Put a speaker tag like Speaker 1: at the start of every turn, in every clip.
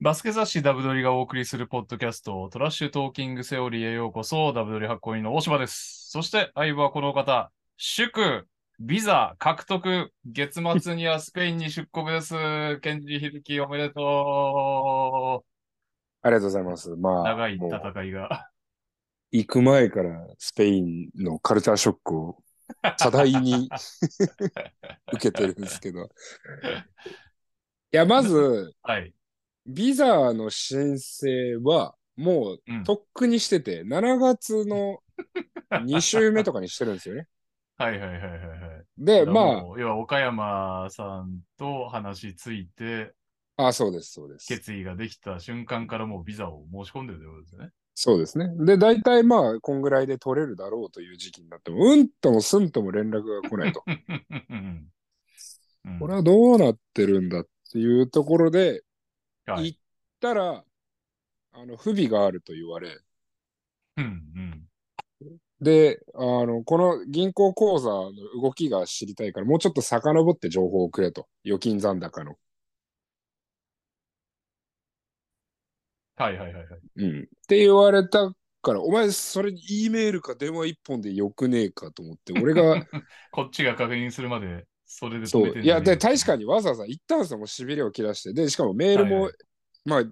Speaker 1: バスケ雑誌ダブドリがお送りするポッドキャスト、トラッシュトーキングセオリーへようこそ、ダブドリ発行員の大島です。そして、相棒はこの方、祝、ビザ獲得、月末にはスペインに出国です。ケンジヒルキおめでと
Speaker 2: ありがとうございます。ま
Speaker 1: う。
Speaker 2: あ、
Speaker 1: 長い
Speaker 2: もう
Speaker 1: 戦いが。
Speaker 2: 行く前からスペインのカルチャーショックを多 大に受けてるんですけど。いや、まず、
Speaker 1: はい。
Speaker 2: ビザの申請はも
Speaker 1: うん
Speaker 2: うとっくにしてて、7月の2週目とかにしてるんですよね。
Speaker 1: はいはいはいはいはい。
Speaker 2: で、
Speaker 1: だから
Speaker 2: ま
Speaker 1: もう要は岡山さんと話ついて、
Speaker 2: あ、あ、そうです、そうです。
Speaker 1: 決意ができた瞬間からもうビザを申し込んでるということですよね。
Speaker 2: そうですね。で、大体まあ、こんぐらいで取れるだろうという時期になっても、うんともすんとも連絡が来ないと。
Speaker 1: うんうん
Speaker 2: これはどうなってるんだっていうところで、
Speaker 1: はい
Speaker 2: 行ったら、あの、不備があると言われ、
Speaker 1: うんうん
Speaker 2: で、あの、この銀行口座の動きが知りたいから、もうちょっと遡って情報をくれと。預金残高の。
Speaker 1: はいはいはいはい。
Speaker 2: うん。って言われたから、お前、それ、E メールか電話一本でよくねえかと思って、俺が、
Speaker 1: こっちが確認するまで、それで止
Speaker 2: そ
Speaker 1: めて
Speaker 2: う。
Speaker 1: ん
Speaker 2: い
Speaker 1: じゃ
Speaker 2: や、
Speaker 1: ねえよ
Speaker 2: で、確かにわざわざ行ったんですよ。もう痺れを切らして。で、しかもメールも、
Speaker 1: はい
Speaker 2: まあ、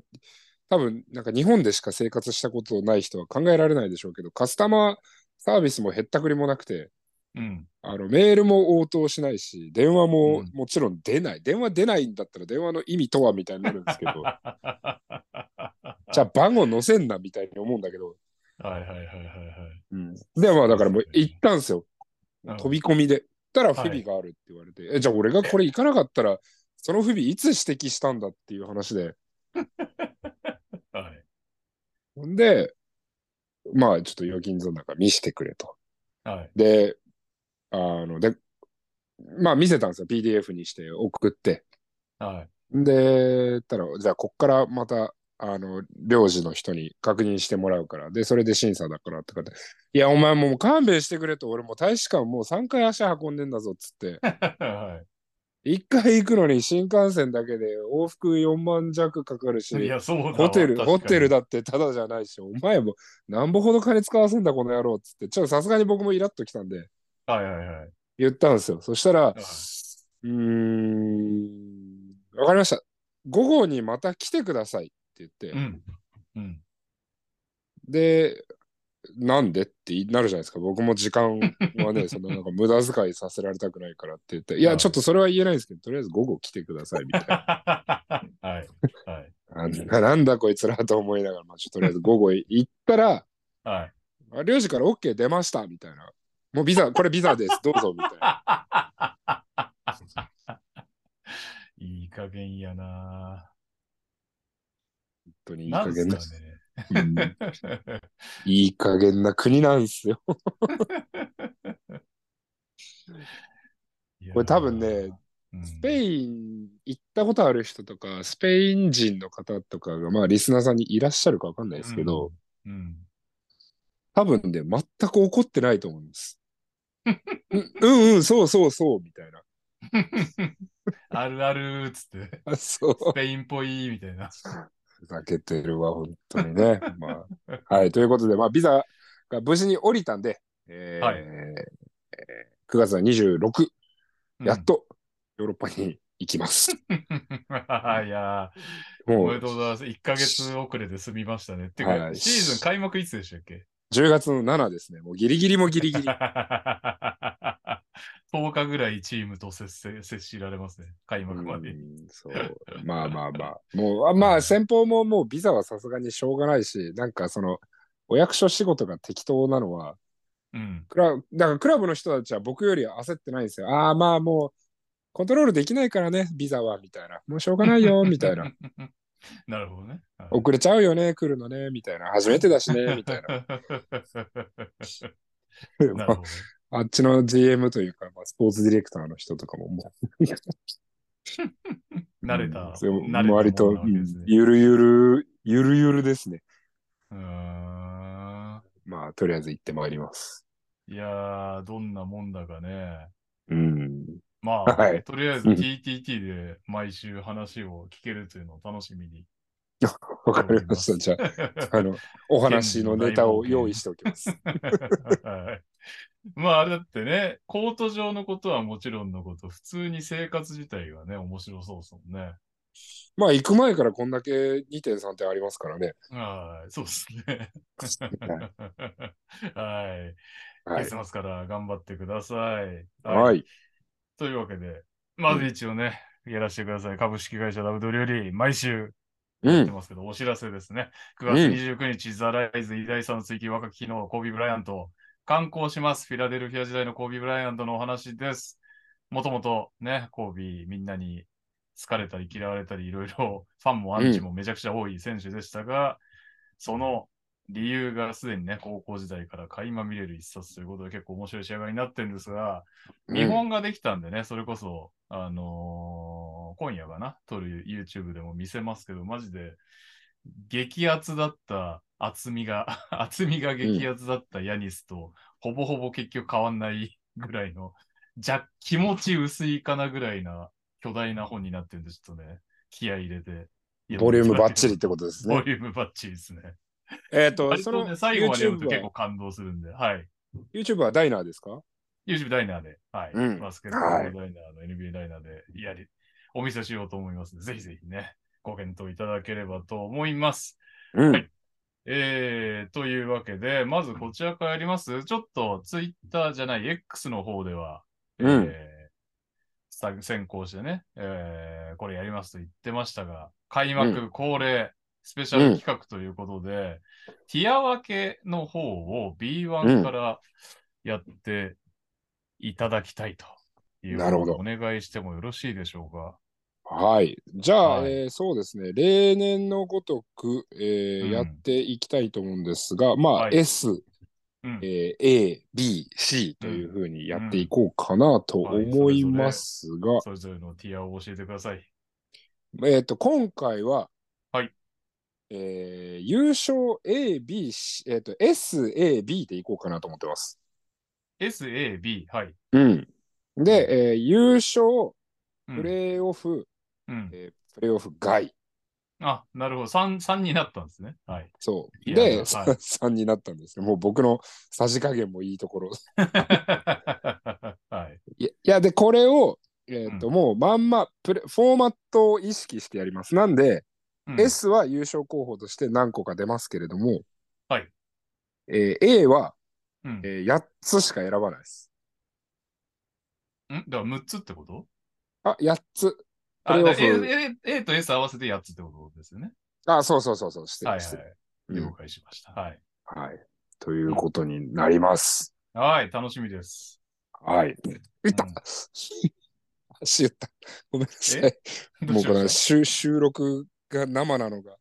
Speaker 2: 多分、なんか日本でしか生活したことない人は考えられないでしょうけど、カスタマーサービスもへったくりもなくて、
Speaker 1: うん。
Speaker 2: あのメールも応答しないし、電話
Speaker 1: う
Speaker 2: も
Speaker 1: ん、
Speaker 2: もちろん出ない。電話出ないんだったら電話の意味とはみたいになるんですけ ど
Speaker 1: はい
Speaker 2: じゃあ番号載せんなみたいに思うんだけど。
Speaker 1: はいはいはいはい。
Speaker 2: で、まあだからもう
Speaker 1: そうですね
Speaker 2: 行ったんですよ。
Speaker 1: うん
Speaker 2: 飛び込みで。たら不
Speaker 1: は
Speaker 2: 備
Speaker 1: い
Speaker 2: があるって言われて、え、じゃあ俺がこれ行かなかったら、その不備いつ指摘したんだっていう話で。
Speaker 1: はい
Speaker 2: ほんで、まあちょっと預金残高見してくれと。
Speaker 1: はい。
Speaker 2: で、あの、で、まあ見せたんですよ。PDF にして送って。
Speaker 1: はい。
Speaker 2: で、たら、じゃあ、こっからまた、あの、領事の人に確認してもらうから、で、それで審査だからってかって、いや、お前もう勘弁してくれと、俺もう大使館もう3回足運んでんだぞっつ って、
Speaker 1: は
Speaker 2: 1回行くのに新幹線だけで往復4万弱かかるし
Speaker 1: い。い、や、そうだわ
Speaker 2: ホテル、
Speaker 1: 確かに
Speaker 2: ホテルだってただじゃないし、お前もなんぼほど金使わせんだ、この野郎っつって、ちょっとさすがに僕もイラっときたんで、
Speaker 1: はいはいはい。
Speaker 2: 言ったんですよ。そした
Speaker 1: い
Speaker 2: ら、
Speaker 1: う
Speaker 2: ーん、わかりました。午後にまた来てくださいって言って、
Speaker 1: うん。うん。
Speaker 2: で、なんでってなるじゃないですか。僕も時間 はね、そのなんか無駄遣いさせられたくないからって言って、い
Speaker 1: は
Speaker 2: や、
Speaker 1: い
Speaker 2: ちょっとそれは言えないんですけど、とりあえず午後来てくださいみたいな。
Speaker 1: はい。はい。
Speaker 2: な んだなんだこいつらと思いながら、まあ、ちょっととりあえず午後へ行ったら、
Speaker 1: はい。
Speaker 2: あ領事から OK 出ましたみたいな。もうビザ、これビザです、どうぞみたいな。
Speaker 1: いい加減やな
Speaker 2: 本当にいい
Speaker 1: な
Speaker 2: 加
Speaker 1: んす
Speaker 2: 減な
Speaker 1: か。ね。
Speaker 2: うんいい加減な国なんですよ。これ多分ね、スペ
Speaker 1: ン、
Speaker 2: イン行ったことある人とか、スペイン人の方とかが、まあ、リスナーさんにいらっしゃるかわかんないですけど、
Speaker 1: うん、
Speaker 2: 多分ね、全く怒ってないと思い ます。うんうんうん、そうそうそう、みたいな。
Speaker 1: あるあるっつって、
Speaker 2: あそう。
Speaker 1: スペインっぽいみたいな。
Speaker 2: ふざけてるわ、本当 にね。まあ、はい、ということで、まあ、ビザが無事に降りたんで、えー
Speaker 1: はい
Speaker 2: えー9月の26、やっ
Speaker 1: と。
Speaker 2: とヨーロッパに行 きます。
Speaker 1: いやー、おめ
Speaker 2: も
Speaker 1: で
Speaker 2: う
Speaker 1: とうございます。1ヶ月遅れで済みましたね。っていうか、
Speaker 2: はい
Speaker 1: シーズン開幕いつでしたっけ
Speaker 2: 10月の7ですね。もうギリギリもギリギリ。
Speaker 1: ?10 日ぐらいチームと接せ接しられますね。開幕まで
Speaker 2: う。んそう。まあまあまあ。もう、あまあ先方ももうビザはさすがにしょうがないし、なんかその、お役所仕事が適当なのは、
Speaker 1: うん。
Speaker 2: クラだからクラブの人たちは僕より焦ってないんですよ。ああまあもう、コントロールできないからね、ビザは、みたいな。もうしょうがな いよ、みたいな。。
Speaker 1: なるほどね。はい
Speaker 2: 遅れちゃうよね、来るのね、みたいな。初めてだしね、みたい
Speaker 1: な
Speaker 2: な。
Speaker 1: るほど。
Speaker 2: あっちの GM というか、まあ、スポーツディレクターの人とかも、もう、
Speaker 1: 慣れた。
Speaker 2: うん
Speaker 1: 慣れた
Speaker 2: 割と、
Speaker 1: ものなわけです
Speaker 2: うん
Speaker 1: ね
Speaker 2: ゆるゆる、ゆるゆるですね。
Speaker 1: うーん。
Speaker 2: まあ、とりあえず行ってまいります。
Speaker 1: いやー、どんなもんだかね。
Speaker 2: うん。
Speaker 1: まあ、
Speaker 2: はい
Speaker 1: とりあえず
Speaker 2: うん
Speaker 1: TTT で毎週話を聞けるというのを楽しみに
Speaker 2: わかりました。じゃあ、あの、お話のネタを用意しておきます。
Speaker 1: はいまあ、あれだってね、コート上のことはもちろんのこと、普通に生活自体がね、面白そうですもんね。
Speaker 2: まあ、行く前からこんだけ2.3点ありますから ね。
Speaker 1: はい、そうですね。 はい。
Speaker 2: は
Speaker 1: クリ
Speaker 2: い
Speaker 1: ス。マスから頑張ってください。。
Speaker 2: はいい。
Speaker 1: というわけで、まず一応ね、やらせてください。株式会社ダブドリより、毎週
Speaker 2: う
Speaker 1: やって
Speaker 2: ん。
Speaker 1: ますけど、お知らせですね。9月29日、ザ・ライズ偉大さの追記若き日のコービー・ブライアント、観光します。フィラデルフィア時代のコービー・ブライアントのお話です。もともとね、コービー、みんなに好かれたり嫌われたり、いろいろ ファンもアンチもめちゃくちゃ多い選手でしたが、その理由がすでにね、高校時代から垣間見れる一冊ということで結構面白い仕上がりになってるんですが、見本ができたんでね、それこそ、あのー今夜かな、撮る YouTube でも見せますけど、マジで、激圧だった厚みが、 厚みが激圧だったヤニスと、ほぼほぼ結局変わんないぐらいの、じゃ、気持ち薄いかなぐらいな巨大な本になってるんで、ちょっとね、気合い入れて。
Speaker 2: ボリュームバッチリっ
Speaker 1: で
Speaker 2: てことです
Speaker 1: すね。ボ
Speaker 2: ね。
Speaker 1: リュームバッチリですね。
Speaker 2: えっと、
Speaker 1: 割
Speaker 2: そ
Speaker 1: と
Speaker 2: の
Speaker 1: ね、最後まで読むと
Speaker 2: YouTube
Speaker 1: 結構
Speaker 2: は、
Speaker 1: 感動するんで、はい。
Speaker 2: YouTube はダイナーですか
Speaker 1: YouTube ダイナーで、はい。
Speaker 2: うん
Speaker 1: バスケットボールダイナーの NBA ダイナーでやり、お見せしようと思いますので。ぜひぜひね、ご検討いただければと思います。
Speaker 2: う
Speaker 1: は
Speaker 2: ん
Speaker 1: い。えー、というわけで、まずこちらからやります。ちょっと Twitter じゃない X の方では、
Speaker 2: うん
Speaker 1: えーさ先行してね、えーこれやりますと言ってましたが、開幕恒例スペシャル企画ということで、ティア分けの方を B1 からやっていただきたいという、
Speaker 2: なるほど
Speaker 1: お願いしてもよろしいでしょうか。
Speaker 2: はい。じゃあ、
Speaker 1: はい
Speaker 2: えーそうですね。例年のごとく、えー
Speaker 1: うん
Speaker 2: やっていきたいと思うんですが、まあ、
Speaker 1: はい
Speaker 2: S、
Speaker 1: うん
Speaker 2: えー A、B、C というふうにやっていこうかなと思いますが、
Speaker 1: それぞれのティアを教えてください。
Speaker 2: えっ、と、今回は、
Speaker 1: はい
Speaker 2: えー優勝 A、B、C、えっ、と、S、A、B でいこうかなと思ってます。
Speaker 1: S、A、B、はい。
Speaker 2: うん。で、えー優勝、
Speaker 1: うん
Speaker 2: プレーオフ、
Speaker 1: うん、
Speaker 2: えープレーオフ外。
Speaker 1: あ、なるほど。3、三になったんですね。はい。
Speaker 2: そう。
Speaker 1: いやいや
Speaker 2: で、
Speaker 1: はい
Speaker 2: さ3になったんですよ。もう僕のさじ加減もいいところ。
Speaker 1: はい。
Speaker 2: いや、いやで、これを、えっ、と、
Speaker 1: う
Speaker 2: もうまんまプレ、フォーマットを意識してやります。なんで、
Speaker 1: うん
Speaker 2: S は優勝候補として何個か出ますけれども、
Speaker 1: はい。
Speaker 2: えー A は、
Speaker 1: うん。
Speaker 2: えー8つしか選ばないです。
Speaker 1: んだから6つってこと
Speaker 2: あ、8つ。
Speaker 1: あ、
Speaker 2: プレー
Speaker 1: だ
Speaker 2: オ
Speaker 1: から
Speaker 2: フ
Speaker 1: A, A, A と S 合わせて8つってことですよね。
Speaker 2: あ、そうそうそうそう、して
Speaker 1: はい
Speaker 2: る、
Speaker 1: は
Speaker 2: してる
Speaker 1: い。
Speaker 2: うん
Speaker 1: 了解しました。はい。
Speaker 2: はい。ということになります。
Speaker 1: はい、楽しみです。
Speaker 2: はい。いた、
Speaker 1: うん
Speaker 2: 足言った。ごめんなさい
Speaker 1: え。ど
Speaker 2: もうこ
Speaker 1: しま
Speaker 2: れ
Speaker 1: し
Speaker 2: 収収録が生なのが、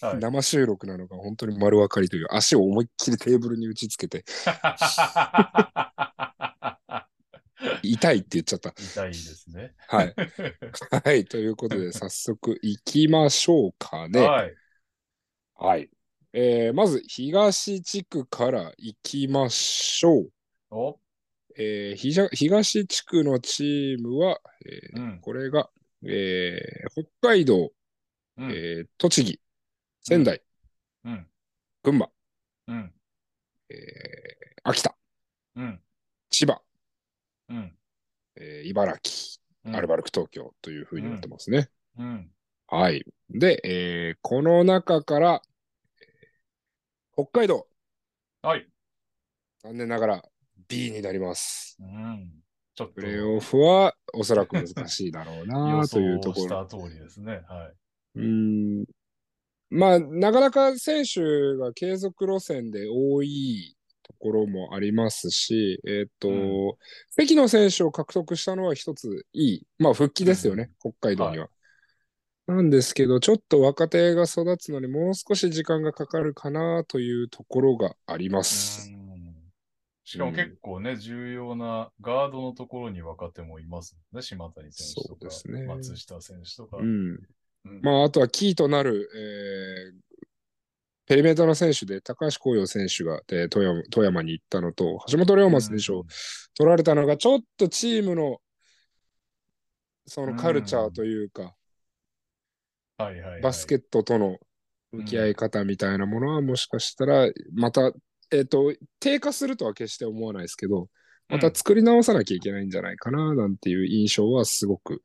Speaker 1: たはい
Speaker 2: 生収録なのが本当に丸分かりという足を思いっきりテーブルに打ちつけて 痛いって言っちゃった。
Speaker 1: 痛いですね。
Speaker 2: はい。はい。ということで早速いきましょうかね。はい。
Speaker 1: はい。
Speaker 2: えーまず東地区からいきましょう。
Speaker 1: お、
Speaker 2: えーひじゃ東地区のチームは、えー
Speaker 1: うん
Speaker 2: これが、えー北海道、
Speaker 1: うん、
Speaker 2: えー栃木、仙台、
Speaker 1: うん、
Speaker 2: 群馬、
Speaker 1: うん、
Speaker 2: えー秋田、
Speaker 1: うん、
Speaker 2: 千葉、
Speaker 1: うん。
Speaker 2: えー茨城、
Speaker 1: うん
Speaker 2: アルバルク東京というふうになってますね。
Speaker 1: うん。
Speaker 2: はい。で、えーこの中から、えー北海道、
Speaker 1: はい。
Speaker 2: 残念ながら B になります。
Speaker 1: うん。ちょっと
Speaker 2: プレーオフはおそらく難しいだろう
Speaker 1: 予
Speaker 2: なというと
Speaker 1: 想
Speaker 2: こ
Speaker 1: し
Speaker 2: ろ。
Speaker 1: た通りですね。はい。
Speaker 2: うーんまあ、なかなか選手が継続路線で多いところもありますし、えっ、と、
Speaker 1: うん
Speaker 2: 関野選手を獲得したのは一ついい、まあ復帰ですよね、北海道には。なんですけど、ちょっと若手が育つのにもう少し時間がかかるかなというところがあります。
Speaker 1: うんしかも結構ね、重要なガードのところに若手もいますもんね、島谷選手と
Speaker 2: そう
Speaker 1: か、
Speaker 2: ですね
Speaker 1: 松下選手とか。
Speaker 2: うん。
Speaker 1: うん
Speaker 2: まあ、あとはキーとなる、えーペリメーターの選手で高橋光陽選手が、えー富山富山に行ったのと、橋本龍馬選手を取られたのが、ちょっとチームのそのカルチャーというか、
Speaker 1: はいはい、はい。
Speaker 2: バスケットとの向き合い方みたいなものはもしかしたらまた、えっ、と低下するとは決して思わないですけどまた作り直さなきゃいけないんじゃないかななんていう印象はすごく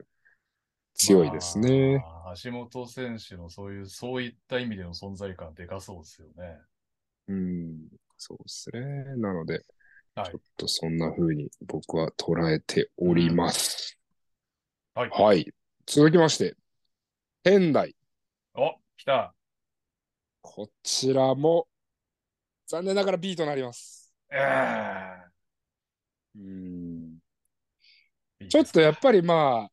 Speaker 2: 強いですね。
Speaker 1: まあ橋本選手のそういう、そういった意味での存在感でかそうですよね。
Speaker 2: うん、そうですね。なので、
Speaker 1: はい
Speaker 2: ちょっとそんな風に僕は捉えております。
Speaker 1: はい。
Speaker 2: はい。続きまして、仙台。
Speaker 1: お、来た。
Speaker 2: こちらも、残念ながら B となります。
Speaker 1: え
Speaker 2: うん。
Speaker 1: ー
Speaker 2: ちょっとやっぱりまあ、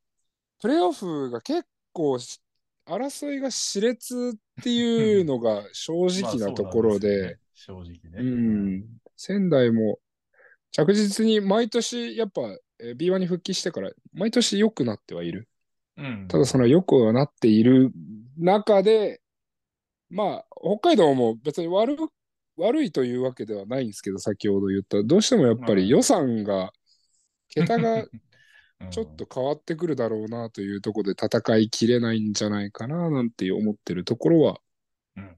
Speaker 2: プレーオフが結構し、争いが熾烈っていうのが正直なところで、
Speaker 1: まあそうなんすよね正直ね。
Speaker 2: うん、仙台も着実に毎年やっぱえー B1 に復帰してから毎年良くなってはいる。
Speaker 1: うん。
Speaker 2: ただその良くはなっている中で、まあ北海道も別に悪悪いというわけではないんですけど、先ほど言った、 どうしてもやっぱり予算が、桁が
Speaker 1: うん、
Speaker 2: ちょっと変わってくるだろうなというところで戦いきれないんじゃないかななんて思ってるところは
Speaker 1: うん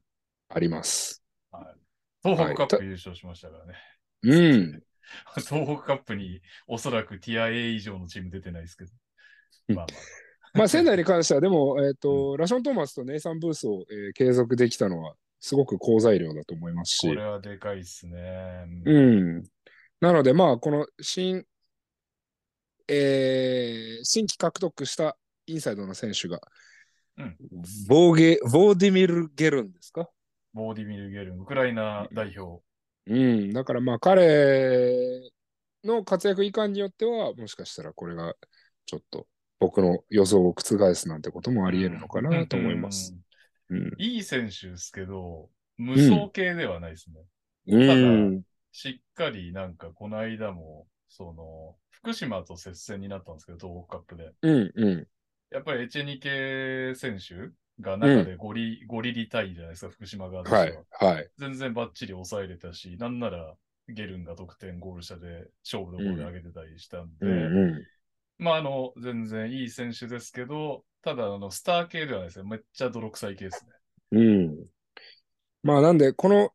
Speaker 2: あります。
Speaker 1: 東北カッ
Speaker 2: は
Speaker 1: プ優勝しましたからね。
Speaker 2: うん。
Speaker 1: 東北カップにおそらく TIA 以上のチーム出てないですけど。まあまあ。
Speaker 2: まあ仙台に関しては、で も、えっ、と、ラション・トーマスとネイサン・ブースを、えー継続できたのは、すごく好材料だと思います
Speaker 1: こ
Speaker 2: し
Speaker 1: れ、はでかいっすね。
Speaker 2: うん。なので、まあ、この新、えー新規獲得したインサイドの選手が、
Speaker 1: うん
Speaker 2: ボーゲ、ボーディミル・ゲルンですか
Speaker 1: ボーディミル・ゲルン、ウクライナ代表。
Speaker 2: うん。だから、まあ、彼の活躍いかんによっては、もしかしたらこれが、ちょっと、僕の予想を覆すなんてこともあり得るのかなと思います。うん
Speaker 1: うん。いい選手ですけど、無双系ではないですね。
Speaker 2: うん。
Speaker 1: しっかりなんかこの間も、その、福島と接戦になったんですけど、東北カップで。
Speaker 2: うんうん。
Speaker 1: やっぱりエチェニケ選手が中でゴリ、ゴリリ対じゃないですか、福島側としては。
Speaker 2: はい。はい。
Speaker 1: 全然バッチリ抑えれたし、なんならゲルンが得点ゴール下で勝負のゴール上げてたりしたんで、
Speaker 2: うんう
Speaker 1: まああの、全然いい選手ですけど、ただあの、スター系ではないですよ。めっちゃ泥臭い系ですね。
Speaker 2: ん。うん。まあ、なんで、この、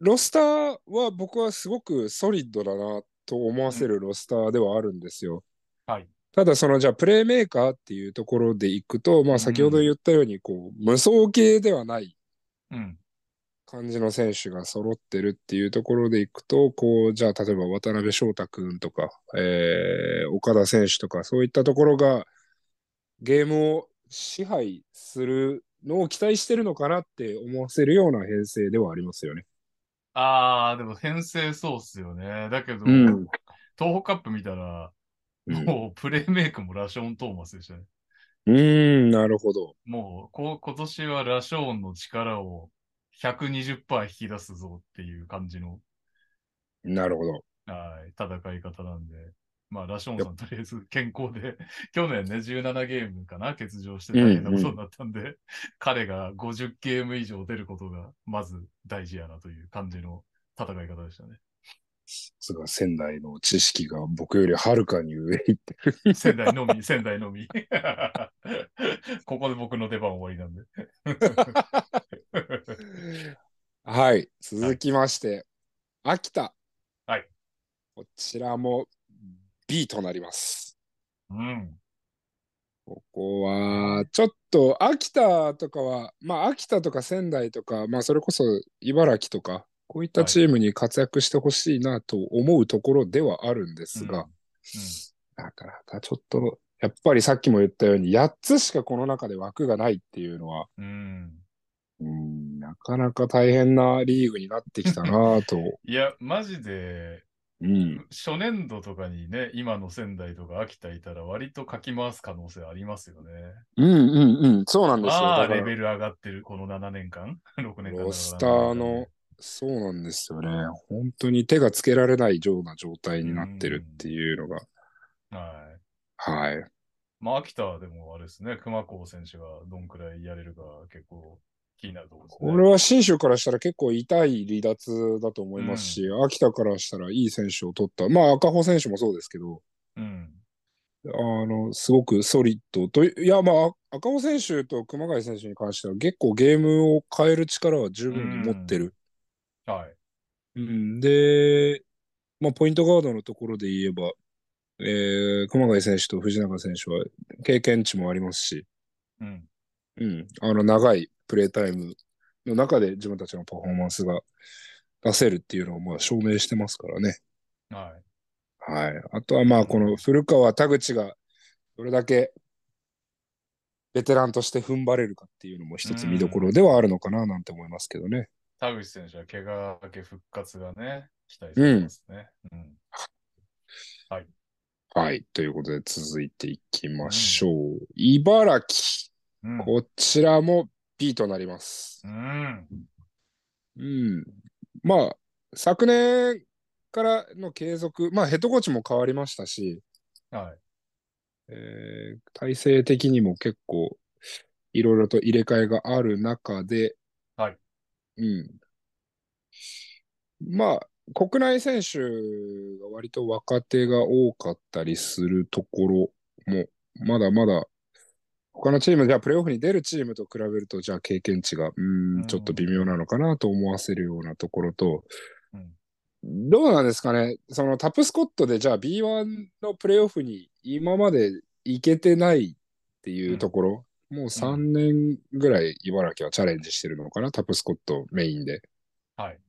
Speaker 2: ロスターは僕はすごくソリッドだなと思わせるロスターではあるんですよ。
Speaker 1: はい。
Speaker 2: ただ、その、じゃあ、プレーメーカーっていうところでいくと、まあ、先ほど言ったように、こう、無双系ではない
Speaker 1: うん。
Speaker 2: 感じの選手が揃ってるっていうところでいくと、こう、じゃあ、例えば渡辺翔太君とか、えー岡田選手とか、そういったところが、ゲームを支配するのを期待してるのかなって思わせるような編成ではありますよね。
Speaker 1: あー、でも編成そうっすよね。だけど、
Speaker 2: うん
Speaker 1: 東北カップ見たら、
Speaker 2: うん、
Speaker 1: もうプレイメイクもラショーン・トーマスでしたね。
Speaker 2: うんなるほど。
Speaker 1: もうこ、今年はラショーンの力を120%引き出すぞっていう感じの、
Speaker 2: なるほど。
Speaker 1: はい、戦い方なんで、まあ、ラショーンさんとりあえず健康で、 去年ね、17ゲームかな、欠場して大変なことになったんで、 彼が50ゲーム以上出ることが、まず大事やなという感じの戦い方でした ね。
Speaker 2: すが仙台の知識が僕よりはるかに上行ってる。
Speaker 1: 仙台のみ、仙台のみ。 ここで僕の出番終わりなんで。
Speaker 2: はい。続きまして、秋田。
Speaker 1: はい。
Speaker 2: こちらも B となります。
Speaker 1: うん。
Speaker 2: ここは、ちょっと秋田とかは、まあ秋田とか仙台とか、まあそれこそ茨城とか、こういったチームに活躍してほしいなと思うところではあるんですが、なかなかちょっと、やっぱりさっきも言ったように、8つしかこの中で枠がないっていうのは、
Speaker 1: うん。うん
Speaker 2: うんなかなか大変なリーグになってきたなと。
Speaker 1: いや、マジで、
Speaker 2: うん。
Speaker 1: 初年度とかにね、今の仙台とか秋田いたら割とかき回す可能性ありますよね。
Speaker 2: うんうんうん。そうなんですよ。
Speaker 1: ああ、
Speaker 2: だか
Speaker 1: レ
Speaker 2: ら
Speaker 1: ベル上がってる、この7年間 ?6 年間
Speaker 2: ロスターの。そうなんですよね。本当に手がつけられないような状態になってるっていうのが、
Speaker 1: はい。
Speaker 2: はい。
Speaker 1: まあ、秋田はでもあれですね、熊高選手がどんくらいやれるか結構気になるところですね。
Speaker 2: これは信州からしたら結構痛い離脱だと思いますし、秋田からしたらいい選手を取った。まあ赤穂選手もそうですけど、
Speaker 1: うん。
Speaker 2: あの、すごくソリッドと、いや、まあ、赤穂選手と熊谷選手に関しては、結構ゲームを変える力は十分に持ってる。
Speaker 1: はい。
Speaker 2: うん、で、まあ、ポイントガードのところで言えば、えー熊谷選手と藤永選手は経験値もありますし、
Speaker 1: うん。
Speaker 2: うん、あの長いプレータイムの中で自分たちのパフォーマンスが出せるっていうのをまあ証明してますからね。
Speaker 1: はい。
Speaker 2: はい。あとはまあこの古川、田口がどれだけベテランとして踏ん張れるかっていうのも一つ見どころではあるのかななんて思いますけどね。
Speaker 1: 田口選手は怪我明け復活がね、期待されますね。うん。
Speaker 2: はい。ということで続いていきましょう。茨城。
Speaker 1: うん。
Speaker 2: こちらも B となります。
Speaker 1: うん。
Speaker 2: うん。まあ、昨年からの継続、まあ、ヘッドコーチも変わりましたし、
Speaker 1: はい。
Speaker 2: えー体制的にも結構、いろいろと入れ替えがある中で、
Speaker 1: はい。
Speaker 2: うん。まあ、国内選手が割と若手が多かったりするところも、まだまだ、他のチーム、じゃあプレーオフに出るチームと比べると、じゃあ経験値が、うー
Speaker 1: うん
Speaker 2: ん、ちょっと微妙なのかなと思わせるようなところと、
Speaker 1: うん
Speaker 2: どうなんですかね、そのタップスコットで、じゃあ B1 のプレーオフに今まで行けてないっていうところ、もう3年ぐらい茨城はチャレンジしてるのかな、タップスコットメインで。
Speaker 1: はい。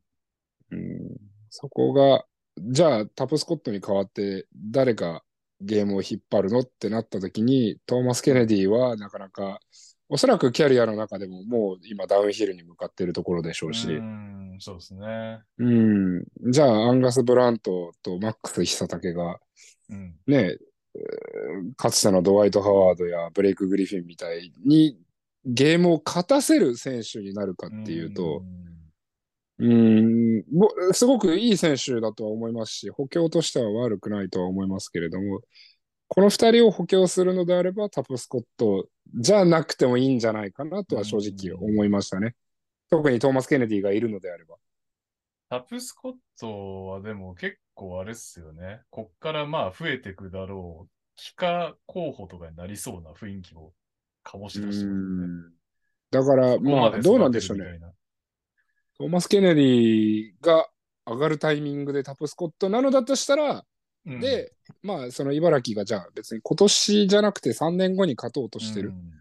Speaker 2: うんそこが、じゃあタップスコットに代わって誰がゲームを引っ張るのってなった時に、トーマス・ケネディはなかなか、おそらくキャリアの中でももう今ダウンヒルに向かってるところでしょうし、
Speaker 1: うん、そうですね。
Speaker 2: うん、じゃあアンガス・ブラントとマックス・久武が
Speaker 1: うん。
Speaker 2: ね、えーかつてのドワイト・ハワードやブレイク・グリフィンみたいにゲームを勝たせる選手になるかっていうと、うん、もうすごくいい選手だとは思いますし、補強としては悪くないとは思いますけれども、この2人を補強するのであれば、タプスコットじゃなくてもいいんじゃないかなとは正直思いましたね。特にトーマス・ケネディがいるのであれば。
Speaker 1: タプスコットはでも結構あれっすよね。こっからまあ増えてくだろう。帰化候補とかになりそうな雰囲気を醸し出してますね。
Speaker 2: うんだから、まあ、どうなんでしょうね。
Speaker 1: ね。
Speaker 2: トーマス・ケネディが上がるタイミングでタップスコットなのだとしたら、
Speaker 1: うん、
Speaker 2: で、まあ、その茨城がじゃあ別に今年じゃなくて3年後に勝とうとしてる
Speaker 1: うん、うん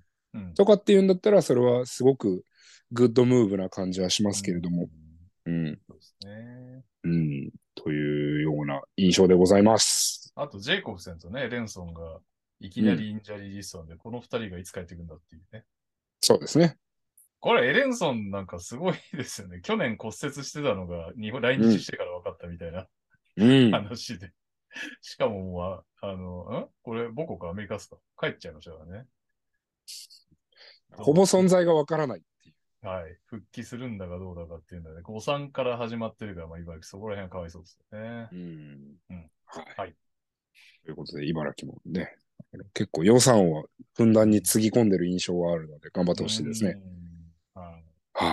Speaker 2: とかっていうんだったら、それはすごくグッドムーブな感じはしますけれども。。うん。
Speaker 1: そうですね。
Speaker 2: うん。というような印象でございます。
Speaker 1: あと、ジェイコブセンとね、レンソンがいきなりインジャリーリストなんで、この二人がいつ帰ってくるんだっていうね。
Speaker 2: そうですね。
Speaker 1: これ、エレンソンなんかすごいですよね。去年骨折してたのが日本来日してから分かったみたいな
Speaker 2: うん。
Speaker 1: 話で。しかももう、ああの、んこれ、母国アメリカっすか帰っちゃいましたからね。
Speaker 2: ほぼ存在がわからないってい
Speaker 1: はい。復帰するんだかどうだかっていうので、誤算から始まってるから、まあ、茨城そこら辺はかわいそうですよね。
Speaker 2: う。うん
Speaker 1: うん。は
Speaker 2: はいい。ということで、茨城もね、あの結構予算をふんだんにつぎ込んでる印象はあるので、頑張ってほしいですね。
Speaker 1: うん。はい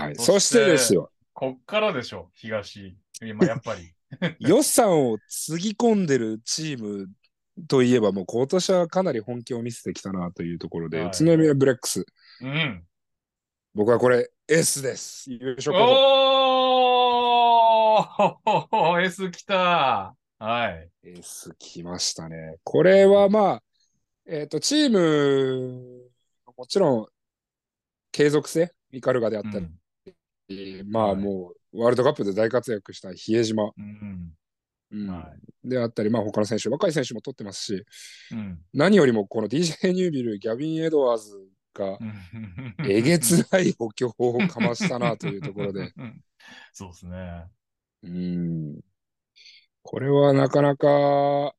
Speaker 2: はい。
Speaker 1: そ
Speaker 2: そ
Speaker 1: し
Speaker 2: しててですよ、
Speaker 1: こっからでしょ、東。今、やっぱ り。
Speaker 2: 予算をつぎ込んでるチームといえば、もう今年はかなり本気を見せてきたなというところで、
Speaker 1: はい
Speaker 2: 宇都宮ブレックス、
Speaker 1: うん。
Speaker 2: 僕はこれ、S です。優勝候補。
Speaker 1: おー !S 来たはい。
Speaker 2: S 来ましたね。これはまあ、えっ、と、チーム、もちろん、継続性、ミカルガであった
Speaker 1: うん
Speaker 2: り、まあもう、ワールドカップで大活躍した比江島、
Speaker 1: うん。
Speaker 2: うん
Speaker 1: は
Speaker 2: であったり、まあ他の選手、若い選手も取ってますし、
Speaker 1: うん。
Speaker 2: 何よりもこの DJ ニュービル、ギャビン・エドワーズがえげつない補強をかましたなというところで、。
Speaker 1: そうですね。
Speaker 2: うん、これはなかなか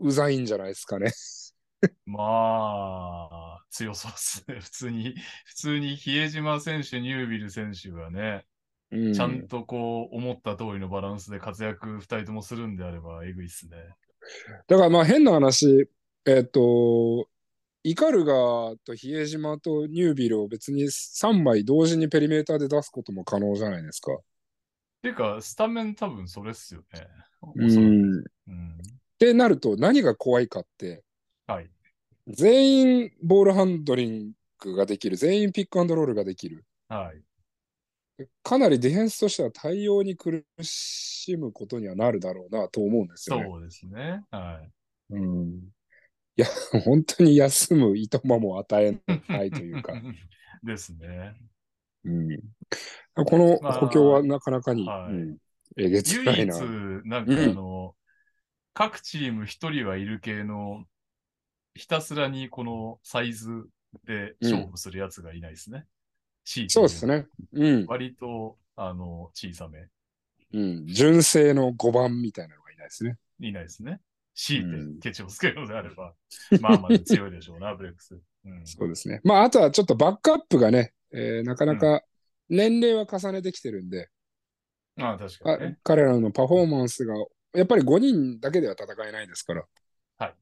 Speaker 2: うざいんじゃないですかね。
Speaker 1: まあ、強そうですね。普 通に、普通に比江島選手、ニュービル選手がね、
Speaker 2: うん、
Speaker 1: ちゃんとこう、思った通りのバランスで活躍二人ともするんであれば、えぐいっすね。
Speaker 2: だからまあ変な話、えっ、と、イカルガと比江島とニュービルを別に3枚同時にペリメーターで出すことも可能じゃないですか。
Speaker 1: ていうか、スタメン多分それっすよね。お
Speaker 2: う
Speaker 1: そらく
Speaker 2: ん、
Speaker 1: うん。
Speaker 2: っってなると何が怖いかって、
Speaker 1: はい。
Speaker 2: 全員ボールハンドリングができる、全員ピックアンドロールができる。
Speaker 1: はい。
Speaker 2: かなりディフェンスとしては対応に苦しむことにはなるだろうなと思うんですよね。
Speaker 1: そうですね。はい。
Speaker 2: うん、いや、本当に休むいとまも与えないというか、
Speaker 1: ですね。
Speaker 2: うん、この
Speaker 1: まあ
Speaker 2: 補強はなかなかに、
Speaker 1: はい
Speaker 2: うんえげつな
Speaker 1: 唯一
Speaker 2: いな。、
Speaker 1: なんか
Speaker 2: うん
Speaker 1: あの、各チーム一人はいる系の、ひたすらにこのサイズで勝負するやつがいないですね。チー
Speaker 2: そうです
Speaker 1: ね。
Speaker 2: ね。うん。
Speaker 1: 割と、あの、小さめ。
Speaker 2: うん。純正の5番みたいなのがいないですね。
Speaker 1: いないですね。強い
Speaker 2: うん
Speaker 1: てケチをつけるのであれば、まあまあ強いでしょう な、ブレックス。うん、
Speaker 2: そうですね。まあ、あとはちょっとバックアップがね、えーなかなか年齢は重ねてきてるんで、
Speaker 1: まあ確か
Speaker 2: か
Speaker 1: にね。
Speaker 2: 彼らのパフォーマンスが、やっぱり5人だけでは戦えないですから、
Speaker 1: はい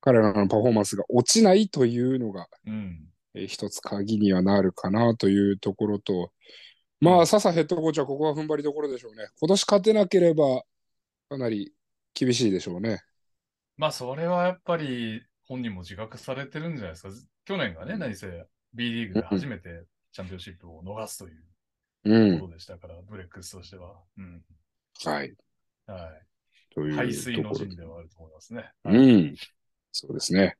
Speaker 2: 彼らのパフォーマンスが落ちないというのが、
Speaker 1: うん。
Speaker 2: えー一つ鍵にはなるかなというところと、まあ、笹ヘッドコーチはここは踏ん張りどころでしょうね。今年勝てなければ、かなり厳しいでしょうね。
Speaker 1: まあそれはやっぱり本人も自覚されてるんじゃないですか。去年がね、何せ B リーグで初めてチャンピオンシップを逃すという
Speaker 2: う
Speaker 1: こ
Speaker 2: ん。
Speaker 1: とでしたから、ブレックスとしては。うん。
Speaker 2: はい。
Speaker 1: は
Speaker 2: と
Speaker 1: い。排
Speaker 2: い
Speaker 1: 水
Speaker 2: うと
Speaker 1: の
Speaker 2: ころ
Speaker 1: 陣ではあると思いますね。
Speaker 2: うん。そうですね。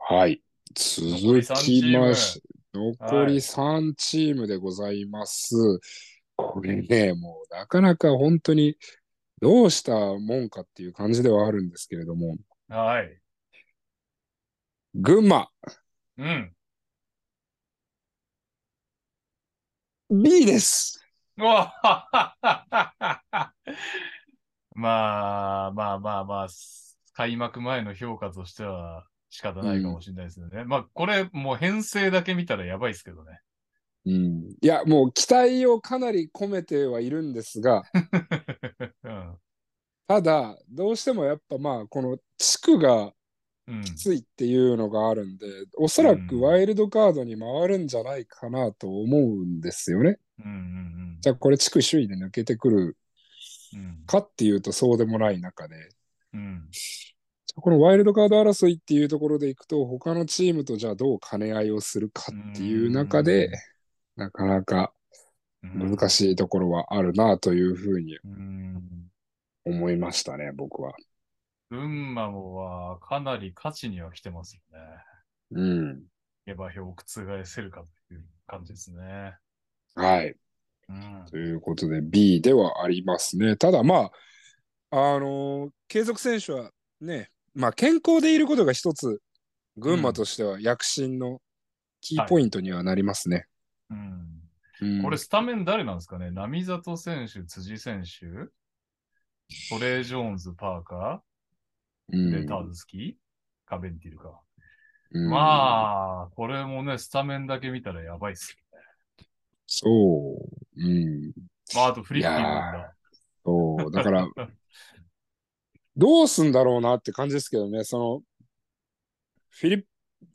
Speaker 2: はい。
Speaker 1: り
Speaker 2: 続
Speaker 1: 三
Speaker 2: きまし
Speaker 1: チ
Speaker 2: 残り3チームでございます。これね、もうなかなか本当にどうしたもんかっていう感じではあるんですけれども、
Speaker 1: はい。
Speaker 2: 群馬
Speaker 1: うん。
Speaker 2: B です。
Speaker 1: うわ まあまあまあまあ、開幕前の評価としては仕方ないかもしれないですよね。まあこれもう編成だけ見たらやばいですけどね。
Speaker 2: うん、いや、もう期待をかなり込めてはいるんですが、
Speaker 1: うん。
Speaker 2: ただ、どうしてもやっぱまあ、この地区が
Speaker 1: うん。
Speaker 2: きついっていうのがあるんで、おそらくワイルドカードに回るんじゃないかなと思うんですよね。
Speaker 1: うんうん
Speaker 2: じゃあこれ地区首位で抜けてくる
Speaker 1: うん。
Speaker 2: かっていうとそうでもない中で、
Speaker 1: うん。うん。
Speaker 2: このワイルドカード争いっていうところでいくと、他のチームとじゃあどう兼ね合いをするかっていう中で、なかなか
Speaker 1: うん
Speaker 2: 難しいところはあるなというふうに
Speaker 1: うん。
Speaker 2: 思いましたね、僕は。
Speaker 1: 群馬もはかなり勝ちには来てますよね。
Speaker 2: うん。
Speaker 1: 下馬評を覆せるかという感じですね。
Speaker 2: はい。
Speaker 1: うん。
Speaker 2: ということで B ではありますね。ただまあ、あのー継続選手はね、まあ健康でいることが一つ、群馬としては躍進のキーポイントにはなりますね。
Speaker 1: うん
Speaker 2: うん
Speaker 1: これ、スタメン誰なんですかね波里選手、辻選手、トレイ・ジョーンズ、パーカ
Speaker 2: う
Speaker 1: ー、
Speaker 2: ん
Speaker 1: で、タズスキー、カベンティルか。
Speaker 2: うん
Speaker 1: まあ、これもね、スタメンだけ見たらやばいっすよね。
Speaker 2: そう。うん。
Speaker 1: まあ、あとフリッキーもい
Speaker 2: い
Speaker 1: た
Speaker 2: そう。だから、どうすんだろうなって感じですけどね、その、フィリ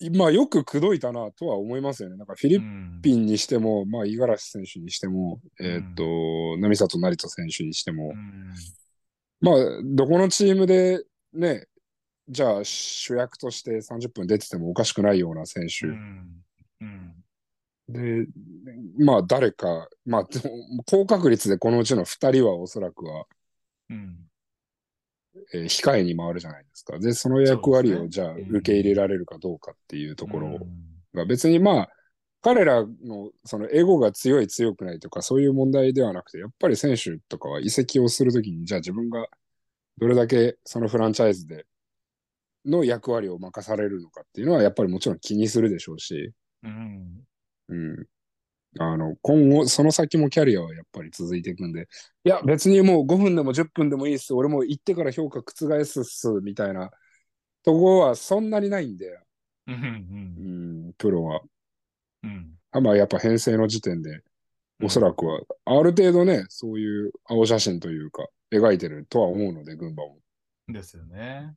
Speaker 2: ッ、まあよく口説いたなとは思いますよね。なんかフィリ
Speaker 1: う
Speaker 2: ッ
Speaker 1: ん
Speaker 2: ピンにしても、まあ五十嵐選手にしても、えーっと、並里成人選手にして
Speaker 1: う
Speaker 2: も、
Speaker 1: ん
Speaker 2: まあ、どこのチームでね、じゃあ主役として30分出ててもおかしくないような選手。
Speaker 1: うんうん
Speaker 2: で、まあ誰か、まあ、でも高確率でこのうちの2人はおそらくは、
Speaker 1: うん
Speaker 2: えー控えに回るじゃないですか。で、その役割
Speaker 1: そう
Speaker 2: をじゃあ
Speaker 1: ん
Speaker 2: 受け入れられるかどうかっていうところ
Speaker 1: うん
Speaker 2: が、別にまあ、彼らのそのエゴが強い強くないとかそういう問題ではなくて、やっぱり選手とかは移籍をするときに、じゃあ自分がどれだけそのフランチャイズでの役割を任されるのかっていうのは、やっぱりもちろん気にするでしょうし、
Speaker 1: うん
Speaker 2: うん。あの、今後、その先もキャリアはやっぱり続いていくんで、いや、別にもう5分でも10分でもいいっす、俺もう行ってから評価覆すっす、みたいなとこはそんなにないんで、
Speaker 1: うんう
Speaker 2: うんん、プロは。
Speaker 1: うん
Speaker 2: あまあ、やっぱ編成の時点で、
Speaker 1: うん
Speaker 2: おそらくは、ある程度ね、そういう青写真というか、描いてるとは思うので、群馬も。
Speaker 1: ですよね。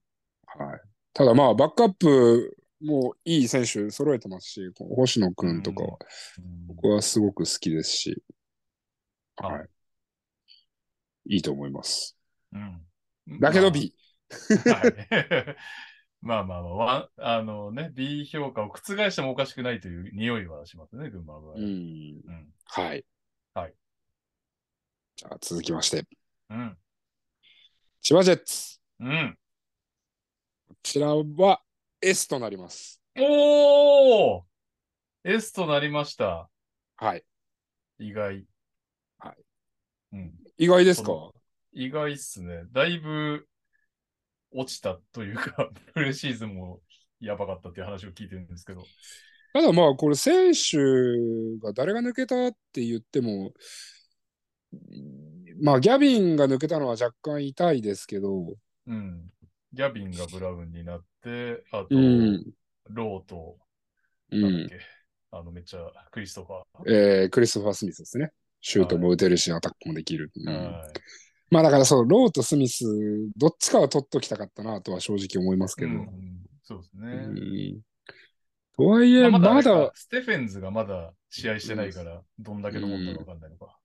Speaker 2: はい。ただまあ、バックアップもいい選手揃えてますし、この星野くんとかは、
Speaker 1: うん
Speaker 2: 僕はすごく好きですし、
Speaker 1: あ
Speaker 2: はい。いいと思います。
Speaker 1: うん
Speaker 2: だけど
Speaker 1: まあ
Speaker 2: B。
Speaker 1: はい。 まあまあまあわ、あのね、B 評価を覆してもおかしくないという匂いはしますね、群馬は。
Speaker 2: うん。
Speaker 1: うん。
Speaker 2: はい。
Speaker 1: はい。
Speaker 2: じゃあ続きまして、
Speaker 1: うん。
Speaker 2: 千葉ジェッツ。
Speaker 1: うん。
Speaker 2: こちらは S となります。
Speaker 1: おー !S となりました。
Speaker 2: はい。
Speaker 1: 意外。
Speaker 2: はい。
Speaker 1: うん。
Speaker 2: 意外ですか
Speaker 1: そ意外っすね。だいぶ落ちたというか、 プレシーズンもやばかったっていう話を聞いてるんですけど。
Speaker 2: ただまあ、これ選手が誰が抜けたって言っても、まあ、ギャビンが抜けたのは若干痛いですけど、
Speaker 1: うん。ギャビンがブラウンになって、あと、
Speaker 2: うん。
Speaker 1: ローと、
Speaker 2: う
Speaker 1: なんだっ
Speaker 2: ん
Speaker 1: け、あの、めっちゃクリストファー。
Speaker 2: えークリストファー・スミスですね。シュートも打てるし、アタックもできる。うん
Speaker 1: はい
Speaker 2: まあだからそう、ローとスミス、どっちかは取っときたかったなとは正直思いますけ
Speaker 1: う
Speaker 2: ど。
Speaker 1: ん、そうですね。
Speaker 2: うんとはいえ、
Speaker 1: ま
Speaker 2: ま
Speaker 1: あ
Speaker 2: だ、
Speaker 1: まだあれか、ステフェンズがまだ試合してないから、どんだけのもんなのかわかんないのか。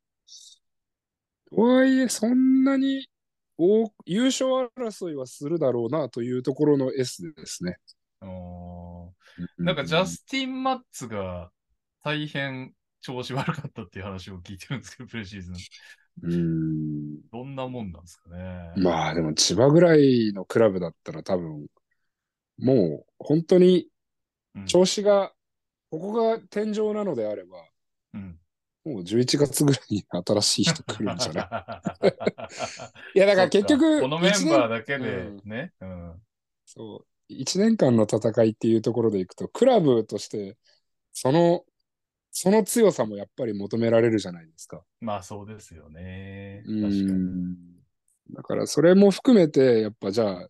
Speaker 2: とはいえ、そんなに大優勝争いはするだろうなというところの S ですね。
Speaker 1: うーんなんか、ジャスティン・マッツが大変調子悪かったっていう話を聞いてるんですけど、プレシーズン。
Speaker 2: うん
Speaker 1: どんなもんなんですかね。
Speaker 2: まあでも千葉ぐらいのクラブだったら多分、もう本当に調子が、ここが天井なのであれば、
Speaker 1: うん。
Speaker 2: もう11月ぐらいに新しい人来るんじゃない いや
Speaker 1: だ
Speaker 2: だから結局、
Speaker 1: このメンバー
Speaker 2: ー
Speaker 1: だけで
Speaker 2: うん
Speaker 1: ね、うん。
Speaker 2: そう、1年間の戦いっていうところでいくと、クラブとして、その、その強さもやっぱり求められるじゃないですか。
Speaker 1: まあそうですよね。確
Speaker 2: う
Speaker 1: かに。
Speaker 2: んだからそれも含めて、やっぱじゃあ、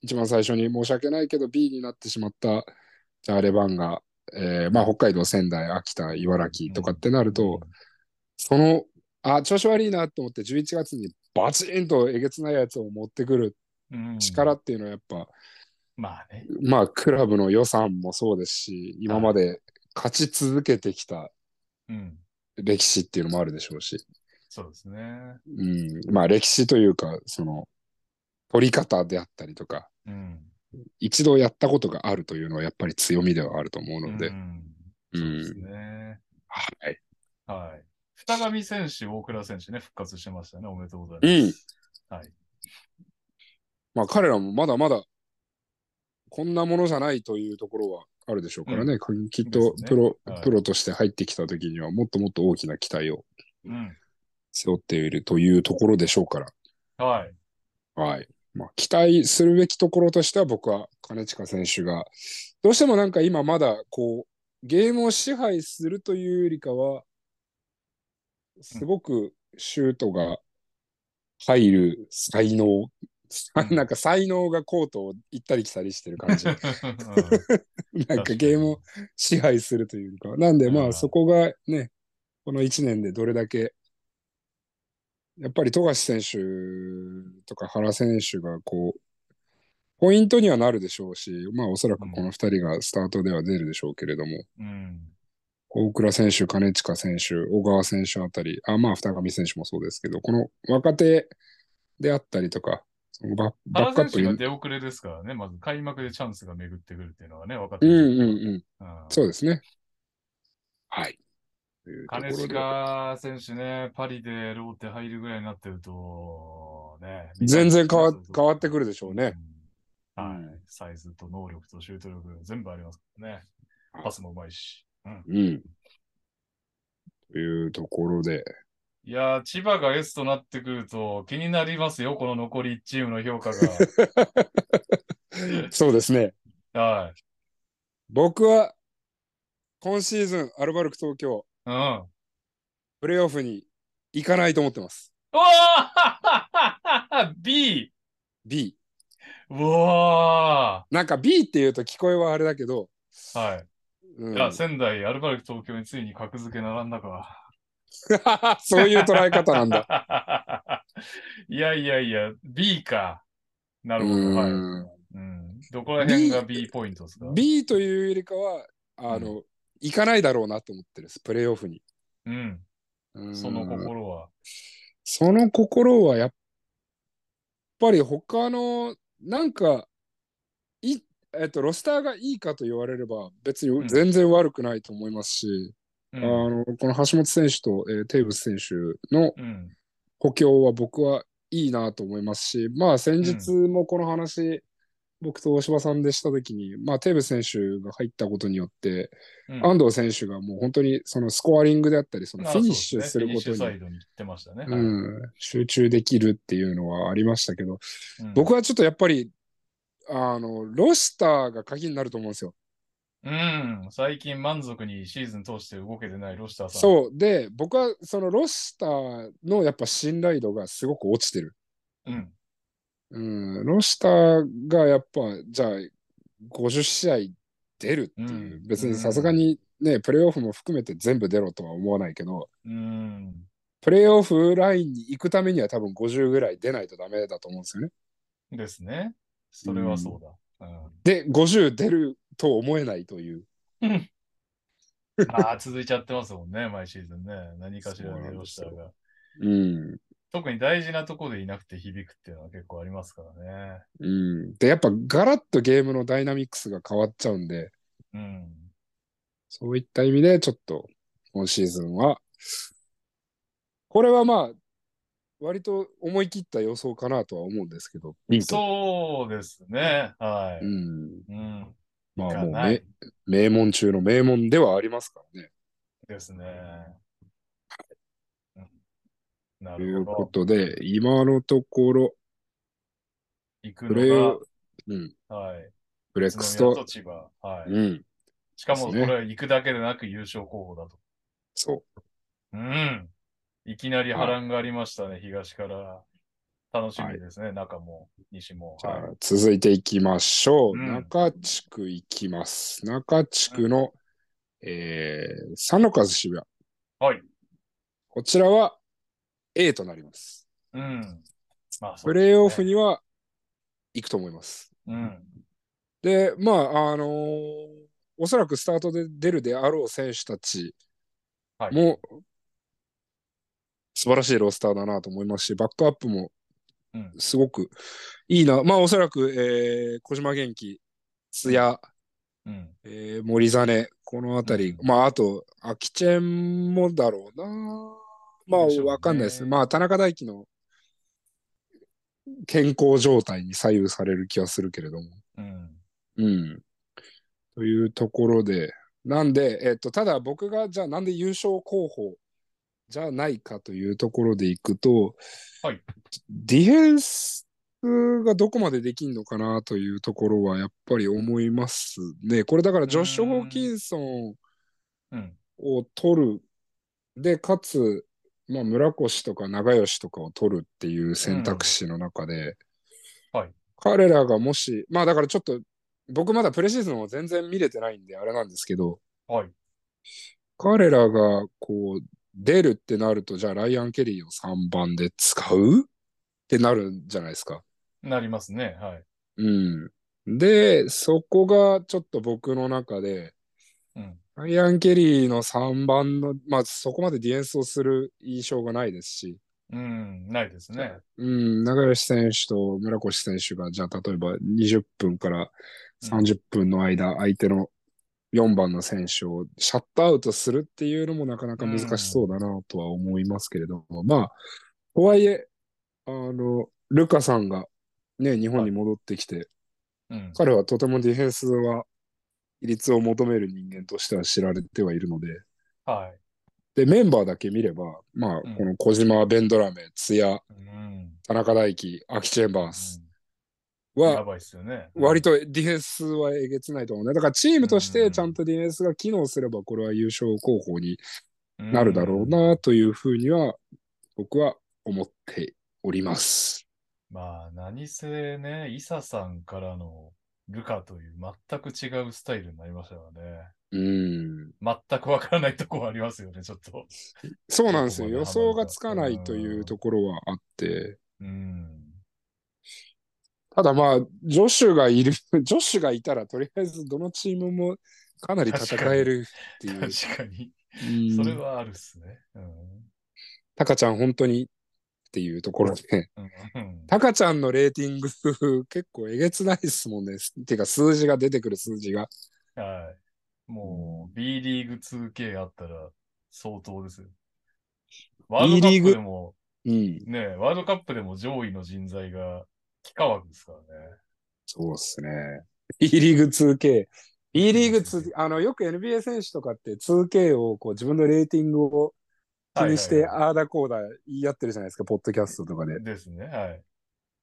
Speaker 2: 一番最初に申し訳ないけど B になってしまった、じゃあレバンが、えーまあ北海道、仙台、秋田、茨城とかってなると、その、あ、調子悪いなと思って11月にバチンとえげつないやつを持ってくる
Speaker 1: うん、うん
Speaker 2: 力。っていうのはやっぱ、
Speaker 1: まあね。
Speaker 2: まあクラブの予算もそうですし、今まで勝ち続けてきた
Speaker 1: うん。
Speaker 2: 歴史っていうのもあるでしょうし、
Speaker 1: そうですね。
Speaker 2: うん、まあ歴史というか、その、取り方であったりとか、
Speaker 1: うん。
Speaker 2: 一度やったことがあるというのはやっぱり強みではあると思うので、
Speaker 1: うん、
Speaker 2: う
Speaker 1: そ
Speaker 2: ん
Speaker 1: うですね。
Speaker 2: はい。
Speaker 1: はい。二上選手、大倉選手ね、復活してましたね。おめでとうございます。
Speaker 2: うん。
Speaker 1: はい。
Speaker 2: まあ彼らもまだまだこんなものじゃないというところはあるでしょうからね、きっと
Speaker 1: ですね
Speaker 2: プロ、
Speaker 1: はい
Speaker 2: プロとして入ってきた時にはもっともっと大きな期待を
Speaker 1: うん。
Speaker 2: 背負っているというところでしょうから、
Speaker 1: はい。
Speaker 2: はい。まあ、期待するべきところとしては僕は金近選手が、どうしてもなんか今まだこう、ゲームを支配するというよりかは、すごくシュートが入る才能、
Speaker 1: うん
Speaker 2: なんか才能がコートを行ったり来たりしてる感じ。なん
Speaker 1: う
Speaker 2: かゲームを支配するというよりかは。なんでま
Speaker 1: う
Speaker 2: あ
Speaker 1: ん
Speaker 2: そこがね、この1年でどれだけ、やっぱり富樫選手とか原選手がこう、ポイントにはなるでしょうし、まあおそらくこの2人がスタートでは出るでしょうけれども、
Speaker 1: ん。
Speaker 2: 大倉選手、金近選手、小川選手あたり、あまあ、二上選手もそうですけど、この若手であったりとか、そのババッ
Speaker 1: 原
Speaker 2: ク
Speaker 1: 選
Speaker 2: アップ
Speaker 1: 手
Speaker 2: に
Speaker 1: が出遅れですからね、まず開幕でチャンスが巡ってくるっていうのはね、分かって
Speaker 2: うん
Speaker 1: る
Speaker 2: うんうん、
Speaker 1: うん
Speaker 2: そうですね。はい。というところ
Speaker 1: 金
Speaker 2: で
Speaker 1: 近選手ね、パリでローテ入るぐらいになってると、ね。
Speaker 2: 全然変わ変わってくるでしょうね。
Speaker 1: うんは
Speaker 2: う
Speaker 1: い。サイズと能力とシュート力全部ありますからね。
Speaker 2: はい
Speaker 1: パスもうまいし。うん。
Speaker 2: うん。というとこ ろで、
Speaker 1: いやー、千葉が S となってくると気になりますよ、この残り1チームの評価
Speaker 2: そうですね。
Speaker 1: が。はい。
Speaker 2: 僕は、今シーズン、アルバルク東京、
Speaker 1: うん。お
Speaker 2: プレーオフに行かないと思ってます。
Speaker 1: ー !B!
Speaker 2: B。
Speaker 1: うわ
Speaker 2: なんか B っていうと聞こえはあれだけど、
Speaker 1: ーはい。
Speaker 2: うん
Speaker 1: いや、仙台、アルバルク東京についに格付け並んだか。
Speaker 2: そういう捉え方なんだ。
Speaker 1: だ。 いやいやいや、B か。なるほ
Speaker 2: う
Speaker 1: ど。はい。
Speaker 2: ーん
Speaker 1: うん。どこら辺が
Speaker 2: B
Speaker 1: B ポイントですか
Speaker 2: B というよりかは、あの、行かないだろうなと思ってるんです、プレーオフに。
Speaker 1: うん。
Speaker 2: うーん
Speaker 1: その心は。
Speaker 2: その心はやっぱり他のなんか、いえっと、ロスターがいいかと言われれば、別
Speaker 1: うん
Speaker 2: に全然悪くないと思いますし、
Speaker 1: う
Speaker 2: あ
Speaker 1: ん。
Speaker 2: のこの橋本選手と、えーテーブス選手の
Speaker 1: うん。
Speaker 2: 補強は僕はいいなと思いますし、まあ先日もこの話、僕と大柴さんでしたときに、まあテーブス選手が入ったことによって、
Speaker 1: うん
Speaker 2: 安藤選手がもう本当にそのスコアリングであったり、その
Speaker 1: まあ
Speaker 2: フィニッシュするこ
Speaker 1: そう
Speaker 2: と
Speaker 1: ですねフィニッシュサイドに
Speaker 2: に、
Speaker 1: 行ってましたね。
Speaker 2: う
Speaker 1: はい
Speaker 2: ん、集中できるっていうのはありましたけど、
Speaker 1: うん
Speaker 2: 僕はちょっとやっぱり、あの、ロスターが鍵になると思うんですよ。
Speaker 1: うん、最近満足にシーズン通して動けてないロシターさん。う。
Speaker 2: そう。で、僕はそのロスターのやっぱ信頼度がすごく落ちてる。
Speaker 1: うん。
Speaker 2: うん、ロスターがやっぱ、じゃあ、50試合出るっていう、
Speaker 1: うん
Speaker 2: 別にさすがにね、プレーオフも含めて全部出ろとは思わないけど、
Speaker 1: うん。
Speaker 2: プレーオフラインに行くためには多分50ぐらい出ないとダメだと思うんですよね。
Speaker 1: ですね。それはそうだ。
Speaker 2: で、50出ると思えないという。
Speaker 1: うん。まあ、続いちゃってますもんね、毎シーズンね。何かしら
Speaker 2: そうな
Speaker 1: ね、
Speaker 2: ん
Speaker 1: ロ
Speaker 2: で
Speaker 1: シ
Speaker 2: す
Speaker 1: タ
Speaker 2: よ
Speaker 1: ーが。
Speaker 2: うん。
Speaker 1: 特に大事なところでいなくて響くっていうのは結構ありますからね。
Speaker 2: うん。で、やっぱガラッとゲームのダイナミックスが変わっちゃうんで、
Speaker 1: うん。
Speaker 2: そういった意味でちょっと今シーズンは、これはまあ、割と思い切った予想かなとは思うんですけど、いいと。
Speaker 1: そうですね。は
Speaker 2: う
Speaker 1: い。
Speaker 2: ん。
Speaker 1: うん。
Speaker 2: ま
Speaker 1: い
Speaker 2: あ
Speaker 1: か
Speaker 2: もう
Speaker 1: な
Speaker 2: め
Speaker 1: い
Speaker 2: 名門中の名門ではありますからね。
Speaker 1: ですね。うんな
Speaker 2: とい
Speaker 1: る
Speaker 2: うこ
Speaker 1: ほど。
Speaker 2: とで、今のところ、
Speaker 1: 行く
Speaker 2: プレー
Speaker 1: の
Speaker 2: オうん、
Speaker 1: が、はい。
Speaker 2: ブレックスと、
Speaker 1: 千葉。はい。
Speaker 2: うん、
Speaker 1: しかも、こ
Speaker 2: ですね
Speaker 1: れは行くだけでなく優勝候補だと。
Speaker 2: そ
Speaker 1: う
Speaker 2: う。
Speaker 1: ん。いきなり波乱がありましたね、東から。楽しみですね、中も、西も。
Speaker 2: じゃ
Speaker 1: は
Speaker 2: あ続いていきましょう。
Speaker 1: うん
Speaker 2: 中地区いきます。中地区の、えー、三の数渋谷。
Speaker 1: い。はい。
Speaker 2: こちらは A となります。
Speaker 1: うん。まあ、そうで
Speaker 2: プ
Speaker 1: すね
Speaker 2: レーオフには行くと思います。
Speaker 1: うん。
Speaker 2: で、まあ、あのーおそらくスタートで出るであろう選手たち
Speaker 1: はい。
Speaker 2: も、素晴らしいロスターだなと思いますし、バックアップも
Speaker 1: うん
Speaker 2: すごくいいな。まあ、おそらく、えー小島元気、津谷、
Speaker 1: うん。
Speaker 2: えー森実ね、このあたり、
Speaker 1: うん
Speaker 2: まあ、あと、秋チェンもだろうな。まあ、
Speaker 1: でしょうね
Speaker 2: わかんないですね。まあ、田中大輝の健康状態に左右される気はするけれども。
Speaker 1: うん。
Speaker 2: うん。というところで、なんで、えっと、ただ僕が、じゃあなんで優勝候補じゃないかというところでいくと、
Speaker 1: はい
Speaker 2: ディフェンスがどこまでできんのかなというところはやっぱり思いますね。これだからジョッシュ・ホーキンソン
Speaker 1: うん。
Speaker 2: を取る。で、かつ、まあ、村越とか長吉とかを取るっていう選択肢の中で、
Speaker 1: うんはい
Speaker 2: 彼らがもし、まあだからちょっと、僕まだプレシーズンを全然見れてないんで、あれなんですけど、
Speaker 1: はい。
Speaker 2: 彼らがこう、出るってなると、じゃあライアン・ケリーを3番で使うってなるんじゃないですか。
Speaker 1: なりますね。はい。
Speaker 2: うん。で、そこがちょっと僕の中で、
Speaker 1: うん。
Speaker 2: ライアン・ケリーの3番の、まあ、そこまでディフェンスをする印象がないですし、
Speaker 1: うん。ないですね。
Speaker 2: うん、長吉選手と村越選手が、じゃあ、例えば20分から30分の間、相手の4番の選手をシャットアウトするっていうのもなかなか難しそうだなとは思いますけれども、まあ、とはいえ、あの、ルカさんが、ね、日本に戻ってきて、
Speaker 1: うん。
Speaker 2: 彼はとてもディフェンスは、比率を求める人間としては知られてはいるので、
Speaker 1: はい。
Speaker 2: で、メンバーだけ見れば、まあ、
Speaker 1: うん
Speaker 2: この小島、ベンドラメ、津屋、
Speaker 1: うん。
Speaker 2: 田中大輝、アキチェンバース
Speaker 1: うんや
Speaker 2: は、
Speaker 1: ばいっすよね。
Speaker 2: 割とディフェンスはえげつないと思うね。だからチームとし
Speaker 1: うんう
Speaker 2: て
Speaker 1: ん
Speaker 2: ちゃんとディフェンスが機能すれば、これは優勝候補に
Speaker 1: と
Speaker 2: なるだろうな、というふうには、僕は思っております。
Speaker 1: まあ、何せね、イサさんからのルカという全く違うスタイルになりましたよね。
Speaker 2: うん。
Speaker 1: 全くわからないところありますよね、ちょっと。
Speaker 2: そうなんですよ。
Speaker 1: ここまで
Speaker 2: 予想がつかないというところはあって、
Speaker 1: うん。
Speaker 2: ただまあ、ジョシュがいる、 ジョシュがいたら、とりあえずどのチームもかなり戦えるっていう。
Speaker 1: 確かに。
Speaker 2: うん
Speaker 1: それはあるっすね。うん。
Speaker 2: タカちゃん、本当にっていうところで、
Speaker 1: うん
Speaker 2: タカちゃんのレーティング結構えげつないですもんね。てか数字が出てくる数字が。
Speaker 1: はい。もう、B リーグ 2K あったら相当ですよ。ワー
Speaker 2: B
Speaker 1: ルドカ
Speaker 2: リー
Speaker 1: ッ
Speaker 2: グ
Speaker 1: プでも、
Speaker 2: うん。
Speaker 1: ねえ、ワールドカップでも上位の人材が幾何枠ですからね。
Speaker 2: そうですね。B リーグ 2K。B リーグ2、あの、よく NBA 選手とかって 2K をこう自分のレーティングを気にし
Speaker 1: は
Speaker 2: て、
Speaker 1: いはい
Speaker 2: ああだこうだ言い合ってるじゃないですか、ポッドキャストとかで。
Speaker 1: ですね。はい。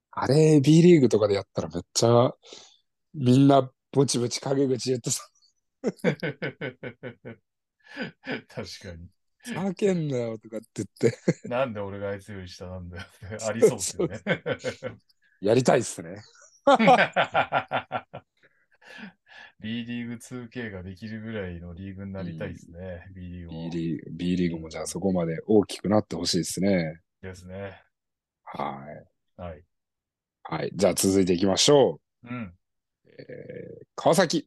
Speaker 2: あれ、B リーグとかでやったらめっちゃ、みんな、ぼちぼち陰口言ってさ、
Speaker 1: 確かに。
Speaker 2: 叫けんなよとかって言って、
Speaker 1: なんで俺があいつより下なんだよってありそうですよね。
Speaker 2: やりたいっすね。
Speaker 1: B リーグ 2K ができるぐらいのリーグになりたいですね。B リーグ
Speaker 2: B
Speaker 1: も。
Speaker 2: リーグ B リーグもじゃあそこまで大きくなってほしいですね。
Speaker 1: ですね。
Speaker 2: は
Speaker 1: はい。
Speaker 2: い。はい。じゃあ続いていきましょ
Speaker 1: うん。
Speaker 2: う。えー川崎。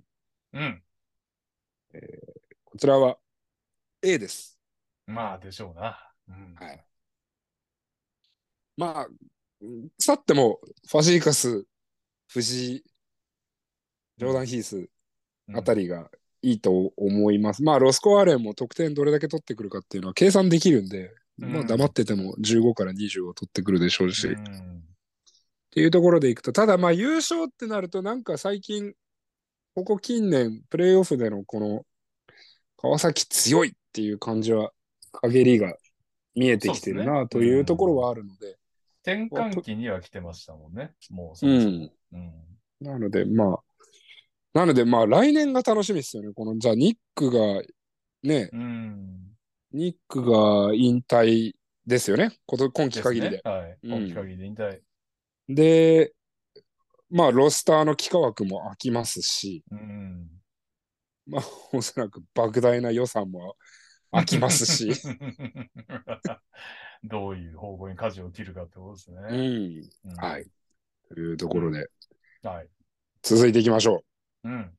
Speaker 1: うん。
Speaker 2: こちらは A です。
Speaker 1: まあ、でしょうな。うん。
Speaker 2: はい。まあ、うん腐っても、ファジーカス、藤井、ジョーダン・ヒースあた
Speaker 1: り。
Speaker 2: りがいいと思います。まあ、ロスコアレンも得点どれだけ取ってくるかっていうのは計算できるんで、
Speaker 1: うん
Speaker 2: まあ、黙ってても15から20を取ってくるでしょうし、
Speaker 1: う
Speaker 2: っ
Speaker 1: ん
Speaker 2: ていうところでいくと、ただまあ、優勝ってなると、なんか最近、ここ近年、プレーオフでのこの、川崎強いっていう感じは、陰りが見えてきてるなというところはあるので、
Speaker 1: 転換期には来てましたもんね。もうそもそも
Speaker 2: ん。
Speaker 1: うん。
Speaker 2: なので、まあ、なので、まあ、来年が楽しみですよね。この、じゃあ、ニックが、ね、
Speaker 1: うん。
Speaker 2: ニックが引退ですよね。こと今
Speaker 1: で
Speaker 2: 季
Speaker 1: す
Speaker 2: 限り
Speaker 1: ね
Speaker 2: で。。
Speaker 1: はい。
Speaker 2: うん
Speaker 1: 今季限りで引退。
Speaker 2: でまあ、ロスターの幾何枠も空きますし、
Speaker 1: うん。。
Speaker 2: まあ、おそらく莫大な予算も空きますし、
Speaker 1: どういう方向に舵を切るかってことですね。
Speaker 2: うん。
Speaker 1: うん
Speaker 2: はい。。というところで、
Speaker 1: はい。
Speaker 2: 続いていきましょ
Speaker 1: うん。っ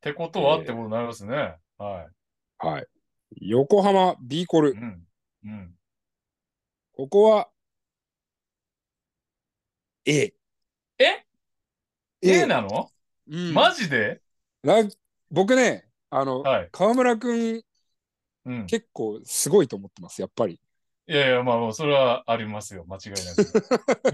Speaker 1: てことは
Speaker 2: えー
Speaker 1: ってことになりますね。は
Speaker 2: う。はい。横浜ビーコ
Speaker 1: い。う
Speaker 2: ル、
Speaker 1: ん。うん。
Speaker 2: ここは、A。
Speaker 1: え A なの
Speaker 2: うん
Speaker 1: マジで
Speaker 2: ラ僕ね、あの、
Speaker 1: はい。
Speaker 2: 河村くん
Speaker 1: うん。
Speaker 2: 結構すごいと思ってます、やっぱり。
Speaker 1: いやいや、まあまあ、それはありますよ。間違い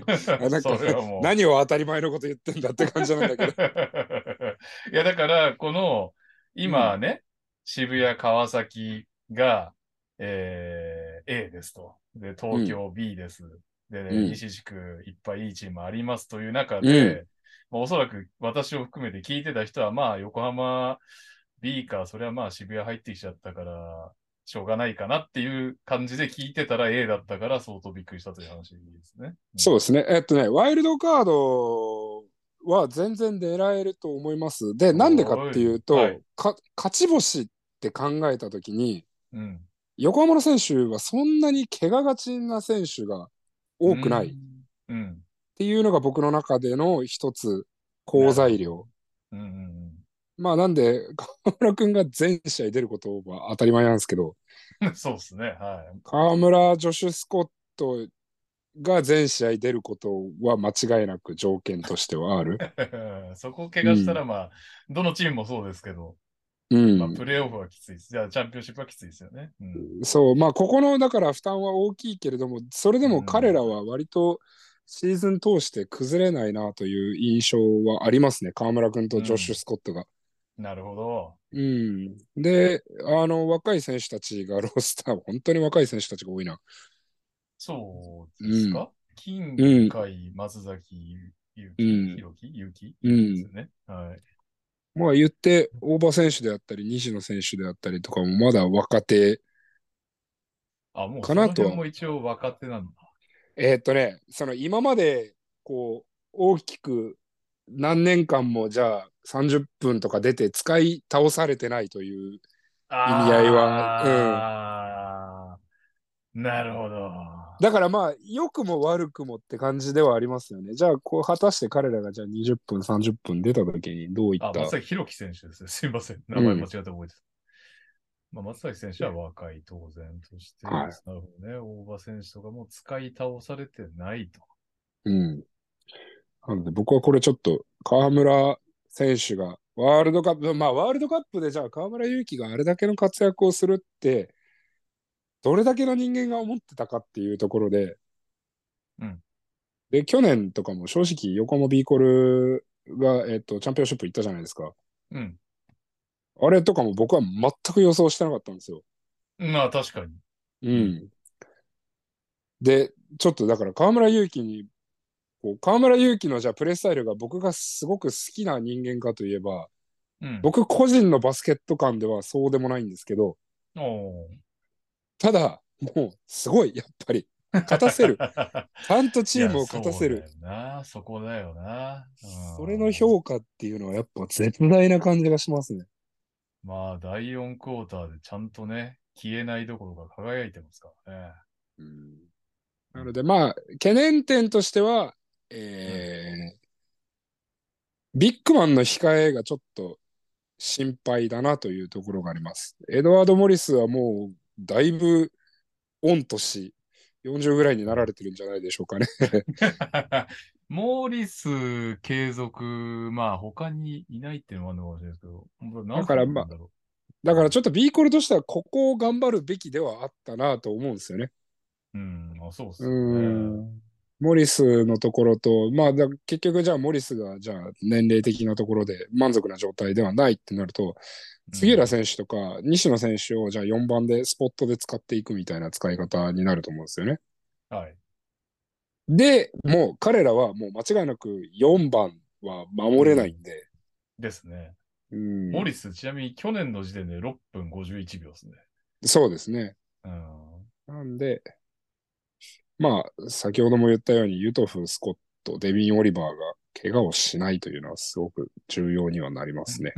Speaker 1: な
Speaker 2: あ
Speaker 1: く。
Speaker 2: な ん
Speaker 1: そ
Speaker 2: か
Speaker 1: れはもう。
Speaker 2: 何を当たり前のこと言ってんだって感じなんだけど。
Speaker 1: いや、だから、この、今ね、渋谷、川崎が、えー A ですと。で、東京 B です。で、
Speaker 2: うん
Speaker 1: 西地区いっぱいいいチームありますという中で、
Speaker 2: う
Speaker 1: まあ、おそらく私を含めて聞いてた人は、まあ、横浜 B か、それはまあ渋谷入ってきちゃったから、しょうがないかなっていう感じで聞いてたら A だったから、相当びっくりしたという話ですね。
Speaker 2: そう
Speaker 1: う
Speaker 2: ですね。えっとね、ワイルドカードは全然狙えると思います。で、なんでかっていうと、
Speaker 1: はい
Speaker 2: か勝ち星って考えたときに、
Speaker 1: ん。うん。
Speaker 2: 横浜の選手はそんなに怪我がちな選手が多くないっ
Speaker 1: うん。うん。
Speaker 2: ていうのが僕の中での一つ好材料。
Speaker 1: うんうんうん
Speaker 2: まあなんで、河村くんが全試合出ることは当たり前なんですけど、
Speaker 1: そうですね。はい。
Speaker 2: 河村、ジョシュ・スコットが全試合出ることは間違いなく条件としてはある。
Speaker 1: そこを怪我したら、まあ、どのチームもそうですけど、
Speaker 2: う
Speaker 1: まあ、
Speaker 2: ん。
Speaker 1: プレーオフはきついです。じゃあ、チャンピオンシップはきついですよね。うん。
Speaker 2: そう、まあここのだから負担は大きいけれども、それでも彼らは割とシーズン通して崩れないなという印象はありますね、河村くんとジョシュ・スコットが。
Speaker 1: なるほど。
Speaker 2: うん、で、あの若い選手たちがロースター、本当に若い選手たちが多いな。
Speaker 1: そうです
Speaker 2: う
Speaker 1: か、金海、松崎、ゆ
Speaker 2: う
Speaker 1: き、
Speaker 2: ん
Speaker 1: ひろき、ゆき
Speaker 2: う
Speaker 1: で
Speaker 2: ん
Speaker 1: すよね。はい。
Speaker 2: まあ言って、大場選手であったり、西野選手であったりとかも、まだ若手。
Speaker 1: あ、もう、そ
Speaker 2: か
Speaker 1: の
Speaker 2: なとは
Speaker 1: 辺も一応若手なんだ。
Speaker 2: えーっとね、その今まで、こう、大きく何年間も、じゃあ30分とか出て使い倒されてないという、
Speaker 1: あー
Speaker 2: 意味合いは
Speaker 1: なるほど。
Speaker 2: だからまあ、良くも悪くもって感じではありますよね。じゃあ、こう、果たして彼らがじゃあ20分、30分出た時にどういっ
Speaker 1: あ、
Speaker 2: た
Speaker 1: 松崎ひろき選手ですね。すいません。名前間違って覚えてた。まあ、松崎選手は若い、当然として、
Speaker 2: はい
Speaker 1: なるほどね、大場選手とかも使い倒されてないと。
Speaker 2: うん。なので僕はこれちょっと河村選手がワールドカップ、まあワールドカップでじゃあ河村勇輝があれだけの活躍をするって、どれだけの人間が思ってたかっていうところで、
Speaker 1: うん
Speaker 2: で、去年とかも正直横浜ビーコルが、えっとチャンピオンシップ行ったじゃないですか。
Speaker 1: うん。
Speaker 2: あれとかも僕は全く予想してなかったんですよ。
Speaker 1: まあ、確かに。
Speaker 2: うん。で、ちょっとだから河村勇輝に、こう河村勇輝のじゃあプレースタイルが僕がすごく好きな人間かといえば、
Speaker 1: うん。
Speaker 2: 僕個人のバスケット感ではそうでもないんですけど、
Speaker 1: おー。
Speaker 2: ただ、もうすごい、やっぱり、勝たせる ちゃんとチームを勝たせ
Speaker 1: いや
Speaker 2: る。。
Speaker 1: そうだよな、そこだよな。うん
Speaker 2: それの評価っていうのはやっぱ絶大な感じがしますね。
Speaker 1: まあ、第4クォーターでちゃんとね、消えないどころか輝いてますからね。
Speaker 2: うんなのでまあ懸念点としては、えービッグマンの控えがちょっと心配だなというところがあります。エドワード・モリスはもうだいぶ御年40ぐらいになられてるんじゃないでしょうかね。
Speaker 1: モーリス継続、まあ、他にいないっていうのもあるのかもしれないですけど、これ何
Speaker 2: だから
Speaker 1: 分なんだろう
Speaker 2: だからちょっとビーコルとしてはここを頑張るべきではあったなと思うんですよね。
Speaker 1: うん、あそうっす
Speaker 2: う
Speaker 1: よ
Speaker 2: ー
Speaker 1: ね。
Speaker 2: んモリスのところと、まあ、だ結局じゃあモリスがじゃあ年齢的なところで満足な状態ではないってなると、杉浦選手とか西野選手をじゃあ4番でスポットで使っていくみたいな使い方になると思うんですよね。
Speaker 1: 手。はい。
Speaker 2: で、もう彼らはもう間違いなく4番は守れないんで。
Speaker 1: ですね。
Speaker 2: うん
Speaker 1: モリス、ちなみに去年の時点で6分51秒ですね。
Speaker 2: そうですね。
Speaker 1: うん。
Speaker 2: なんで、まあ、先ほども言ったようにユトフ、スコット、デビン・オリバーが怪我をしないというのはすごく重要にはなりますね。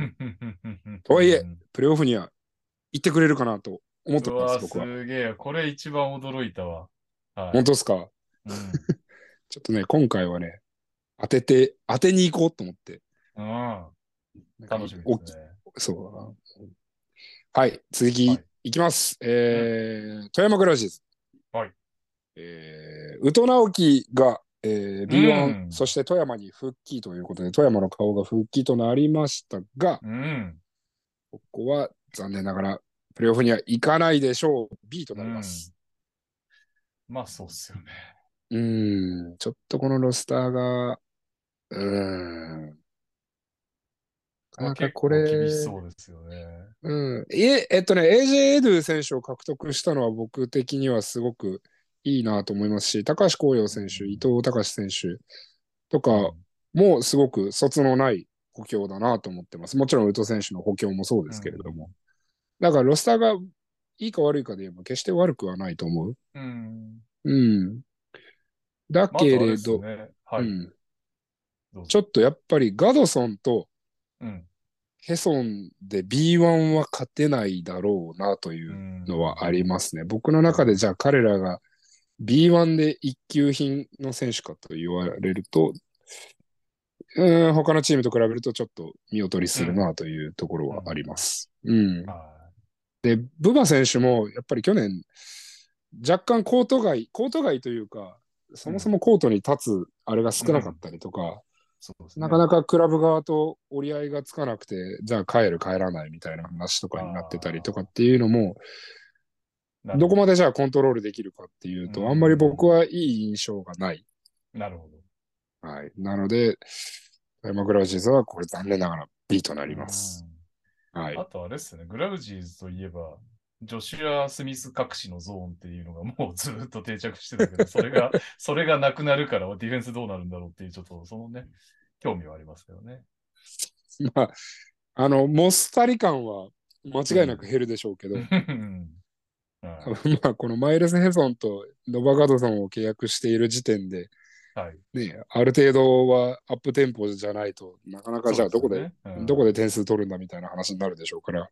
Speaker 2: とはいえ
Speaker 1: うん、
Speaker 2: プレーオフには行ってくれるかなと思って
Speaker 1: う
Speaker 2: ま
Speaker 1: わ
Speaker 2: す、僕は。
Speaker 1: すげえ。これ一番驚いたわ。はい。
Speaker 2: 本当ですか
Speaker 1: う
Speaker 2: ちょっとね、今回はね、当てて、当てに行こうと思って。
Speaker 1: ん。うん楽しみ
Speaker 2: お
Speaker 1: ですね。
Speaker 2: そうだな。はい、次、
Speaker 1: はい
Speaker 2: い、きます。えー富山クラウジーズ。
Speaker 1: はい。
Speaker 2: えー、宇都直樹が、えー、B1、
Speaker 1: うん
Speaker 2: そして富山に復帰ということで、富山の顔が復帰となりましたが、
Speaker 1: うん。
Speaker 2: ここは残念ながら、プレーオフには行かないでしょう。B となります。
Speaker 1: まあ、そうっすよね。
Speaker 2: うーん、ちょっとこのロスターが、うーん。
Speaker 1: ま
Speaker 2: な
Speaker 1: あ
Speaker 2: んか
Speaker 1: 結
Speaker 2: こ
Speaker 1: 構
Speaker 2: れ、
Speaker 1: 厳しそうですよね。
Speaker 2: うん。いえ、えっとね、AJ エドゥ選手を獲得したのは僕的にはすごくいいなと思いますし、高橋光陽選手、伊藤隆選手とかもすごく卒のない補強だなと思ってます。もちろん、宇都選手の補強もそうですけれども。だから、ロスターがいいか悪いかで言えば、決して悪くはないと思う。
Speaker 1: うん。
Speaker 2: うん。
Speaker 1: ま
Speaker 2: だ
Speaker 1: ああとあ
Speaker 2: け
Speaker 1: れ
Speaker 2: れ
Speaker 1: っす
Speaker 2: ど、
Speaker 1: ねは
Speaker 2: う
Speaker 1: い。
Speaker 2: ん、
Speaker 1: どう
Speaker 2: ちょ
Speaker 1: ぞ。
Speaker 2: っとやっぱりガドソンと
Speaker 1: うん
Speaker 2: ヘソンで B1 は勝てないだろうなというう。
Speaker 1: ん
Speaker 2: のはありますね。僕の中でじゃあ彼らが B1 で一級品の選手かと言われると、うーん、他のチームと比べるとちょっと見劣りするなというところはあります。うん。
Speaker 1: は
Speaker 2: で、ブバ選手もやっぱり去年、若干コート外、コート外というか、そもそもコートに立つあれが少なかったりとか、
Speaker 1: いそうですね
Speaker 2: なかなかクラブ側と折り合いがつかなくて、じゃあ帰る帰らないみたいな話とかになってたりとかっていうのも、
Speaker 1: なる
Speaker 2: ど
Speaker 1: ほ
Speaker 2: こまでじゃあコントロールできるかっていうと、
Speaker 1: うん
Speaker 2: あんまり僕はいい印象がない。
Speaker 1: なるほど。
Speaker 2: はい。なので、富山グラウジーズはこれ残念ながら B となります。は
Speaker 1: うん。
Speaker 2: い
Speaker 1: あ。とあれっすね、グラウジーズといえば、ジョシュア・スミス隠しのゾーンっていうのがもうずっと定着してた けど、それが、それがなくなるから、ディフェンスどうなるんだろうっていう、ちょっとそのね、興味はありますけどね。
Speaker 2: まあ、あの、モスタリ感は間違いなく減るでしょうけど、
Speaker 1: はい
Speaker 2: まあ、このマイルス・ヘソンとノバガドソンを契約している時点で、
Speaker 1: はい。
Speaker 2: ね、ある程度はアップテンポじゃないとなかなかじゃあどこで、
Speaker 1: そうすよねうん
Speaker 2: どこで点数取るんだみたいな話になるでしょうから、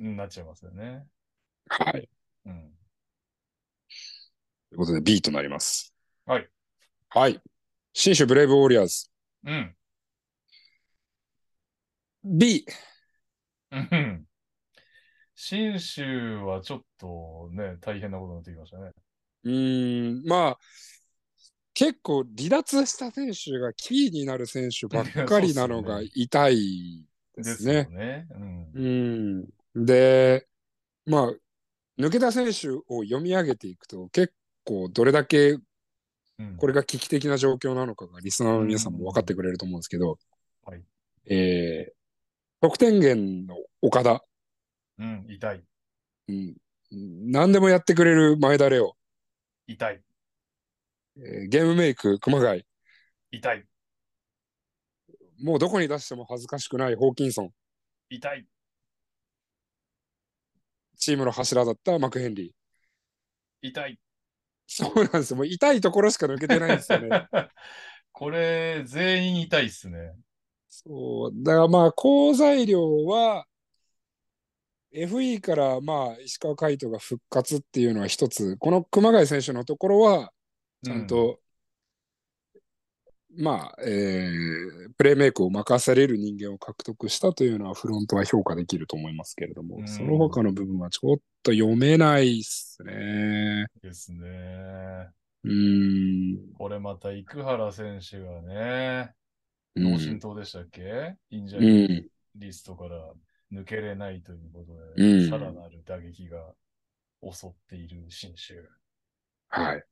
Speaker 1: うんなっちゃいますよね。
Speaker 2: はい。
Speaker 1: うん。
Speaker 2: ということで B となります。
Speaker 1: はい。
Speaker 2: はい。新州ブレイブウォリアーズ。
Speaker 1: うん。
Speaker 2: B。
Speaker 1: うん。信州はちょっとね、大変なことになってきましたね。
Speaker 2: うーん、まあ、結構離脱した選手がキーになる選手ばっかりなの が痛いですね。
Speaker 1: よね。うん。
Speaker 2: うん、で、まあ、抜けた選手を読み上げていくと、結構どれだけ
Speaker 1: うん
Speaker 2: これが危機的な状況なのかが、リスナーの皆さんも分かってくれると思うんですけど、
Speaker 1: はい
Speaker 2: えー得点源の岡田、
Speaker 1: うん、痛い。
Speaker 2: うん、何でもやってくれる前田レオ、
Speaker 1: 痛い。
Speaker 2: えーゲームメイク熊谷、
Speaker 1: 痛い。
Speaker 2: もうどこに出しても恥ずかしくないホーキンソン、
Speaker 1: 痛い。
Speaker 2: チームの柱だったマクヘンリー。
Speaker 1: 痛 い。
Speaker 2: そうなんですよ。もう痛いところしか抜けてないんですよね。
Speaker 1: これ、全員痛いっすね。
Speaker 2: そう、だからまあ、好材料は、FE からまあ、石川海斗が復活っていうのは一つ、この熊谷選手のところは、ちゃんと、まあ、えープレーメイクを任される人間を獲得したというのは、フロントは評価できると思いますけれども、
Speaker 1: うん
Speaker 2: その他の部分はちょっと読めないっすね。
Speaker 1: うんですね。
Speaker 2: うーん。
Speaker 1: これまた、生原選手がね、
Speaker 2: う
Speaker 1: 脳震
Speaker 2: ん。
Speaker 1: 盪でしたっけ、インジャ
Speaker 2: う
Speaker 1: リー
Speaker 2: ん。
Speaker 1: リストから抜けれないということ
Speaker 2: う
Speaker 1: で、
Speaker 2: ん
Speaker 1: さらなる打撃が襲っている信州。
Speaker 2: はい。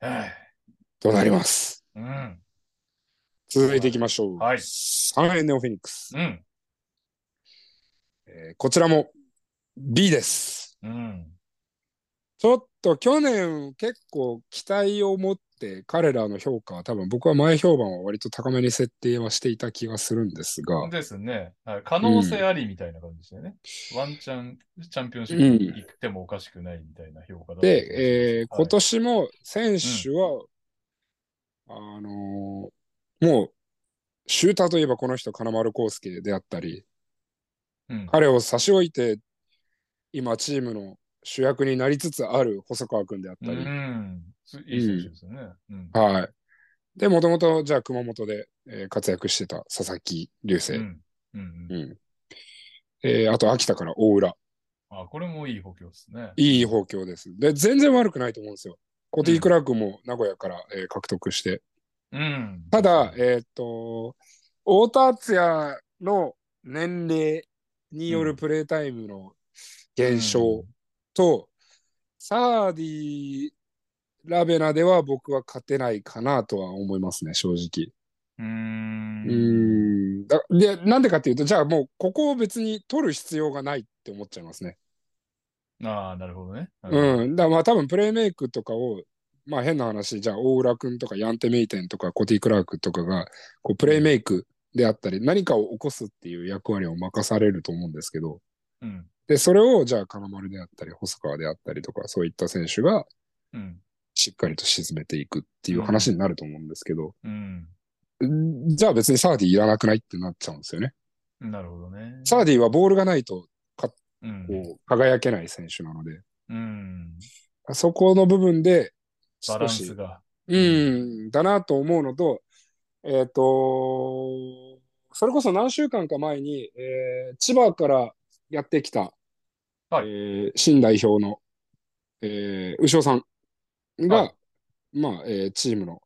Speaker 1: はい
Speaker 2: となります。
Speaker 1: うん。
Speaker 2: 続いていきましょう。
Speaker 1: はい
Speaker 2: 3円ネオフェニックス。
Speaker 1: うん。
Speaker 2: えーこちらも B です。
Speaker 1: うん。
Speaker 2: ちょっと去年結構期待を持って彼らの評価は多分僕は前評判は割と高めに設定はしていた気がするんですが、
Speaker 1: ですね、はい。可能性ありみたいな感じでしたよね。ワンチャン、チャンピオンシ
Speaker 2: う
Speaker 1: ップ
Speaker 2: ん
Speaker 1: 行ってもおかしくないみたいな評価だった気がします
Speaker 2: で、えー今
Speaker 1: はい
Speaker 2: 年も選手は、あのーもうシューターといえばこの人金丸康介であったり、
Speaker 1: うん
Speaker 2: 彼を差し置いて今チームの主役になりつつある細川君であったり、
Speaker 1: うん。すいい選手ですよね。うん。
Speaker 2: はい。で、もともと、じゃあ、熊本で、えー活躍してた佐々木隆
Speaker 1: う
Speaker 2: 星、
Speaker 1: ん。うん
Speaker 2: う。んえーあと、秋田から大浦。
Speaker 1: あ、これもいい補強ですね。
Speaker 2: いい補強です。で、全然悪くないと思うんですよ。コティ・クラークも名古屋から、えー獲得して。
Speaker 1: うん。
Speaker 2: ただ、えーっと、太田敦也の年齢によるプレータイムの減少と、サーディ・ラベナでは僕は勝てないかなとは思いますね、正直。
Speaker 1: うん。
Speaker 2: うーんだでなんでかっていうとじゃあもうここを別に取る必要がないって思っちゃいますね。
Speaker 1: ん。ああ、なるほどね。。
Speaker 2: うんん、だからまあ多分プレーメイクとかをまあ変な話じゃあ大浦君とかヤンテメイテンとかコティ・クラークとかがこうプレーメイクであったり何かを起こすっていう役割を任されると思うんですけど
Speaker 1: うん。
Speaker 2: でそれをじゃあ金丸であったり細川であったりとかそういった選手が
Speaker 1: うん。
Speaker 2: しっかりと沈めていくっていう話になると思うんですけど、
Speaker 1: うん。
Speaker 2: うんじゃあ別にサーディいらなくないってなっちゃうんですよね。
Speaker 1: なるほどね。
Speaker 2: サーディはボールがないと
Speaker 1: うん。
Speaker 2: こう輝けない選手なので、
Speaker 1: うん。
Speaker 2: そこの部分で
Speaker 1: バラ
Speaker 2: 少
Speaker 1: ン
Speaker 2: し
Speaker 1: ス、が。
Speaker 2: うん、だなと思うのと、えっ、と、それこそ何週間か前に、えー千葉からやってきた、
Speaker 1: はい
Speaker 2: えー新代表の、えー、牛尾さんが、
Speaker 1: は
Speaker 2: まあ、えーチームの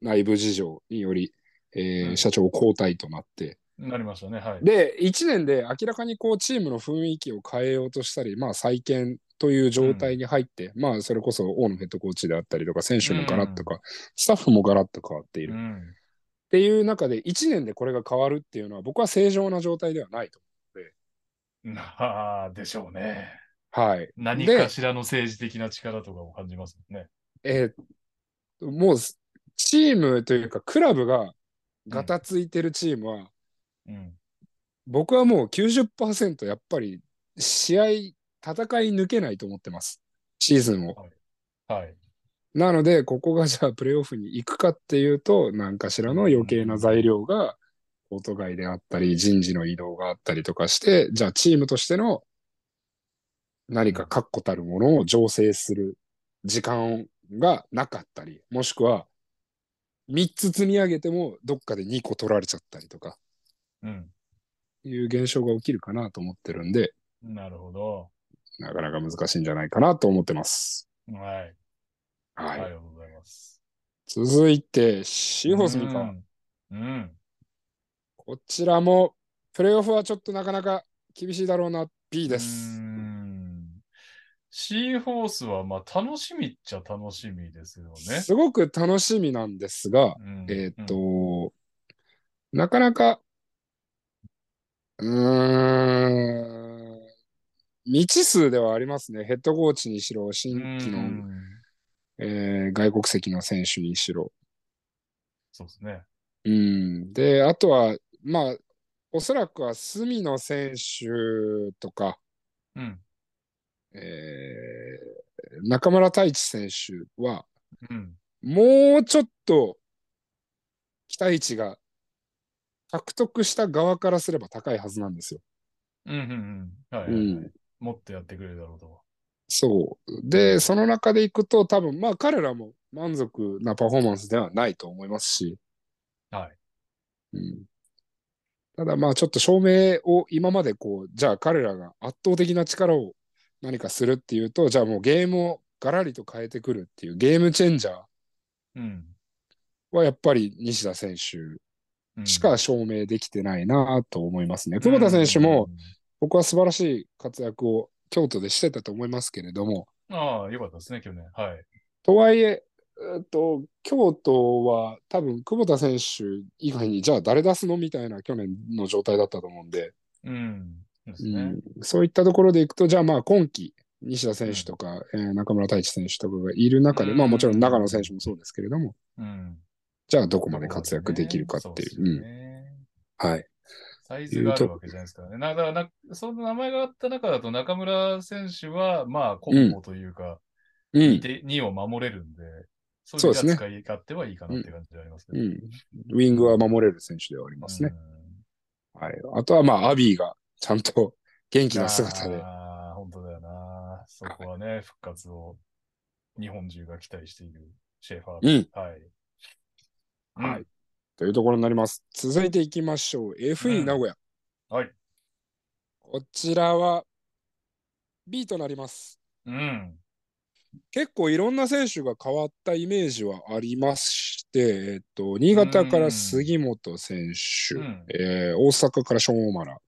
Speaker 2: 内部事情により、えー
Speaker 1: うん
Speaker 2: 社長交代となって、
Speaker 1: なりましたね。はい。
Speaker 2: で、1年で明らかにこうチームの雰囲気を変えようとしたり、まあ、再建という状態に入って、まあ、それこそ大野ヘッドコーチであったりとか、選手もガラッとか、スタッフもガラッと変わっている、
Speaker 1: う
Speaker 2: っ
Speaker 1: ん。
Speaker 2: ていう中で、1年でこれが変わるっていうのは、僕は正常な状態ではないと。
Speaker 1: なあ、でしょうね。
Speaker 2: はい。
Speaker 1: 何かしらの政治的な力とかを感じますもんね。
Speaker 2: えーもう、チームというか、クラブがガタついてるチームは、
Speaker 1: うん。
Speaker 2: 僕はもう90%やっぱり試合、戦い抜けないと思ってます。シーズンを。
Speaker 1: はい。
Speaker 2: なので、ここがじゃあプレーオフに行くかっていうと、何かしらの余計な材料が、お互いであったり、人事の移動があったりとかして、じゃあチームとしての何か確固たるものを醸成する時間がなかったり、もしくは3つ積み上げてもどっかで2個取られちゃったりとか
Speaker 1: うん。
Speaker 2: いう現象が起きるかなと思ってるんで、
Speaker 1: なるほど。
Speaker 2: なかなか難しいんじゃないかなと思ってます。
Speaker 1: はい。あ
Speaker 2: は
Speaker 1: り
Speaker 2: い。
Speaker 1: がとうございます。
Speaker 2: 続いて、シーホースミカ。
Speaker 1: うん。うん。
Speaker 2: こちらも、プレイオフはちょっとなかなか厳しいだろうな、B で
Speaker 1: うー
Speaker 2: す。
Speaker 1: ん。シーホースは、まあ、楽しみっちゃ楽しみですよね。
Speaker 2: すごく楽しみなんですが、
Speaker 1: うん
Speaker 2: えーっと、
Speaker 1: うん
Speaker 2: なかなか、うーん、未知数ではありますね。ヘッドコーチにしろ、新規の、
Speaker 1: うん
Speaker 2: えー外国籍の選手にしろ。
Speaker 1: そうですね。
Speaker 2: うん。で、あとは、まあ、おそらくは隅野選手とか、
Speaker 1: うん。
Speaker 2: えー中村太一選手は、
Speaker 1: うん。
Speaker 2: もうちょっと期待値が獲得した側からすれば高いはずなんですよ。
Speaker 1: うん。うん。うん。はい、
Speaker 2: う
Speaker 1: はい
Speaker 2: ん、
Speaker 1: もっとやってくれるだろうと。
Speaker 2: そう。で、その中でいくと、多分まあ彼らも満足なパフォーマンスではないと思いますし、
Speaker 1: はい。
Speaker 2: うん、ただまあちょっと証明を今までこう、じゃあ彼らが圧倒的な力を何かするっていうと、じゃあもうゲームをガラリと変えてくるっていうゲームチェンジャー
Speaker 1: うん。
Speaker 2: はやっぱり西田選手
Speaker 1: うん
Speaker 2: しか、証明できてないなと思いますね。久保田選手も、僕は素晴らしい活躍を京都でしてたと思いますけれども、
Speaker 1: うん。ああ、よかったですね、去年。はい。
Speaker 2: とはいえ、えっと、京都は多分久保田選手以外にじゃあ誰出すのみたいな去年の状態だったと思うんで、
Speaker 1: うん。そうです
Speaker 2: う
Speaker 1: ね
Speaker 2: ん。そういったところでいくと、じゃあまあ今季、西田選手とか、えー中村太一選手とかがいる中で、
Speaker 1: うん
Speaker 2: まあもちろん長野選手もそうですけれども、
Speaker 1: うん。
Speaker 2: じゃあどこまで活躍できるかってい。
Speaker 1: そうですね
Speaker 2: うん、はい。
Speaker 1: サイズがあるわけじゃないですからね。なだからな、その名前があった中だと中村選手は、まあ、コンボというか、
Speaker 2: うん。
Speaker 1: で2を守れるんで、そう
Speaker 2: そう
Speaker 1: いう
Speaker 2: で
Speaker 1: 意
Speaker 2: す
Speaker 1: 味で
Speaker 2: ね
Speaker 1: は使い勝手はいいかなって感じがありますけど。
Speaker 2: うん、ウィングは守れる選手ではありますね。はい、あとはまあ、アビーがちゃんと元気な姿で。
Speaker 1: ああ、本当だよな。そこはね、復活を日本中が期待しているシェーファー。
Speaker 2: うん。
Speaker 1: はい。
Speaker 2: は
Speaker 1: う
Speaker 2: い
Speaker 1: ん。。
Speaker 2: というところになります。続いていきましょう。
Speaker 1: う
Speaker 2: FE
Speaker 1: ん
Speaker 2: 名古屋。
Speaker 1: はい。
Speaker 2: こちらは B となります。
Speaker 1: うん。
Speaker 2: 結構いろんな選手が変わったイメージはありまして、えっと、新潟から杉本選手、
Speaker 1: うん
Speaker 2: えー大阪からショーン・オマラ、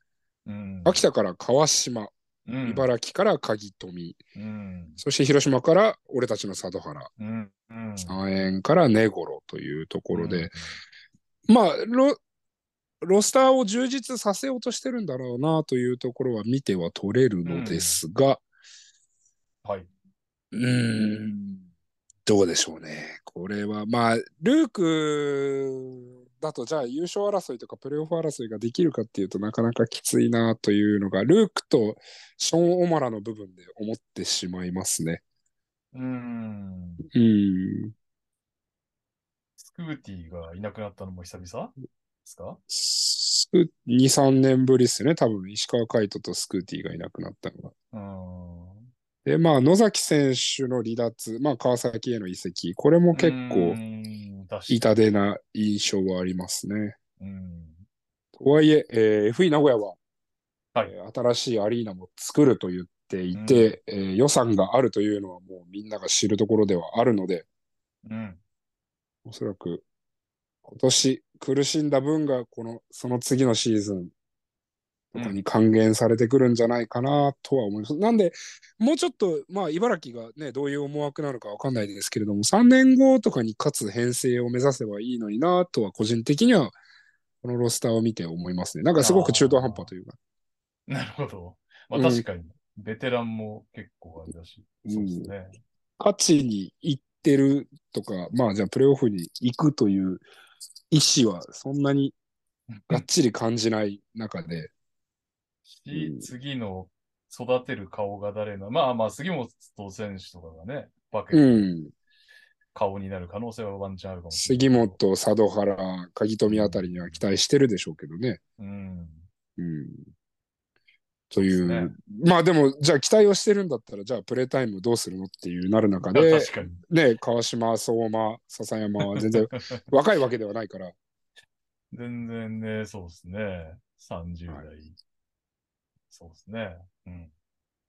Speaker 1: うん。
Speaker 2: 秋田から川島、
Speaker 1: うん、
Speaker 2: 茨城から鍵富、
Speaker 1: うん。
Speaker 2: そして広島から俺たちの佐渡原、
Speaker 1: うん。うん。
Speaker 2: 3円から根ゴロというところで、
Speaker 1: うん
Speaker 2: まあロ、ロスターを充実させようとしてるんだろうなというところは見ては取れるのですが、
Speaker 1: はい。
Speaker 2: うーん、どうでしょうね。これは、まあ、ルークだと、じゃあ優勝争いとかプレーオフ争いができるかっていうとなかなかきついなというのが、ルークとショーン・オマラの部分で思ってしまいますね。
Speaker 1: うん。
Speaker 2: うん、
Speaker 1: スクーティがいなくなったのも久々ですか
Speaker 2: スク2、3年ぶりですよね。多分、石川海人とスクーティがいなくなったのが。
Speaker 1: うん。
Speaker 2: で、まあ、野崎選手の離脱、まあ、川崎への移籍、これも結
Speaker 1: う
Speaker 2: 構
Speaker 1: ん、確かに
Speaker 2: 痛手な印象はありますね。
Speaker 1: うん。
Speaker 2: とはいえ、えー FE 名古屋は、
Speaker 1: はい
Speaker 2: えー新しいアリーナも作ると言っていて、えー予算があるというのはもうみんなが知るところではあるので、
Speaker 1: うん。
Speaker 2: おそらく今年苦しんだ分が、この、その次のシーズンとかに還元されてくるんじゃないかなとは思います。なんで、もうちょっと、まあ、茨城がね、どういう思惑なのかわかんないですけれども、3年後とかに勝つ編成を目指せばいいのになとは、個人的には、このロスターを見て思いますね。なんかすごく中途半端というか。
Speaker 1: なるほど。まあ
Speaker 2: うん
Speaker 1: 確かに、ベテランも結構あれだし。そうですね。
Speaker 2: 勝ちに行ってるとか、まあじゃあプレーオフに行くという意思はそんなにがっちり感じない中で、
Speaker 1: し、次の育てる顔が誰な、まあまあ、杉本選手とかがね、バケ
Speaker 2: う
Speaker 1: の
Speaker 2: ん、
Speaker 1: 顔になる可能性はワンチャンあるかもしれない。
Speaker 2: 杉。本、佐渡原、鍵富あたりには期待してるでしょうけどね。
Speaker 1: うん。
Speaker 2: うん、という
Speaker 1: そうで
Speaker 2: まあでも、じゃあ期待をしてるんだったら、じゃあプレータイムどうするのっていうなる中
Speaker 1: まあ
Speaker 2: で、
Speaker 1: 確かに。
Speaker 2: ね、川島、相馬、笹山は全然若いわけではないから、
Speaker 1: 全然ね、そうですね。30代。
Speaker 2: は
Speaker 1: そうですね。うん。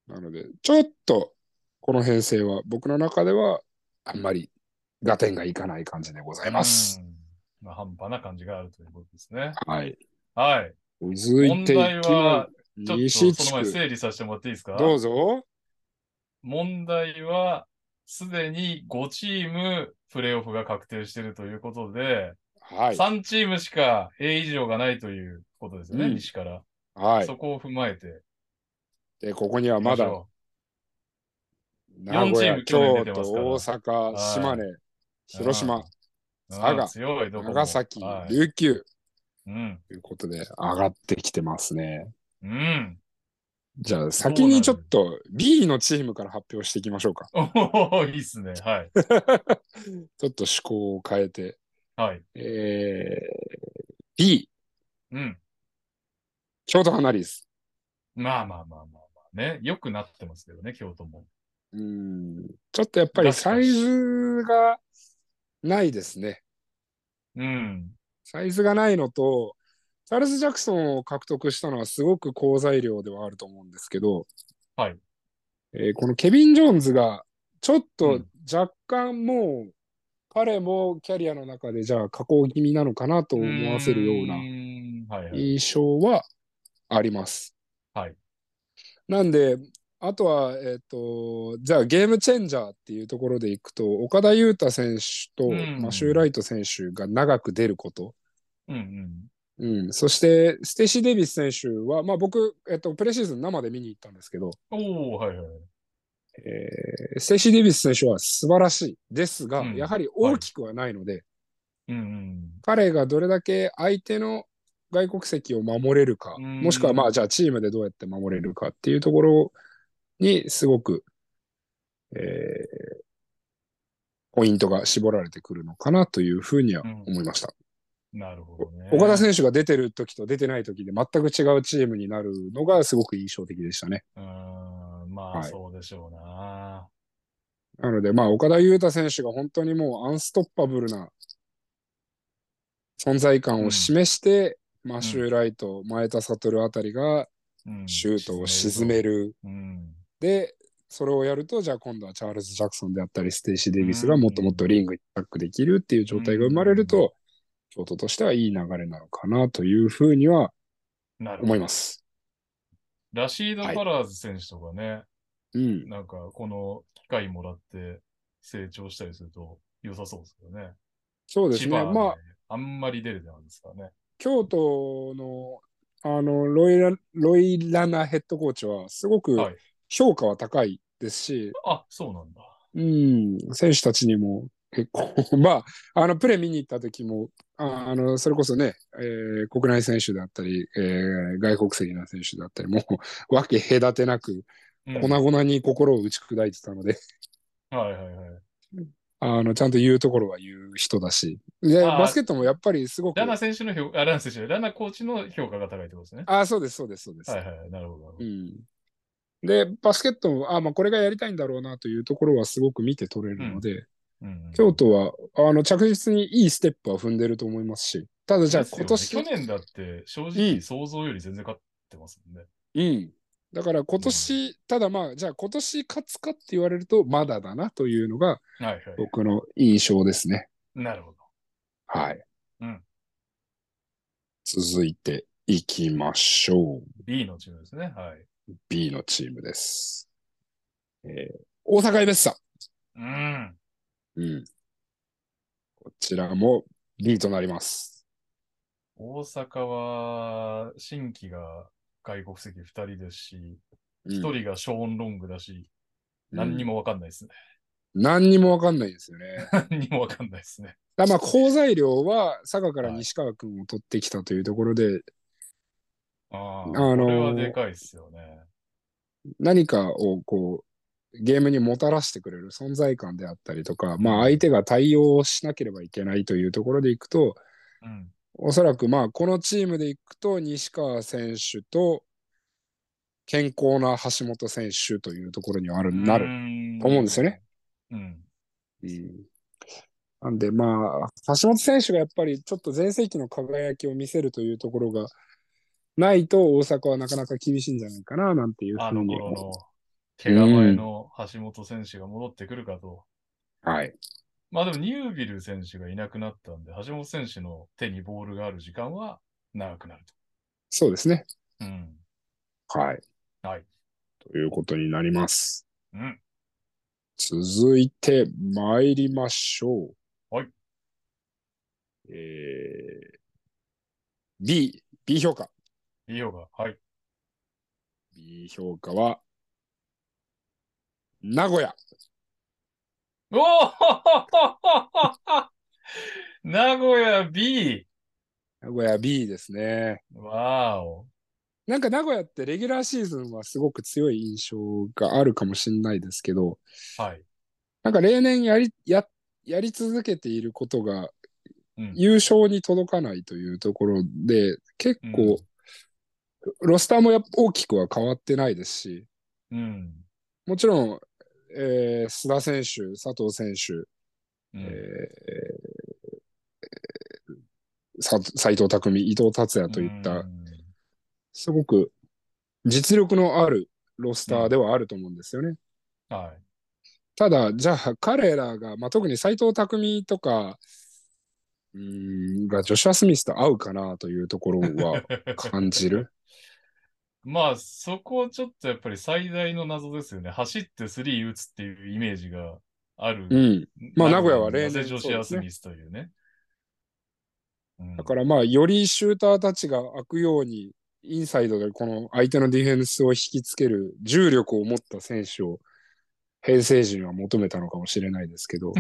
Speaker 2: なので、ちょっと、この編成は、僕の中では、あんまり、合点がいかない感じでございます。
Speaker 1: うんまあ、半端な感じがあるということですね。
Speaker 2: はい。
Speaker 1: はい。
Speaker 2: 続い
Speaker 1: 問
Speaker 2: ていき
Speaker 1: 題は、ちょっ
Speaker 2: ま
Speaker 1: と
Speaker 2: す。西
Speaker 1: そ
Speaker 2: 地
Speaker 1: の前に
Speaker 2: 区。
Speaker 1: 整理させてもらっていいですか
Speaker 2: どうぞ。
Speaker 1: 問題は、すでに5チームプレイオフが確定しているということで、
Speaker 2: はい。
Speaker 1: 3チームしか A 以上がないということですよね、
Speaker 2: うん
Speaker 1: 西から。
Speaker 2: はい。
Speaker 1: そこを踏まえて。
Speaker 2: で、ここにはまだ、名
Speaker 1: 四
Speaker 2: 古
Speaker 1: チー
Speaker 2: 屋、
Speaker 1: ム去年
Speaker 2: 京
Speaker 1: 出て
Speaker 2: 都、
Speaker 1: ますから
Speaker 2: 大阪、
Speaker 1: はい
Speaker 2: 島根、広島、
Speaker 1: うん
Speaker 2: 佐賀、
Speaker 1: 強いどこも
Speaker 2: 長崎
Speaker 1: は、い
Speaker 2: 琉球
Speaker 1: うん。
Speaker 2: ということで上がってきてますね。
Speaker 1: うん。
Speaker 2: じゃあ先にちょっと B のチームから発表していきましょ うか。
Speaker 1: おおいいっすね。はい。
Speaker 2: ちょっと趣向を変えて。
Speaker 1: はい。
Speaker 2: えー、B、
Speaker 1: うん。
Speaker 2: 京都花リース。
Speaker 1: まあまあまあまあまあね。良くなってますけどね、京都も。
Speaker 2: うーん、ちょっとやっぱり
Speaker 1: 確か
Speaker 2: サ
Speaker 1: に
Speaker 2: イズがないですね。
Speaker 1: うん。
Speaker 2: サイズがないのと、チャールズ・ジャクソンを獲得したのはすごく好材料ではあると思うんですけど、
Speaker 1: はい
Speaker 2: えーこのケビン・ジョーンズが、ちょっ
Speaker 1: う
Speaker 2: と
Speaker 1: ん
Speaker 2: 若干もう、彼もキャリアの中でじゃあ加工気味なのかなと思わせるよう
Speaker 1: ー。
Speaker 2: なん
Speaker 1: はいはい。
Speaker 2: 印象はあります。
Speaker 1: はい
Speaker 2: なんで、あとは、えっ、と、じゃあゲームチェンジャーっていうところでいくと、岡田優太選手と
Speaker 1: うん
Speaker 2: マシュー・ライト選手が長く出ること。
Speaker 1: うんうん。
Speaker 2: うん、そして、ステシー・デイビス選手は、まあ僕、えっと、プレシーズン生で見に行ったんですけど、
Speaker 1: おおはいはい。
Speaker 2: えーステシー・デイビス選手は素晴らしいですが、
Speaker 1: うん
Speaker 2: やはり大きくはないので、
Speaker 1: うん
Speaker 2: 彼がどれだけ相手の外国籍を守れるか、
Speaker 1: うん
Speaker 2: もしくはまあ、じゃあチームでどうやって守れるかっていうところに、すごく、えーポイントが絞られてくるのかなというふうには思いました。
Speaker 1: うん。なるほどね。
Speaker 2: 岡田選手が出てる時と出てない時で全く違うチームになるのがすごく印象的でしたね。
Speaker 1: うーん、まあ、
Speaker 2: はい
Speaker 1: そうでしょうな。
Speaker 2: なので、まあ、岡田優太選手が本当にもうアンストッパブルな存在感を示して、マシュー・ライト、前田悟あたりが
Speaker 1: うん
Speaker 2: シュートを沈め。る。
Speaker 1: うん。
Speaker 2: で、それをやると、じゃあ今度はチャールズ・ジャクソンであったり、ステイシー・デイビスがもっともっとリングにタックできるっていう状態が生まれると、京都としてはいい流れなのかなというふうには
Speaker 1: なるほ
Speaker 2: 思い
Speaker 1: ど。
Speaker 2: ます。
Speaker 1: ラシード・
Speaker 2: はい
Speaker 1: カラーズ選手とかね、
Speaker 2: うん。
Speaker 1: なんか、この機会もらって成長したりすると良さそうですよね。
Speaker 2: そうですね。
Speaker 1: 千葉
Speaker 2: まあ、
Speaker 1: あんまり出るじゃないですかね。
Speaker 2: 京都のあのロイラロイラナヘッドコーチはすごく
Speaker 1: はい
Speaker 2: 評価は高いですし、
Speaker 1: あ、そうなんだ。
Speaker 2: うん、選手たちにも結構、 まあ、あのプレー見に行った時も、ああのそれこそね、えー国内選手であったり、えー外国籍の選手であったり、も う分け隔てなく、
Speaker 1: うん
Speaker 2: 粉々に心を打ち砕いてたので、
Speaker 1: はいはいはい。
Speaker 2: あのちゃんと言うところは言う人だし、で
Speaker 1: あー
Speaker 2: バスケットもやっぱりすごく、
Speaker 1: ラナ選手の評価、あラナ選手、ラナコーチの評価が高いってことですね。
Speaker 2: あーそうです、そうです、そうです。
Speaker 1: はいはいはい、なるほどなるほ
Speaker 2: う
Speaker 1: ど。
Speaker 2: んで、バスケットも、あまあ、これがやりたいんだろうなというところはすごく見て取れるので、
Speaker 1: うんうん
Speaker 2: 京都はあの着実にいいステップは踏んでると思いますし、ただじゃあ
Speaker 1: ですよね
Speaker 2: 今年、
Speaker 1: 去年だって正
Speaker 2: う
Speaker 1: 直
Speaker 2: ん
Speaker 1: 想像より全然勝ってますもんね。
Speaker 2: うん、だから今年、ただまあ、じゃあ今年勝つかって言われると、まだだなというのが
Speaker 1: はいはい。
Speaker 2: 僕の印象ですね。
Speaker 1: なるほど。
Speaker 2: はい。
Speaker 1: うん
Speaker 2: 続いていきましょう。
Speaker 1: B のチームですね。はい。
Speaker 2: B のチームです。えー大阪エベッサ。
Speaker 1: うん。
Speaker 2: うん。こちらも B となります。
Speaker 1: 大阪は、新規が外国籍2人ですし、1
Speaker 2: うん
Speaker 1: 人がショーン・ロングだし、何に。
Speaker 2: うん
Speaker 1: もわかんないですね。
Speaker 2: 何にもわかんないですよね。だか
Speaker 1: 何にもわかんないですね。
Speaker 2: らまあ、好材料は佐賀から西川君を取ってきたというところで、
Speaker 1: ああ、
Speaker 2: あのー
Speaker 1: これはでかいですよね。
Speaker 2: 何かをこう、ゲームにもたらしてくれる存在感であったりとか、まあ、相手が対応しなければいけないというところでいくと、
Speaker 1: うん。
Speaker 2: おそらくまあ、このチームでいくと、西川選手と、健康な橋本選手というところにはある、なる
Speaker 1: る
Speaker 2: と思うんですよね。
Speaker 1: うん。
Speaker 2: なんで、まあ、橋本選手がやっぱりちょっと全盛期の輝きを見せるというところがないと、大阪はなかなか厳しいんじゃないかな、なんていうふ
Speaker 1: あ
Speaker 2: う
Speaker 1: の
Speaker 2: に
Speaker 1: 頃の。怪我前の橋本選手が戻ってくるかと。
Speaker 2: はい。
Speaker 1: まあでもニュービル選手がいなくなったんで、橋本選手の手にボールがある時間は長くなる
Speaker 2: そうですね。
Speaker 1: と。うん。
Speaker 2: はい。
Speaker 1: はい。
Speaker 2: ということになります。
Speaker 1: うん。
Speaker 2: 続いて参りましょう。
Speaker 1: はい。
Speaker 2: えー、B、B 評価。
Speaker 1: いいよが。はい。
Speaker 2: B 評価は、名古屋。
Speaker 1: おお 名古屋 B!
Speaker 2: 名古屋 B ですね。
Speaker 1: わーお。
Speaker 2: なんか名古屋ってレギュラーシーズンはすごく強い印象があるかもしれないですけど、
Speaker 1: はい。
Speaker 2: なんか例年やり、や、やり続けていることが
Speaker 1: うん
Speaker 2: 優勝に届かないというところで、結構、ロスターもやっぱ大きくは変わってないですし、
Speaker 1: うん。
Speaker 2: もちろん、えー須田選手、佐藤選手、
Speaker 1: うん
Speaker 2: えーさ斉藤匠、伊藤達也といった、
Speaker 1: うん
Speaker 2: すごく実力のあるロスターではあると思うんですよね。
Speaker 1: はい。
Speaker 2: ただ、じゃあ彼らが、まあ、特に斉藤匠とかうーんがジョシュア・スミスと合うかなというところは感じる。
Speaker 1: まあ、そこはちょっとやっぱり最大の謎ですよね。走ってスリー打つっていうイメージがある。
Speaker 2: うん、まあ名古屋は
Speaker 1: レ
Speaker 2: 例
Speaker 1: ー
Speaker 2: 年
Speaker 1: ゼ女子アス
Speaker 2: そう
Speaker 1: ミスというね。うん
Speaker 2: だからまあよりシューターたちが開くようにインサイドでこの相手のディフェンスを引きつける重力を持った選手を平成陣は求めたのかもしれないですけど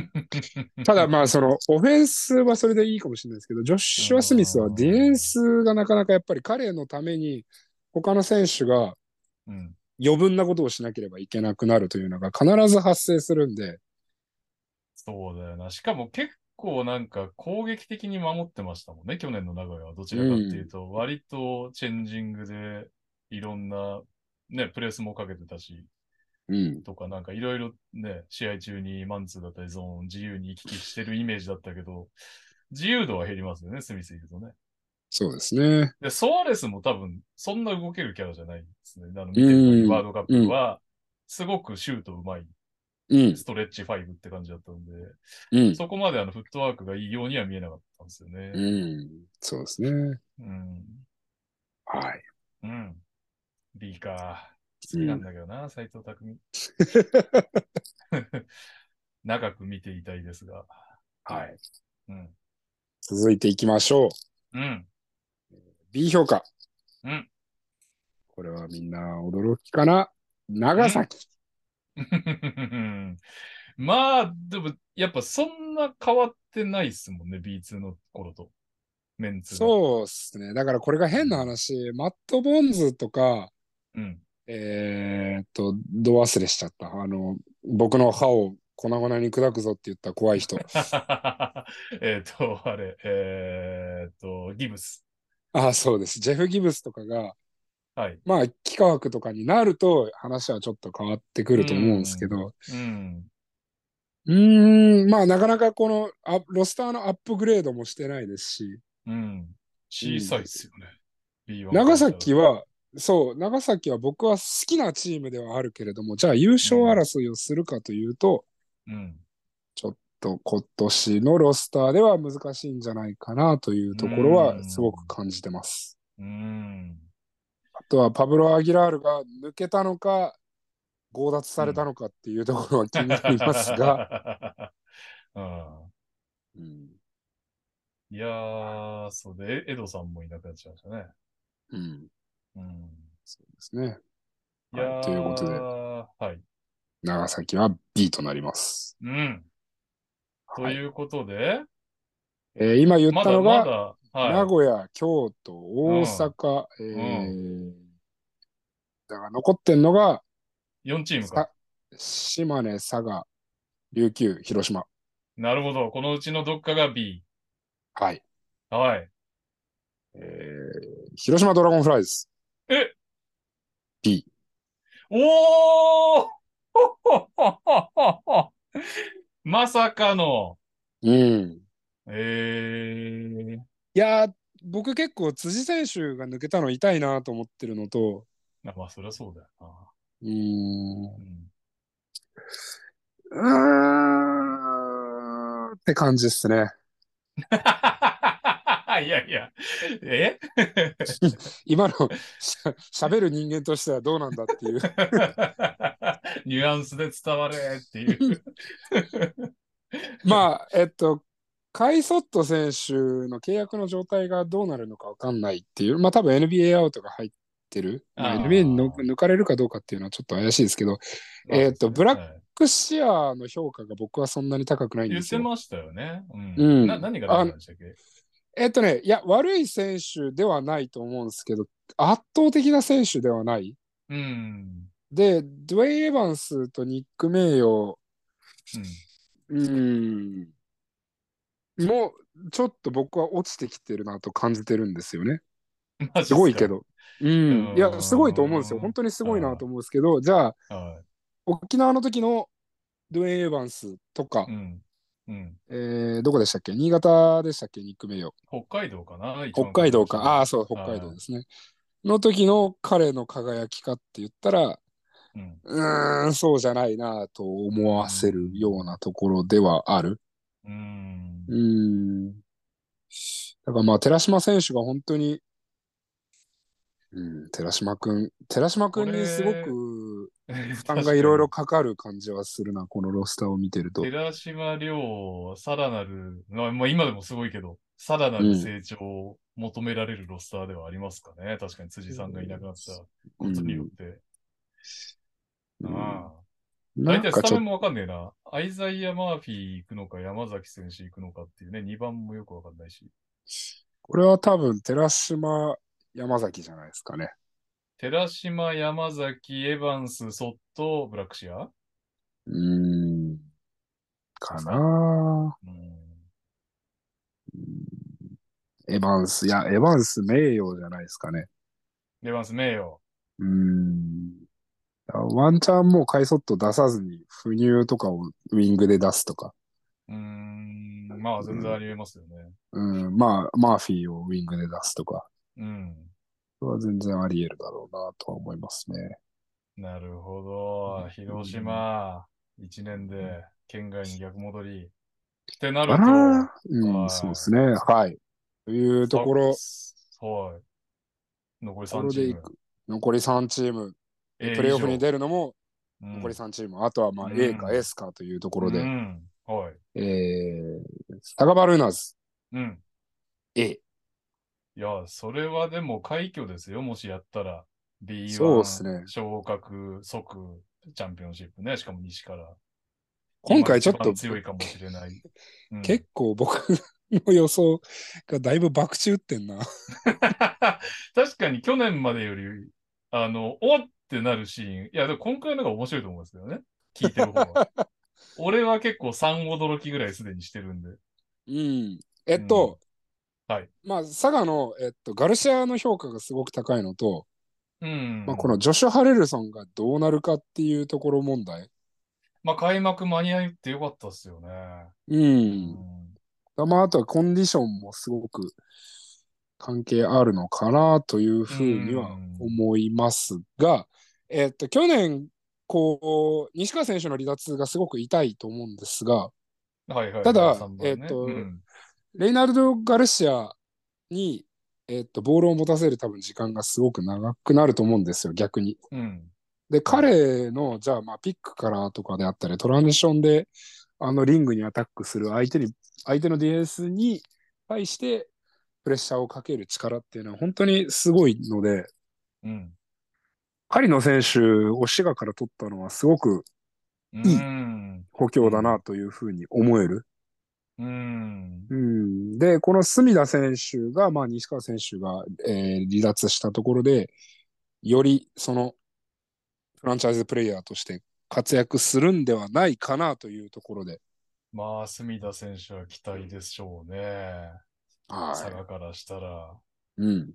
Speaker 2: ただまあそのオフェンスはそれでいいかもしれないですけどジョシュア・スミスはディフェンスがなかなかやっぱり彼のために他の選手が
Speaker 1: うん、
Speaker 2: 余分なことをしなければいけなくなるというのが必ず発生するんで、
Speaker 1: そうだよな。しかも結構なんか攻撃的に守ってましたもんね、去年の名古屋は。どちらかっていうと、割とチェンジングでいろんな、ね、プレスもかけてたし、
Speaker 2: うん、
Speaker 1: とかなんかいろいろね、試合中にマンツーだったりゾーン自由に行き来してるイメージだったけど、自由度は減りますよね、スミスいるとね。
Speaker 2: そうですね。
Speaker 1: で、ソアレスも多分、そんな動けるキャラじゃないですね。あの、見てる限りワールドカップは、すごくシュートうまい、
Speaker 2: うん、
Speaker 1: ストレッチファイブって感じだったんで、
Speaker 2: うん、
Speaker 1: そこまであの、フットワークがいいようには見えなかったんですよ
Speaker 2: う
Speaker 1: ね。
Speaker 2: ん、そうですね。
Speaker 1: うん。
Speaker 2: はい。
Speaker 1: うん。B か。好きなんだけどな、斎、藤匠。長く見ていたいですが。
Speaker 2: はい。
Speaker 1: うん。
Speaker 2: 続いていきましょう。
Speaker 1: うん。
Speaker 2: B 評価。
Speaker 1: うん。
Speaker 2: これはみんな驚きかな。長崎。
Speaker 1: まあ、でも、やっぱそんな変わってないっすもんね、B2 の頃と。メンツが
Speaker 2: そうですね。だからこれが変な話。マット・ボンズとか、
Speaker 1: うん。
Speaker 2: えー、っと、ど忘れしちゃった。あの、僕の歯を粉々に砕くぞって言った怖 い人。
Speaker 1: えっと、あれ、えーっと、ギブス。
Speaker 2: ああ、そうです。ジェフ・ギブスとかが、
Speaker 1: はい。
Speaker 2: まあ、幾何学とかになると話はちょっと変わってくると思うんですけど、
Speaker 1: うん。
Speaker 2: うーん、まあ、なかなかこのあロスターのアップグレードもしてないですし、
Speaker 1: うん。小さいっすよね。B1
Speaker 2: 長崎は、そう、長崎は僕は好きなチームではあるけれども、じゃあ優勝争いをするかというと、
Speaker 1: うん。
Speaker 2: と今年のロスターでは難しいんじゃないかなというところはすごく感じてます。
Speaker 1: うん。
Speaker 2: あとはパブロ・アギラールが抜けたのか、強奪されたのかっていうところは気になりますが、
Speaker 1: が。 うん。
Speaker 2: うん
Speaker 1: いやー、そうで、えエドさんもいなくなっちゃいましたね。
Speaker 2: うん、
Speaker 1: うん。
Speaker 2: そうですね。
Speaker 1: いやー
Speaker 2: はいということで
Speaker 1: はい。
Speaker 2: 長崎は B となります。
Speaker 1: うん。と
Speaker 2: はい
Speaker 1: いうことで、
Speaker 2: えー今言っ
Speaker 1: ま
Speaker 2: た
Speaker 1: だ
Speaker 2: の
Speaker 1: ま
Speaker 2: が、
Speaker 1: だ、
Speaker 2: 名
Speaker 1: は
Speaker 2: 古屋、京都、大阪、えーだから残ってんのが、
Speaker 1: い。4チームか
Speaker 2: さ。島根、佐賀、琉球、広島。
Speaker 1: なるほど。このうちのどっかが B。
Speaker 2: はい。
Speaker 1: はい。
Speaker 2: えー広島ドラゴンフライズ。
Speaker 1: おー まさかの。
Speaker 2: うん。
Speaker 1: えー。
Speaker 2: いやー、僕結構辻選手が抜けたの痛いなと思ってるのと、
Speaker 1: まあ、そりゃそうだよな。
Speaker 2: うーん
Speaker 1: う、ん
Speaker 2: って感じっすね。
Speaker 1: いやいや。え
Speaker 2: 今のしゃ 喋る人間としてはどうなんだって いう。
Speaker 1: ニュアンスで伝われっていう。
Speaker 2: まあ、えっと、カイソット選手の契約の状態がどうなるのかわかんないっていう、まあ多分 NBA アウトが入ってる。まあ
Speaker 1: あー
Speaker 2: NBA にの抜かれるかどうかっていうのはちょっと怪しいですけど、 えーっとブラッ
Speaker 1: ク、
Speaker 2: クシアの評価が僕はそんなに高くないん
Speaker 1: 言
Speaker 2: で
Speaker 1: っ
Speaker 2: す
Speaker 1: て
Speaker 2: よ。
Speaker 1: ましたよね。うん。
Speaker 2: うん
Speaker 1: な何が出てましたっけ
Speaker 2: えっとね、いや、悪い選手ではないと思うんですけど、圧倒的な選手ではない。
Speaker 1: うん。
Speaker 2: で、ドウェイ・エヴァンスとニック・メイヨ
Speaker 1: うん
Speaker 2: ー、うーん、もうちょっと僕は落ちてきてるなと感じてるんですよね。
Speaker 1: マジっすか
Speaker 2: すごいけ。ど。うん
Speaker 1: う。ん
Speaker 2: いや、すごいと思うんですよ。本当にすごいなと思うんですけど、じゃあ、
Speaker 1: は
Speaker 2: 沖縄の時のドウェイン・エヴァンスとか
Speaker 1: い。う、ん。うん。
Speaker 2: えーどこでしたっけ新潟でしたっけニック名誉。
Speaker 1: 北海道かな
Speaker 2: 北海道か。ああー、
Speaker 1: そ
Speaker 2: そう、北海道ですね。の時の彼の輝きかって言ったら、
Speaker 1: うん。
Speaker 2: うーん、そうじゃないなと思わせるようなところではある。
Speaker 1: うん
Speaker 2: う。ーん。だからまあ、寺島選手が本当に、うん、寺島君、寺島君にすごく、負担がいろいろかかる感じはするな、このロスターを見てると。
Speaker 1: 寺島亮、さらなる、まあまあ今でもすごいけど、さらなる成長を求められるロスターではありますかね。確かに辻さんがいなくなったことによって。
Speaker 2: うん
Speaker 1: ああ
Speaker 2: な
Speaker 1: 大
Speaker 2: ん
Speaker 1: 体
Speaker 2: か
Speaker 1: スタ
Speaker 2: ちょ
Speaker 1: メ
Speaker 2: っ
Speaker 1: ンもわかんねえな。アイザイア・マーフィー行くのか、山崎選手行くのかっていうね、2番もよくわかんないし。
Speaker 2: これは多分、寺島、山崎じゃないですかね。
Speaker 1: 寺島、山崎、エヴァンス、ソット、ブラックシア
Speaker 2: うーん。かな
Speaker 1: うん。
Speaker 2: ぁエヴァンス、いや、エヴァンス名誉じゃないですかね。
Speaker 1: エヴァンス、名誉。
Speaker 2: うーん。ワンチャンもうカイソット出さずに、不乳とかをウィングで出すとか。
Speaker 1: うーん、まあ全然ありえますよね。
Speaker 2: うん、まあ、マーフィーをウィングで出すとか。
Speaker 1: うん。
Speaker 2: それは全然あり得るだろうなとは思いますね。
Speaker 1: なるほど。広島、1年で県外に逆戻り。ってなる
Speaker 2: かなう
Speaker 1: は
Speaker 2: ん、
Speaker 1: い
Speaker 2: そうですね。はい。という
Speaker 1: と、
Speaker 2: ところ、
Speaker 1: さ。はい。残り
Speaker 2: とこ
Speaker 1: 3
Speaker 2: ろ
Speaker 1: チ
Speaker 2: でい
Speaker 1: ーム
Speaker 2: く。残り3チーム、
Speaker 1: A
Speaker 2: プレーオフに
Speaker 1: る。
Speaker 2: 出るのも
Speaker 1: うん
Speaker 2: 残り3チーム、あとはまあ
Speaker 1: うん
Speaker 2: A か S かというところで、
Speaker 1: うん。はい。
Speaker 2: えー、サガバルーナーズ
Speaker 1: うん。
Speaker 2: A。
Speaker 1: いや、それはでも快挙ですよ。もしやったら。B1、
Speaker 2: そうっすね
Speaker 1: 昇格、即、チャンピオンシップね。しかも西から。
Speaker 2: 今回ちょっ
Speaker 1: 今
Speaker 2: と
Speaker 1: 一番強いかもしれない。うん
Speaker 2: 結構僕の予想がだいぶ爆打ってんな。
Speaker 1: 確かに去年までより、あの、おってなるシーン。いや、でも今回のが面白いと思うんですけどね。聞いてる方 は。俺は結構3驚きぐらいすでにしてるんで。
Speaker 2: うん。えっと、
Speaker 1: うんはい
Speaker 2: まあ、佐賀の、えっと、ガルシアの評価がすごく高いのと、
Speaker 1: うん。
Speaker 2: まあ、このジョシュ・ハレルソンがどうなるかっていうところ問題。
Speaker 1: まあ開幕間に合いってよかったっすよね。
Speaker 2: う。
Speaker 1: うん
Speaker 2: まあ、あとはコンディションもすごく関係あるのかなというふうには思いますが、えっと、去年、こう、西川選手の離脱がすごく痛いと思うんですが、
Speaker 1: はいはい。
Speaker 2: ただ
Speaker 1: 三番ね
Speaker 2: えっと
Speaker 1: うん
Speaker 2: レイナルド・ガルシアに、えっと、ボールを持たせる多分時間がすごく長くなると思うんですよ、逆に。
Speaker 1: うん。
Speaker 2: で、彼の、じゃあ、まあ、ピックからとかであったり、トランジションで、あの、リングにアタックする相手に、相手のディフェンスに対して、プレッシャーをかける力っていうのは、本当にすごいので、
Speaker 1: うん。
Speaker 2: 狩野選手を滋賀から取ったのは、すごく
Speaker 1: う
Speaker 2: いい
Speaker 1: ん。
Speaker 2: 補強だなというふうに思える。
Speaker 1: うん。
Speaker 2: うん、で、この隅田選手が、まあ、西川選手が、えー離脱したところで、よりそのフランチャイズプレイヤーとして活躍するんではないかなというところで、
Speaker 1: まあ、隅田選手は期待でしょうね。佐賀からしたら。
Speaker 2: い。うん、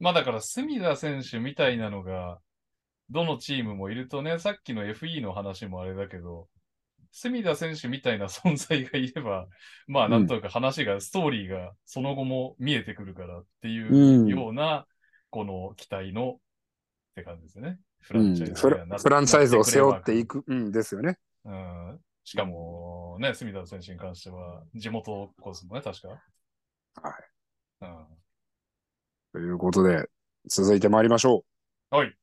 Speaker 1: まあだから、隅田選手みたいなのが、どのチームもいるとね、さっきの FE の話もあれだけど、隅田選手みたいな存在がいれば、 まあなんとか話が、ストーリーがその後も見えてくるからっていうような、この期待のって感じですね。フ
Speaker 2: うんフラフランチャイズを背負ってい
Speaker 1: く。
Speaker 2: く、うんですよね。
Speaker 1: うん。しかも、ね、隅田選手に関しては、地元コースもね、確か。。
Speaker 2: はいということで、続いて参りましょう。
Speaker 1: はい。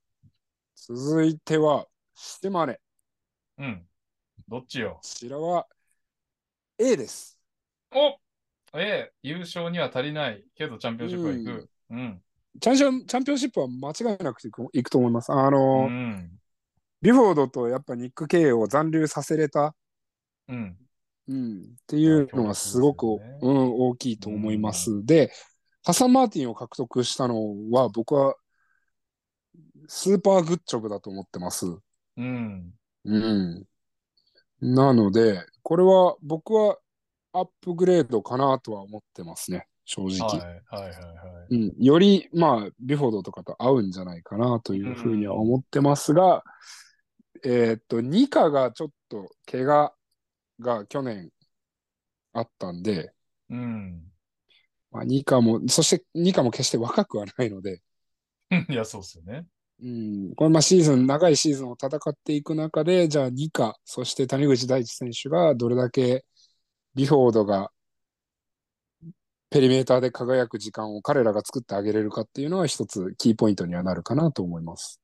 Speaker 2: 続いては、島根。
Speaker 1: うん。うん。どっちよ
Speaker 2: こ。ちらは A です。
Speaker 1: おええ、優勝には足りないけど、チャンピオンシップは行く。うん。
Speaker 2: チャンションチャンピオンシップは間違いなくいくいくと思います。あ
Speaker 1: う
Speaker 2: の、
Speaker 1: ん。
Speaker 2: ビュフォードとやっぱニック・ケイを残留させれた、
Speaker 1: うん。
Speaker 2: うん、っていうのがすごく、
Speaker 1: まあ強烈です
Speaker 2: うん、大きいと思います。で、ハサン・マーティンを獲得したのは僕はスーパーグッチョブだと思ってます。
Speaker 1: うん。
Speaker 2: うん。なので、これは僕はアップグレードかなとは思ってますね、正直。
Speaker 1: はい。はい。はい。はい。
Speaker 2: うん、より、まあ、ビュフォードとかと合うんじゃないかなというふうには思ってますが、えーっと、ニカがちょっと怪我が去年あったんで、
Speaker 1: うん。
Speaker 2: まあ、ニカも、そしてニカも決して若くはないので、
Speaker 1: いや、そうっすよね。
Speaker 2: うん、これまあシーズン、長いシーズンを戦っていく中で、じゃあニカ、そして谷口大地選手がどれだけビュフォードがペリメーターで輝く時間を彼らが作ってあげれるかっていうのは一つキーポイントにはなるかなと思います。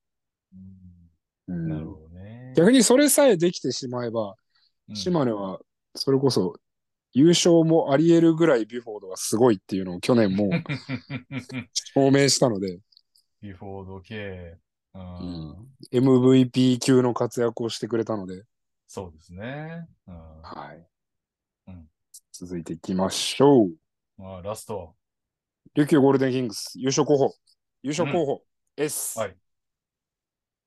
Speaker 1: うん
Speaker 2: うん
Speaker 1: なるほどね。
Speaker 2: 逆にそれさえできてしまえば、
Speaker 1: うん
Speaker 2: 島根はそれこそ優勝もあり得るぐらいビュフォードがすごいっていうのを去年も証明したので、
Speaker 1: ビフォード系。 う。
Speaker 2: うんん MVP 級の活躍をしてくれたので、
Speaker 1: そうですね。うん。
Speaker 2: はい。
Speaker 1: うん
Speaker 2: 続いていきましょう。
Speaker 1: まあ、ラスト。
Speaker 2: 琉球ゴールデンキングス優勝候補。優勝候補、S。
Speaker 1: はい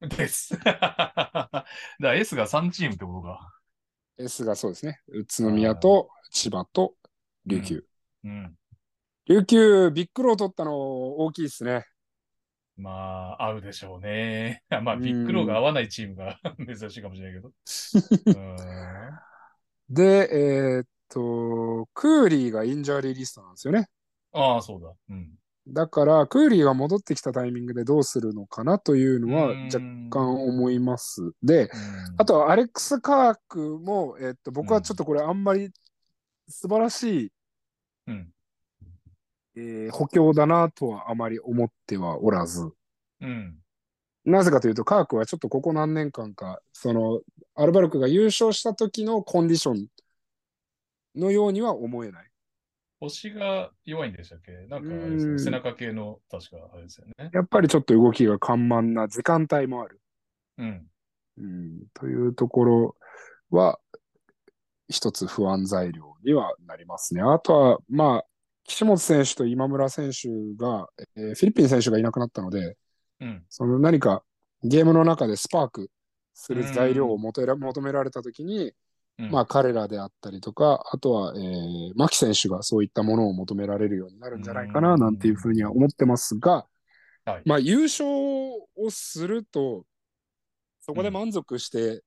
Speaker 1: です。 だから、S が3チームってことか。
Speaker 2: S がそうですね。宇都宮と千葉と琉球。
Speaker 1: うん。
Speaker 2: 琉球、ビッグロー取ったの大きいですね。
Speaker 1: まあ、合うでしょうね。まあ、ビッグローが合わないチームが 珍しいかもしれないけど。うん
Speaker 2: で、えーっと、クーリーがインジャーリーリストなんですよね。
Speaker 1: ああ、そうだ。うん。
Speaker 2: だから、クーリーが戻ってきたタイミングでどうするのかなというのは
Speaker 1: うん
Speaker 2: 若干思います。で、
Speaker 1: うん
Speaker 2: あとはアレックス・カークも、えっと、僕はちょっとこれあんまり素晴らしい、
Speaker 1: うん
Speaker 2: えー補強だなとはあまり思ってはおらず、
Speaker 1: うん。
Speaker 2: なぜかというと、カークはちょっとここ何年間か、その、アルバルクが優勝した時のコンディションのようには思えない。
Speaker 1: 星が弱いんでしたっけなんかあれです
Speaker 2: う
Speaker 1: ね、
Speaker 2: ん
Speaker 1: 背中系の、確かあれですよね。
Speaker 2: やっぱりちょっと動きが緩慢な時間帯もある。
Speaker 1: うん。
Speaker 2: うん、というところは、一つ不安材料にはなりますね。あとは、まあ、岸本選手と今村選手が、えーフィリピン選手がいなくなったので、
Speaker 1: うん。
Speaker 2: その何かゲームの中でスパークする材料を求めら求められたときに、
Speaker 1: うん
Speaker 2: まあ、彼らであったりとか、あとは、えー、牧選手がそういったものを求められるようになるんじゃないか
Speaker 1: う
Speaker 2: な、
Speaker 1: ん
Speaker 2: なんていうふうには思ってますが、
Speaker 1: はい
Speaker 2: まあ、優勝をすると、そこで満足してっ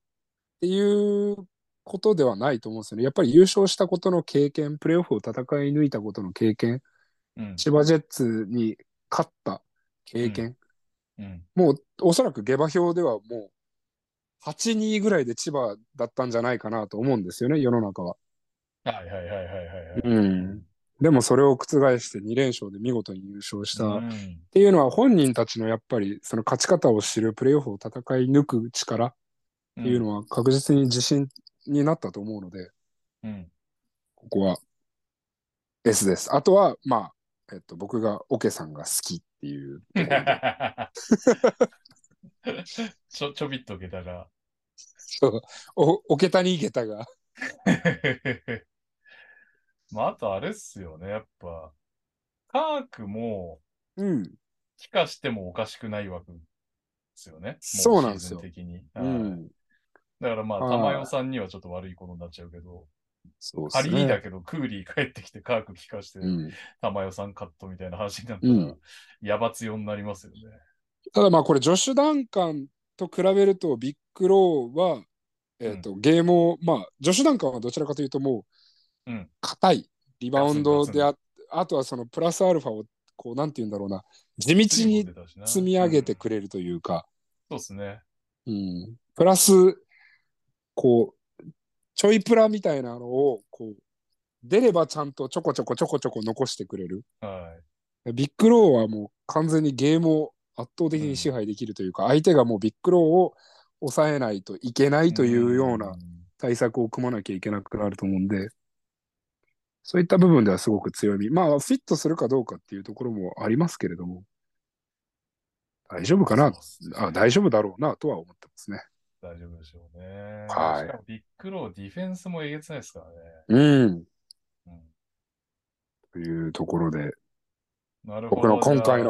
Speaker 2: ていうことではないと思うんですよね。やっぱり優勝したことの経験、プレーオフを戦い抜いたことの経験、
Speaker 1: うん。
Speaker 2: 千葉ジェッツに勝った経験、
Speaker 1: うん。
Speaker 2: もうおそらく下馬評ではもう8、2ぐらいで千葉だったんじゃないかなと思うんですよね、世の中は。
Speaker 1: はいはいはいはいはいはい。
Speaker 2: うんでもそれを覆して2連勝で見事に優勝した
Speaker 1: う
Speaker 2: っ
Speaker 1: ん
Speaker 2: ていうのは本人たちのやっぱりその勝ち方を知るプレーオフを戦い抜く力っていうのは確実に自信になったと思うので、
Speaker 1: うん。
Speaker 2: ここは S です。あとは、まあ、えっと、僕がオケさんが好きっていうところで
Speaker 1: ちょ、ちょびっと下駄が。
Speaker 2: そうおオケ谷下駄が。
Speaker 1: まあ、あとあれっすよね、やっぱ。カークも、
Speaker 2: うん。
Speaker 1: 帰化してもおかしくない枠ですよね。も
Speaker 2: そうなんです
Speaker 1: シー
Speaker 2: よ
Speaker 1: ズン的に。
Speaker 2: う
Speaker 1: はい
Speaker 2: ん。
Speaker 1: だからまあ、
Speaker 2: はい
Speaker 1: 玉代さんにはちょっと悪いことになっちゃうけど、
Speaker 2: そうで
Speaker 1: 仮
Speaker 2: す
Speaker 1: に
Speaker 2: ね。
Speaker 1: だけど、クーリー帰ってきてカーク帰化して、
Speaker 2: うん、
Speaker 1: 玉代さんカットみたいな話になったら、
Speaker 2: うん
Speaker 1: やば強になりますよね。
Speaker 2: ただまあこれ、ジョシュ・ダンカンと比べると、ビッグローは、えっ、と、ゲームを、まあ、ジョシュ・ダンカンはどちらかというと、もう
Speaker 1: うん、
Speaker 2: 硬い、リバウンドであ、あとはそのプラスアルファを、こう、なんて言うんだろうな、地道に積み上げてく
Speaker 1: れ。
Speaker 2: れるというか、
Speaker 1: うんそうですね。
Speaker 2: うん、プラス、こう、ちょいプラみたいなのを、こう、出ればちゃんとちょこちょこちょこちょこ残してくれる。
Speaker 1: は
Speaker 2: ビッグローはもう完全にゲームを圧倒的に支配できるというか、相手がもうビッグローを抑えないといけない
Speaker 1: い。
Speaker 2: というような対策を組まなきゃいけなくなると思うんで、そういった部分ではすごく強み。まあ、フィットするかどうかっていうところもありますけれども、大丈夫かな、
Speaker 1: そうっすね
Speaker 2: あ大丈夫だろうなとは思ってますね。
Speaker 1: 大丈夫でしょうね。
Speaker 2: はい
Speaker 1: しかもビッグロー、ディフェンスもえげつないですからね。
Speaker 2: うん。
Speaker 1: うん
Speaker 2: というところで、
Speaker 1: なるほど。
Speaker 2: 僕の今回の
Speaker 1: じ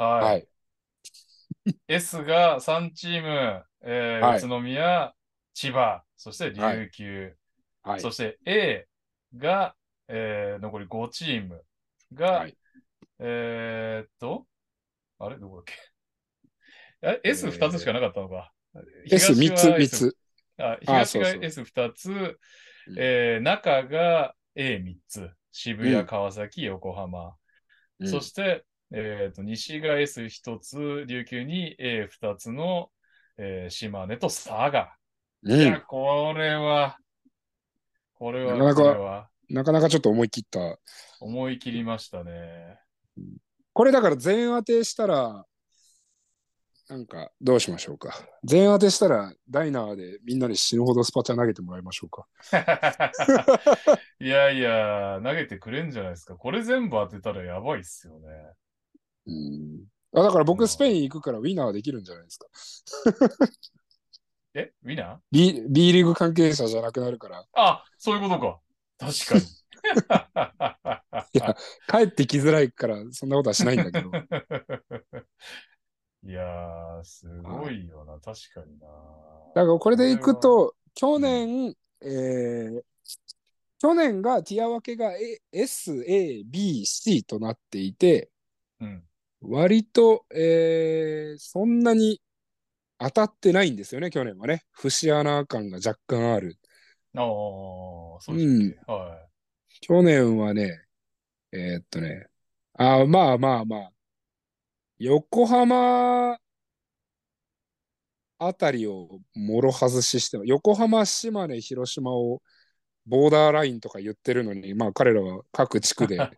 Speaker 1: ゃあ。は。
Speaker 2: はいい。
Speaker 1: S が3チーム、えー
Speaker 2: はい
Speaker 1: 宇都宮、千葉、そして琉球、
Speaker 2: はい
Speaker 1: そ。して A が、えー残り5チームが、
Speaker 2: はい
Speaker 1: えーっと、あれどこだっけ あれ
Speaker 2: えー
Speaker 1: ?S2 つしかなかったのか。
Speaker 2: S3
Speaker 1: 東は
Speaker 2: つ、3つ。
Speaker 1: あ
Speaker 2: あ
Speaker 1: 東が
Speaker 2: そうそう
Speaker 1: S2 つ、えー中が A3 つ、渋
Speaker 2: うん
Speaker 1: 谷、川崎、横浜。そして、えー、と西が S1 つ、琉球に A2 つの、えー島根と佐賀。
Speaker 2: う
Speaker 1: い
Speaker 2: ん
Speaker 1: や、これは、これは、
Speaker 2: なかなか
Speaker 1: これは、
Speaker 2: なかなかちょっと思い切った
Speaker 1: 思い切りました ね。
Speaker 2: これだから全当てしたら、なんかどうしましょうか。全当てしたらダイナーでみんなに死ぬほどスパチャ投げてもらいましょうか。
Speaker 1: いやいや、投げてくれんじゃないですか。これ全部当てたらやばいっすよね。
Speaker 2: うん。あだから僕スペイン行くからウィナーできるんじゃないですか。
Speaker 1: え、ウィナー
Speaker 2: B, B リーグ関係者じゃなくなるから、
Speaker 1: あ、そういうことか。確かに。
Speaker 2: 帰ってきづらいからそんなことはしないんだけど。
Speaker 1: いやー、すごいよな、確かにな。
Speaker 2: だからこれでいくと、去年、えー去年がティア分けが A S、A、B、C となっていて、
Speaker 1: うん
Speaker 2: 割と、えーそんなに当たってないんですよね、去年はね。節穴感が若干ある。
Speaker 1: ああ、そうですね。は
Speaker 2: 去年はね、えーっとね、あーまあまあまあ、横浜あたりをもろ外しして、横浜、島根、広島をボーダーラインとか言ってるのに、まあ彼らは各地区で
Speaker 1: い。 うん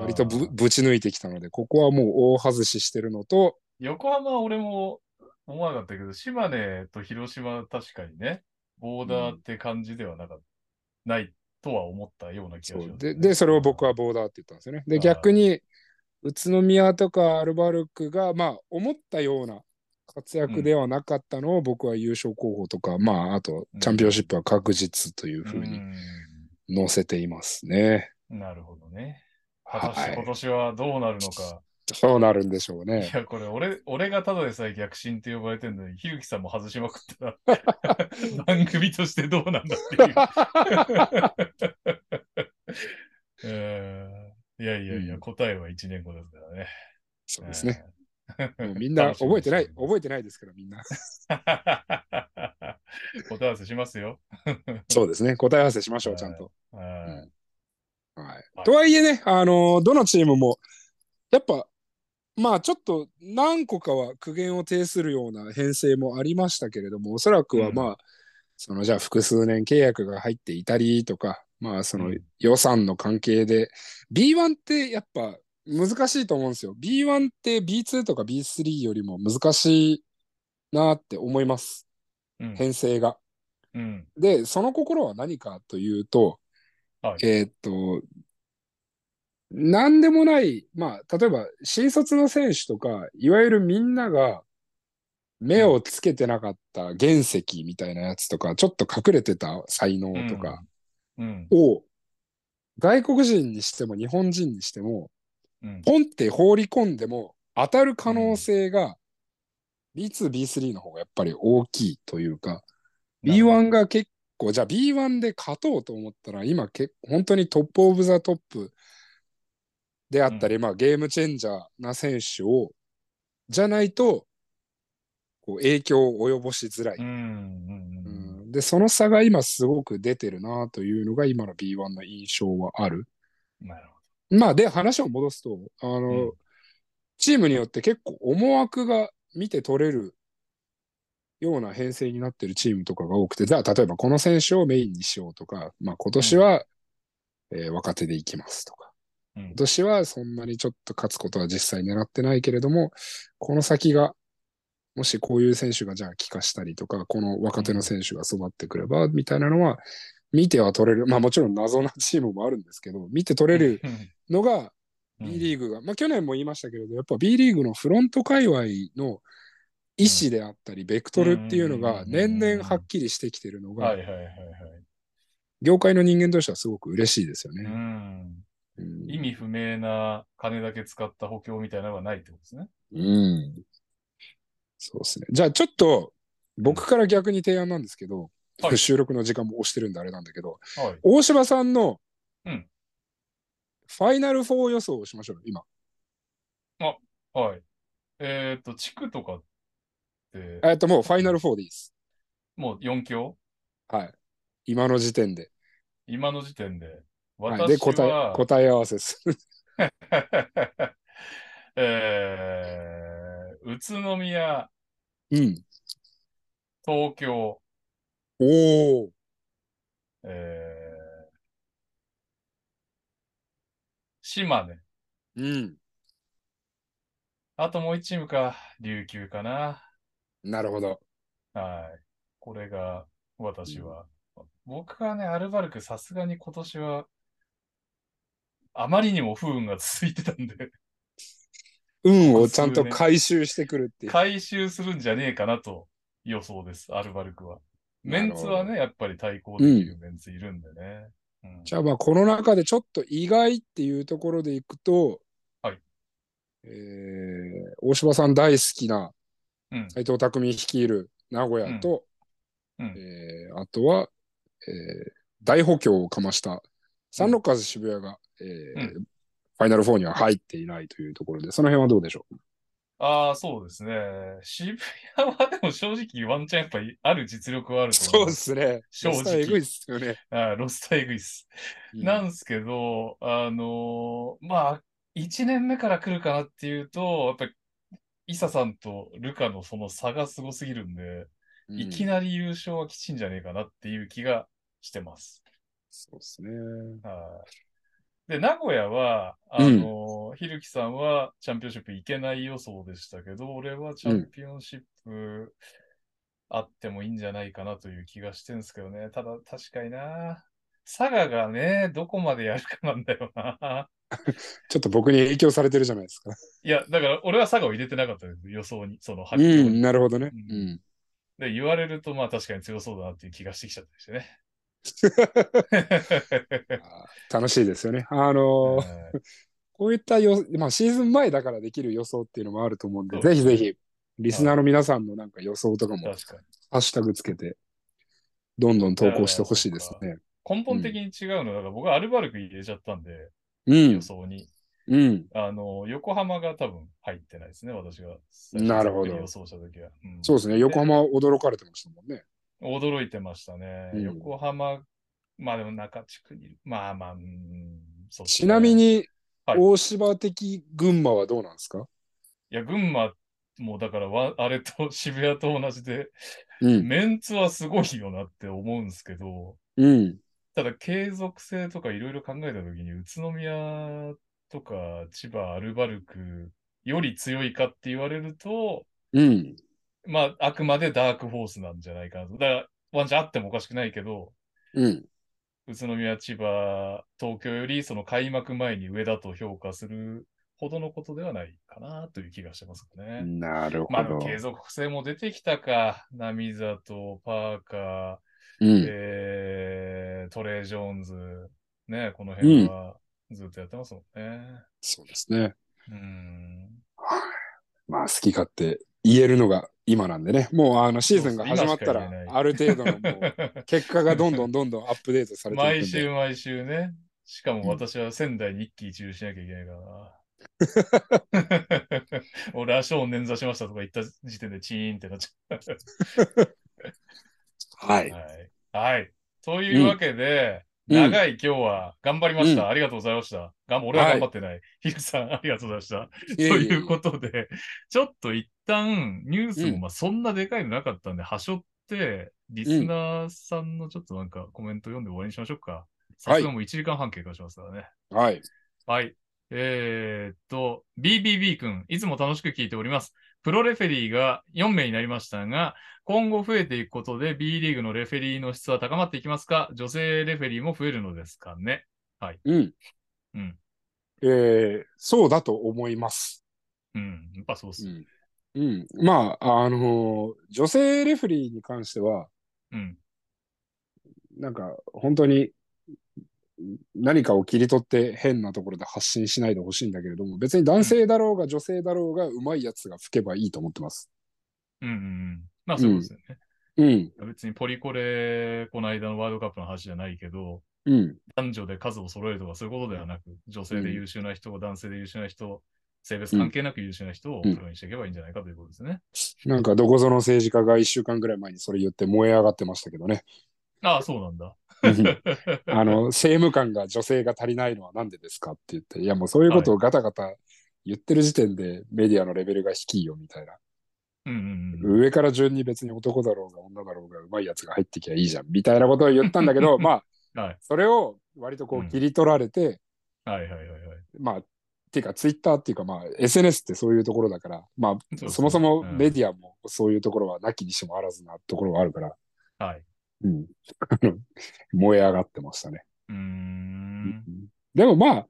Speaker 2: 割とぶぶち抜いてきたので、ここはもう大外ししてるのと、
Speaker 1: 横浜は俺も思わなかったけど、島根と広島は確かにね、ボーダーって感じではなかった、ないとは思ったような気がしま
Speaker 2: そ
Speaker 1: す、
Speaker 2: うでで、それを僕は
Speaker 1: ボ
Speaker 2: ボーダーって言ったんですよね。
Speaker 1: あ
Speaker 2: で、
Speaker 1: ー
Speaker 2: 逆に、宇都宮とかアルバルクが、まあ、思ったような活躍ではなかったのを、僕は優勝候補とか、まあ、あと
Speaker 1: うん、
Speaker 2: チャンピオンシップは確実というふうに載せていますね。
Speaker 1: なるほどね。果たして
Speaker 2: は
Speaker 1: 今
Speaker 2: い。
Speaker 1: 年はどうなるのか。
Speaker 2: そうなるんでしょう
Speaker 1: い、
Speaker 2: ね。
Speaker 1: や、これ俺、俺がただでさえ逆進って呼ばれてるのに、ひるきさんも外しまくった ら、 番組としてどうなんだっていう。えーいやいやいや、
Speaker 2: うん
Speaker 1: 答えは1年後ですからね。
Speaker 2: そうです ね。
Speaker 1: えー。
Speaker 2: もうみんな覚えてない、
Speaker 1: 楽しみに
Speaker 2: 覚えてないですから、みんな。
Speaker 1: してます答え合わせしますよ。
Speaker 2: そうですね。答え合わせしましょう、
Speaker 1: はい
Speaker 2: ちゃんと。
Speaker 1: は
Speaker 2: はい、とはいえね、あのーどのチームも、やっぱ、まあちょっと何個かは苦言を呈するような編成もありましたけれども、おそらくはまあ、
Speaker 1: う
Speaker 2: そのじゃあ複数年契約が入っていたりとか、まあその
Speaker 1: うん
Speaker 2: 予算の関係で、B1 ってやっぱ難しいと思うんですよ。B1 って B2 とか B3 よりも難しいなって思います、
Speaker 1: い。うん
Speaker 2: 編成が。
Speaker 1: うん。
Speaker 2: で、その心は何かというと、
Speaker 1: はい
Speaker 2: えーっと、なんでもない、まあ、例えば、新卒の選手とか、いわゆるみんなが目をつけてなかった原石みたいなやつとか、ちょっと隠れてた才能とか
Speaker 1: うん。
Speaker 2: を、外国人にしても日本人にしても、
Speaker 1: うん。
Speaker 2: ポンって放り込んでも当たる可能性が、B2、B3 の方がやっぱり大きいというか、B1 が結構、じゃあ B1 で勝とうと思ったら、今結構本当にトップオブザトップであったり、まあゲームチェンジャーな選手を、じゃないと、こう影響を及ぼしづらい、
Speaker 1: うん。うん
Speaker 2: う
Speaker 1: うん
Speaker 2: んで、その差が今すごく出てるなというのが今の B1 の印象はある。
Speaker 1: うん。なるほ
Speaker 2: まあで、話を戻すと、あ
Speaker 1: う
Speaker 2: の、
Speaker 1: ん
Speaker 2: チームによって結構思惑が見て取れるような編成になってるチームとかが多くて、じゃあ例えばこの選手をメインにしようとか、まあ今年は、えー若手でいきますとか、
Speaker 1: うん
Speaker 2: 今年はそんなにちょっと勝つことは実際狙ってないけれども、この先が、もしこういう選手がじゃあ帰化したりとか、この若手の選手が育ってくれば、みたいなのは、見ては取れる。まあもちろん謎なチームもあるんですけど、見て取れるのが、
Speaker 1: うん
Speaker 2: B リーグが、まあ去年も言いましたけれど、やっぱ B リーグのフロント界隈の意思であったり、ベクトルっていうのが
Speaker 1: うん
Speaker 2: 年々はっきりしてきてるの
Speaker 1: はい
Speaker 2: が、
Speaker 1: はいはいはい。
Speaker 2: 業界の人間としてはすごく嬉しいですよ
Speaker 1: う
Speaker 2: ね。
Speaker 1: ん。
Speaker 2: うん
Speaker 1: 意味不明な金だけ使った補強みたいなのがないってことですね。
Speaker 2: うん。そうですね。じゃあちょっと、僕から逆に提案なんですけど、
Speaker 1: はい
Speaker 2: 収録の時間も押してるんであれなんだけど、
Speaker 1: はい。
Speaker 2: 大柴さんの、
Speaker 1: うん
Speaker 2: ファイナル4予想をしましょうよ、今。
Speaker 1: はい。えーっと、地区とかって、
Speaker 2: えっと、もうファイナル4でいいです。
Speaker 1: もう4強
Speaker 2: はい。今の時点で。
Speaker 1: 今の時点で。
Speaker 2: はい
Speaker 1: 私は、
Speaker 2: で答え、答え合わせです。
Speaker 1: えー、宇都宮、
Speaker 2: うん。
Speaker 1: 東京、
Speaker 2: おお。
Speaker 1: えー、島根。
Speaker 2: うん。
Speaker 1: あともう一チームか、琉球かな。
Speaker 2: なるほど。
Speaker 1: はい。これが、私は。僕はね、アルバルク、さすがに今年は、あまりにも不運が続いてたんで、
Speaker 2: 運をちゃんと回収してくるっていう。
Speaker 1: 回収するんじゃねえかなと予想です、アルバルクは。メンツは
Speaker 2: なるほ
Speaker 1: ね、やっぱり対抗できるメンツいるんでね。うん
Speaker 2: ど。じゃあまあ、この中でちょっと意外っていうところでいくと、
Speaker 1: はい。
Speaker 2: えー、大柴さん大好きな
Speaker 1: うん
Speaker 2: 斎藤匠率いる名古屋と、
Speaker 1: うんうん
Speaker 2: えーあとは、えー大補強をかましたサンロッカーズ渋谷が、えーファイナル4には入っていないというところで、その辺はどうでしょう
Speaker 1: ああ、そうですね。渋谷はでも正直ワンチャンやっぱりある実力はあると
Speaker 2: そ
Speaker 1: 思
Speaker 2: うですね。
Speaker 1: 正直
Speaker 2: 実際えぐいっすよね。
Speaker 1: あーロスターエグいっす。
Speaker 2: うん
Speaker 1: なんすけど、あのーまあ、1年目から来るかなっていうと、やっぱり、イサさんとルカのその差がすごすぎるんで、
Speaker 2: うん
Speaker 1: いきなり優勝はきちんじゃねえかなっていう気がしてます。
Speaker 2: そうですね。
Speaker 1: はいで、名古屋は、あのーひるきさんはチャンピオンシップ行けない予想でしたけど、俺はチャンピオンシップあってもいいんじゃないかなという気がしてるんですけどね。ただ、確かにな。佐賀がね、どこまでやるかなんだよな。
Speaker 2: ちょっと僕に影響されてるじゃな いですか。
Speaker 1: いや、だから俺は佐賀を入れてなかったです、予想に。その
Speaker 2: う
Speaker 1: 発表に、
Speaker 2: ん、なるほどね。
Speaker 1: う
Speaker 2: うんん。
Speaker 1: で、言われると、まあ確かに強そうだなっていう気がしてきちゃったりして ね。
Speaker 2: あー楽しいですよね。あのー
Speaker 1: はい
Speaker 2: こういったよ、まあ、シーズン前だからできる予想っていうのもあると思うんで、
Speaker 1: そう
Speaker 2: ぜ
Speaker 1: で
Speaker 2: ひ
Speaker 1: すね
Speaker 2: ぜひ、リスナーの皆さんのなんか予想とかも、
Speaker 1: 確かに。
Speaker 2: ハッシュタグつけて、どんどん投稿してほしいですね。
Speaker 1: 根本的に違うのは、だから僕はアルバルク入れちゃったんで、
Speaker 2: うん
Speaker 1: 予。想に。
Speaker 2: うん。
Speaker 1: あの、横浜が多分入ってないですね、私が。
Speaker 2: なるほど
Speaker 1: 予想した時は。うん
Speaker 2: そうですね。横浜驚かれてましたもんね。
Speaker 1: 驚いてましたね。
Speaker 2: うん
Speaker 1: 横浜、まあでも中地区にいる。まあまあ、うん、そうですね
Speaker 2: ちなみ。
Speaker 1: い
Speaker 2: に、
Speaker 1: はい
Speaker 2: 大芝的群馬はどうなんですか
Speaker 1: や、群馬、もうだからわ、 あれと渋谷と同じで、
Speaker 2: うん。
Speaker 1: メンツはすごいよなって思うんですけど、
Speaker 2: うん。
Speaker 1: ただ継続性とかいろいろ考えたときに、宇都宮とか千葉、アルバルクより強いかって言われると、
Speaker 2: うん。
Speaker 1: まあ、あくまでダークホースなんじゃないかなと。だから、ワンチャンあってもおかしくないけど、
Speaker 2: うん。
Speaker 1: 宇都宮、千葉、東京より、その開幕前に上だと評価するほどのことではないかなという気がしてますね。
Speaker 2: なるほど。
Speaker 1: まあ、でも継続性も出てきたか。波里、パーカー、
Speaker 2: うん。
Speaker 1: えー、トレイ・ジョーンズ、ね、この辺はずっとやってますもんね。
Speaker 2: そうですね。
Speaker 1: うん。
Speaker 2: まあ、好き勝手言えるのが今なんでね、もうあのシーズンが始まった
Speaker 1: そうそう今しか言え
Speaker 2: ら、
Speaker 1: ない
Speaker 2: ある程度のもう結果がどんどんどんどんアップデートされてい
Speaker 1: 毎
Speaker 2: くんで。
Speaker 1: 週毎週ね。しかも私は仙台に一喜一憂しなきゃいけないから な。俺は少年座しましたとか言った時点でチーンってなっちゃ
Speaker 2: は
Speaker 1: う。
Speaker 2: い。
Speaker 1: はい。はい。というわけで、長い今日は頑張りました。
Speaker 2: うん
Speaker 1: ありがとうございました。がん俺は頑張ってない。ヒ、ル、さん、ありがとうございました。ということで、 ちょっと一旦ニュース
Speaker 2: う
Speaker 1: も
Speaker 2: ん
Speaker 1: まあそんなでかいのなかったんで、はしょって、リスナーさんのちょっとなんかコメント読んで終わりにしましょうか。さすがもう1時間半経過しますからね。
Speaker 2: はい。
Speaker 1: はい。えーっと、BBB 君、いつも楽しく聞いております。プロレフェリーが4名になりましたが、今後増えていくことで B リーグのレフェリーの質は高まっていきますか女性レフェリーも増えるのですかね
Speaker 2: うん。
Speaker 1: うん。
Speaker 2: えーそうだと思います。
Speaker 1: うん。やっぱそうっす。
Speaker 2: ん。うん、まあ、あのー女性レフェリーに関しては、
Speaker 1: うん。
Speaker 2: なんか、本当に、何かを切り取って変なところで発信しないでほしいんだけれども、別に男性だろうが女性だろうが、うまいやつが吹けばいいと思ってます。
Speaker 1: うんうんうん。まあそうですよね。
Speaker 2: うん、
Speaker 1: 別にポリコレ、この間のワールドカップの話じゃないけど、
Speaker 2: うん、
Speaker 1: 男女で数を揃えるとかそういうことではなく、女性で優秀な人、男性で優秀な人、性別関係なく優秀な人をプロにしていけばいいんじゃないかということですね。
Speaker 2: なんか、どこぞの政治家が1週間ぐらい前にそれ言って燃え上がってましたけ どね。
Speaker 1: ああ、そうなんだ。
Speaker 2: うんあの、政務官が女性が足りないのはなんでですかって言って、いや、もうそういうことをガタガタ言ってる時点でメディアのレベルが低いよみたいな。
Speaker 1: うんうんうん。
Speaker 2: 上から順に別に男だろうが女だろうがうまいやつが入ってきゃいいじゃんみたいなことを言ったんだ けど、まあ、
Speaker 1: はい。
Speaker 2: それを割とこ
Speaker 1: うん
Speaker 2: う切り取られて、
Speaker 1: はいはいはいはい。
Speaker 2: まあ、っていうか、ツイッターっていうか、まあ、SNS ってそういうところだから、まあ、
Speaker 1: うですね
Speaker 2: そもそも
Speaker 1: うん
Speaker 2: メディアもそういうところはなきにしもあらずなところはあるから、
Speaker 1: はい。
Speaker 2: うん。 あの燃え上がってましたね。
Speaker 1: うーん。
Speaker 2: でもまあ、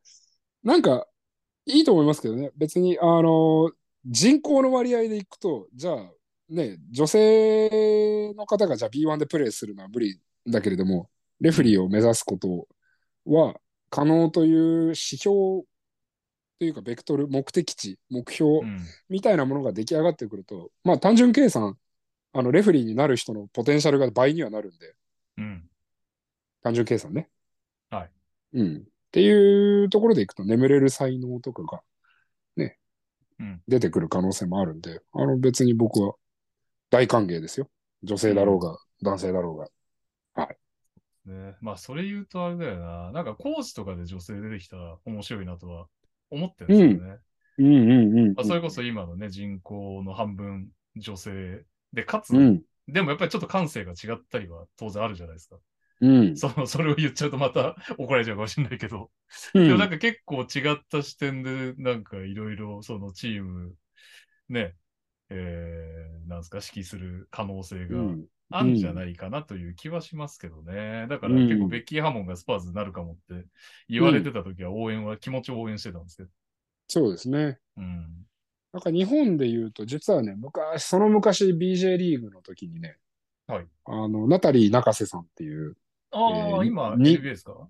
Speaker 2: なんか、いいと思いますけどね。別に、あの人口の割合でいくと、じゃあ、ね、女性の方がじゃあ B1 でプレーするのは無理だけれども、レフェリーを目指すことは可能という指標というか、ベクトル、目的地、目標
Speaker 1: うん
Speaker 2: みたいなものが出来上がってくると、まあ単純計算、あのレフェリーになる人のポテンシャルが倍にはなるんで、
Speaker 1: うん。
Speaker 2: 単純計算ね。
Speaker 1: はい。
Speaker 2: うん。っていうところでいくと、眠れる才能とかが、ね、
Speaker 1: うん
Speaker 2: 出てくる可能性もあるんで、あの別に僕は大歓迎ですよ。女性だろうが、男性だろうが。
Speaker 1: ね、まあ、それ言うとあれだよな。なんか、コーチとかで女性出てきたら面白いなとは思ってるんですよね。
Speaker 2: うんうんうん
Speaker 1: まあ、それこそ今のね、人口の半分女性で、かつ、
Speaker 2: うん。
Speaker 1: でもやっぱりちょっと感性が違ったりは当然あるじゃないですか。
Speaker 2: うん。
Speaker 1: そのそれを言っちゃうとまた 怒られちゃうかもしれないけど。
Speaker 2: う
Speaker 1: でもなん
Speaker 2: ん。
Speaker 1: か結構違った視点で、なんかいろいろそのチーム、ね、えー、なんですか、指揮する可能性が
Speaker 2: うん
Speaker 1: あるんじゃないかなという気はしますけどね。だから結構ベッキー・ハモンがスパーズになるかもって言われてた時は応援は、気持ちを応援してたんですけど。
Speaker 2: そうですね。
Speaker 1: うん。
Speaker 2: なんか日本で言うと、実はね、昔、その昔 BJ リーグの時にね、
Speaker 1: はい。
Speaker 2: あの、ナタリー中瀬さんっていう、
Speaker 1: ああ、
Speaker 2: えー
Speaker 1: 今、
Speaker 2: に
Speaker 1: NBA ですか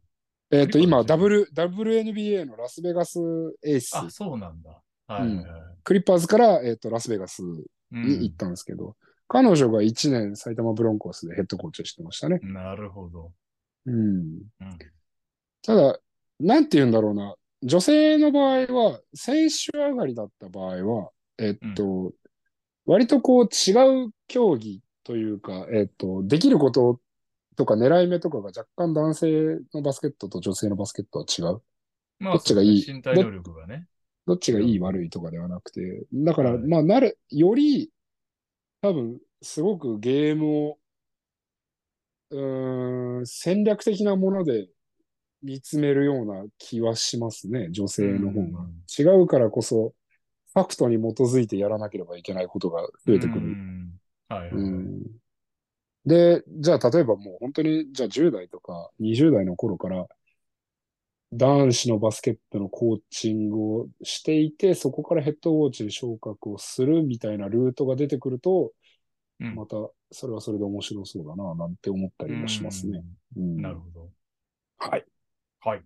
Speaker 2: えっ、と、今、
Speaker 1: クリッパー
Speaker 2: W、WNBA のラスベガスエース、
Speaker 1: あ、そうなんだ。はいはいはい。
Speaker 2: クリッパーズから、えっ、と、ラスベガス
Speaker 1: う
Speaker 2: に行ったんですけど、彼女が1年埼玉ブロンコスでヘッドコーチをしてましたね。
Speaker 1: ん、なるほど。
Speaker 2: うん。
Speaker 1: うん。
Speaker 2: ただ、なんて言うんだろうな。女性の場合は、選手上がりだった場合は、えっと、割とこう違う競技というか、えっと、できることとか狙い目とかが若干男性のバスケットと女性のバスケットは違う。
Speaker 1: まあ、
Speaker 2: どっちがいい
Speaker 1: そうですね身体能力がね。
Speaker 2: どっちがいい悪いとかではなくて、だから、
Speaker 1: はい
Speaker 2: まあ、なる、より、多分、すごくゲームを、うーん、戦略的なもので見つめるような気はしますね、女性の方が。違うからこそ、ファクトに基づいてやらなければいけないことが増えてく
Speaker 1: う
Speaker 2: る。
Speaker 1: ん。はいはい、
Speaker 2: う
Speaker 1: はい
Speaker 2: ん。で、じゃあ、例えばもう本当に、じゃあ10代とか20代の頃から、男子のバスケットのコーチングをしていて、そこからヘッドコーチに昇格をするみたいなルートが出てくると、
Speaker 1: うん
Speaker 2: またそれはそれで面白そうだな、なんて思ったりもしますね。
Speaker 1: う。
Speaker 2: うんん
Speaker 1: なるほど。
Speaker 2: はい。
Speaker 1: はい。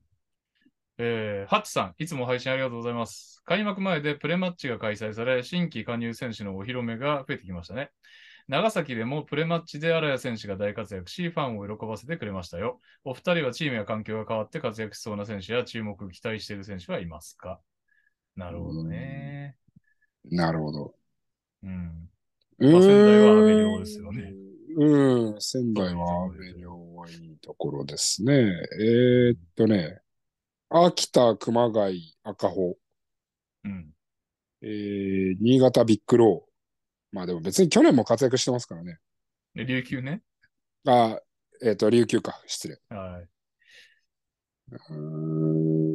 Speaker 1: えー、ハッチさん、いつも配信ありがとうございます。開幕前でプレマッチが開催され、新規加入選手のお披露目が増えてきましたね。長崎でもプレマッチで荒谷選手が大活躍し、ファンを喜ばせてくれましたよ。お二人はチームや環境が変わって活躍しそうな選手や注目期待している選手はいますかなるほどね。
Speaker 2: なるほど。
Speaker 1: うん。
Speaker 2: う
Speaker 1: まあ仙台は
Speaker 2: ーん
Speaker 1: 雨量ですよね。
Speaker 2: うん、仙台は雨量まあいいところですね。えーっとね、秋田、熊谷、赤穂、
Speaker 1: うん。
Speaker 2: えー新潟、ビッグロー。まあでも別に去年も活躍してますからね。
Speaker 1: で琉球ね。
Speaker 2: あ、えーっと、琉球か、失礼。
Speaker 1: はい。
Speaker 2: う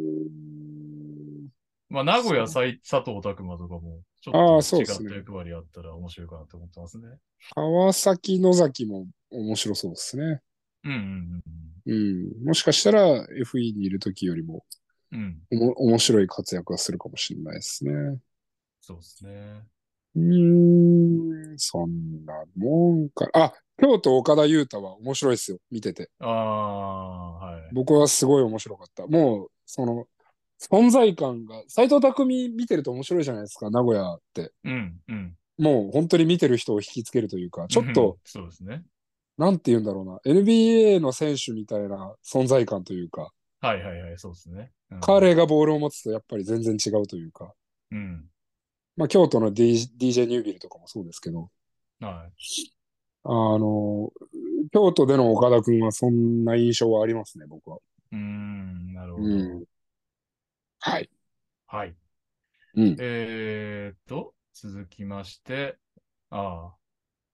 Speaker 2: ーん
Speaker 1: まあ、名古屋、さい佐藤拓磨とかも、ち
Speaker 2: あ
Speaker 1: ょ
Speaker 2: あ
Speaker 1: っと
Speaker 2: そう
Speaker 1: 違
Speaker 2: で
Speaker 1: った
Speaker 2: すね
Speaker 1: 役割あったら面白いかなと思ってますね。
Speaker 2: 川崎、野崎も面白そうですね。
Speaker 1: うんうん
Speaker 2: うん。もしかしたら FE にいる時よりも
Speaker 1: うん。うん。
Speaker 2: おも面白い活躍はするかもしれないですね。
Speaker 1: そうですね。
Speaker 2: うーん、そんなもんか。あ、京都岡田優太は面白いですよ。見てて。
Speaker 1: ああ、はい。
Speaker 2: 僕はすごい面白かった。もう、その、存在感が、斎藤匠見てると面白いじゃないですか、名古屋って。
Speaker 1: うんうん。
Speaker 2: もう本当に見てる人を引きつけるというか、ちょっ
Speaker 1: うんうん
Speaker 2: と、。
Speaker 1: そうですね。
Speaker 2: なんて言うんだろうな、NBA の選手みたいな存在感というか、
Speaker 1: はいはいはい、そうですね。うん、
Speaker 2: 彼がボールを持つとやっぱり全然違うというか、
Speaker 1: うん。
Speaker 2: まあ京都の、D、DJ ニュービルとかもそうですけど、
Speaker 1: は
Speaker 2: あの、京都での岡田君はそんな印象はありますね、僕は。
Speaker 1: い。うーん、なるほど。
Speaker 2: うん。はい。
Speaker 1: はい。
Speaker 2: うん。
Speaker 1: えーっと、続きまして、ああ、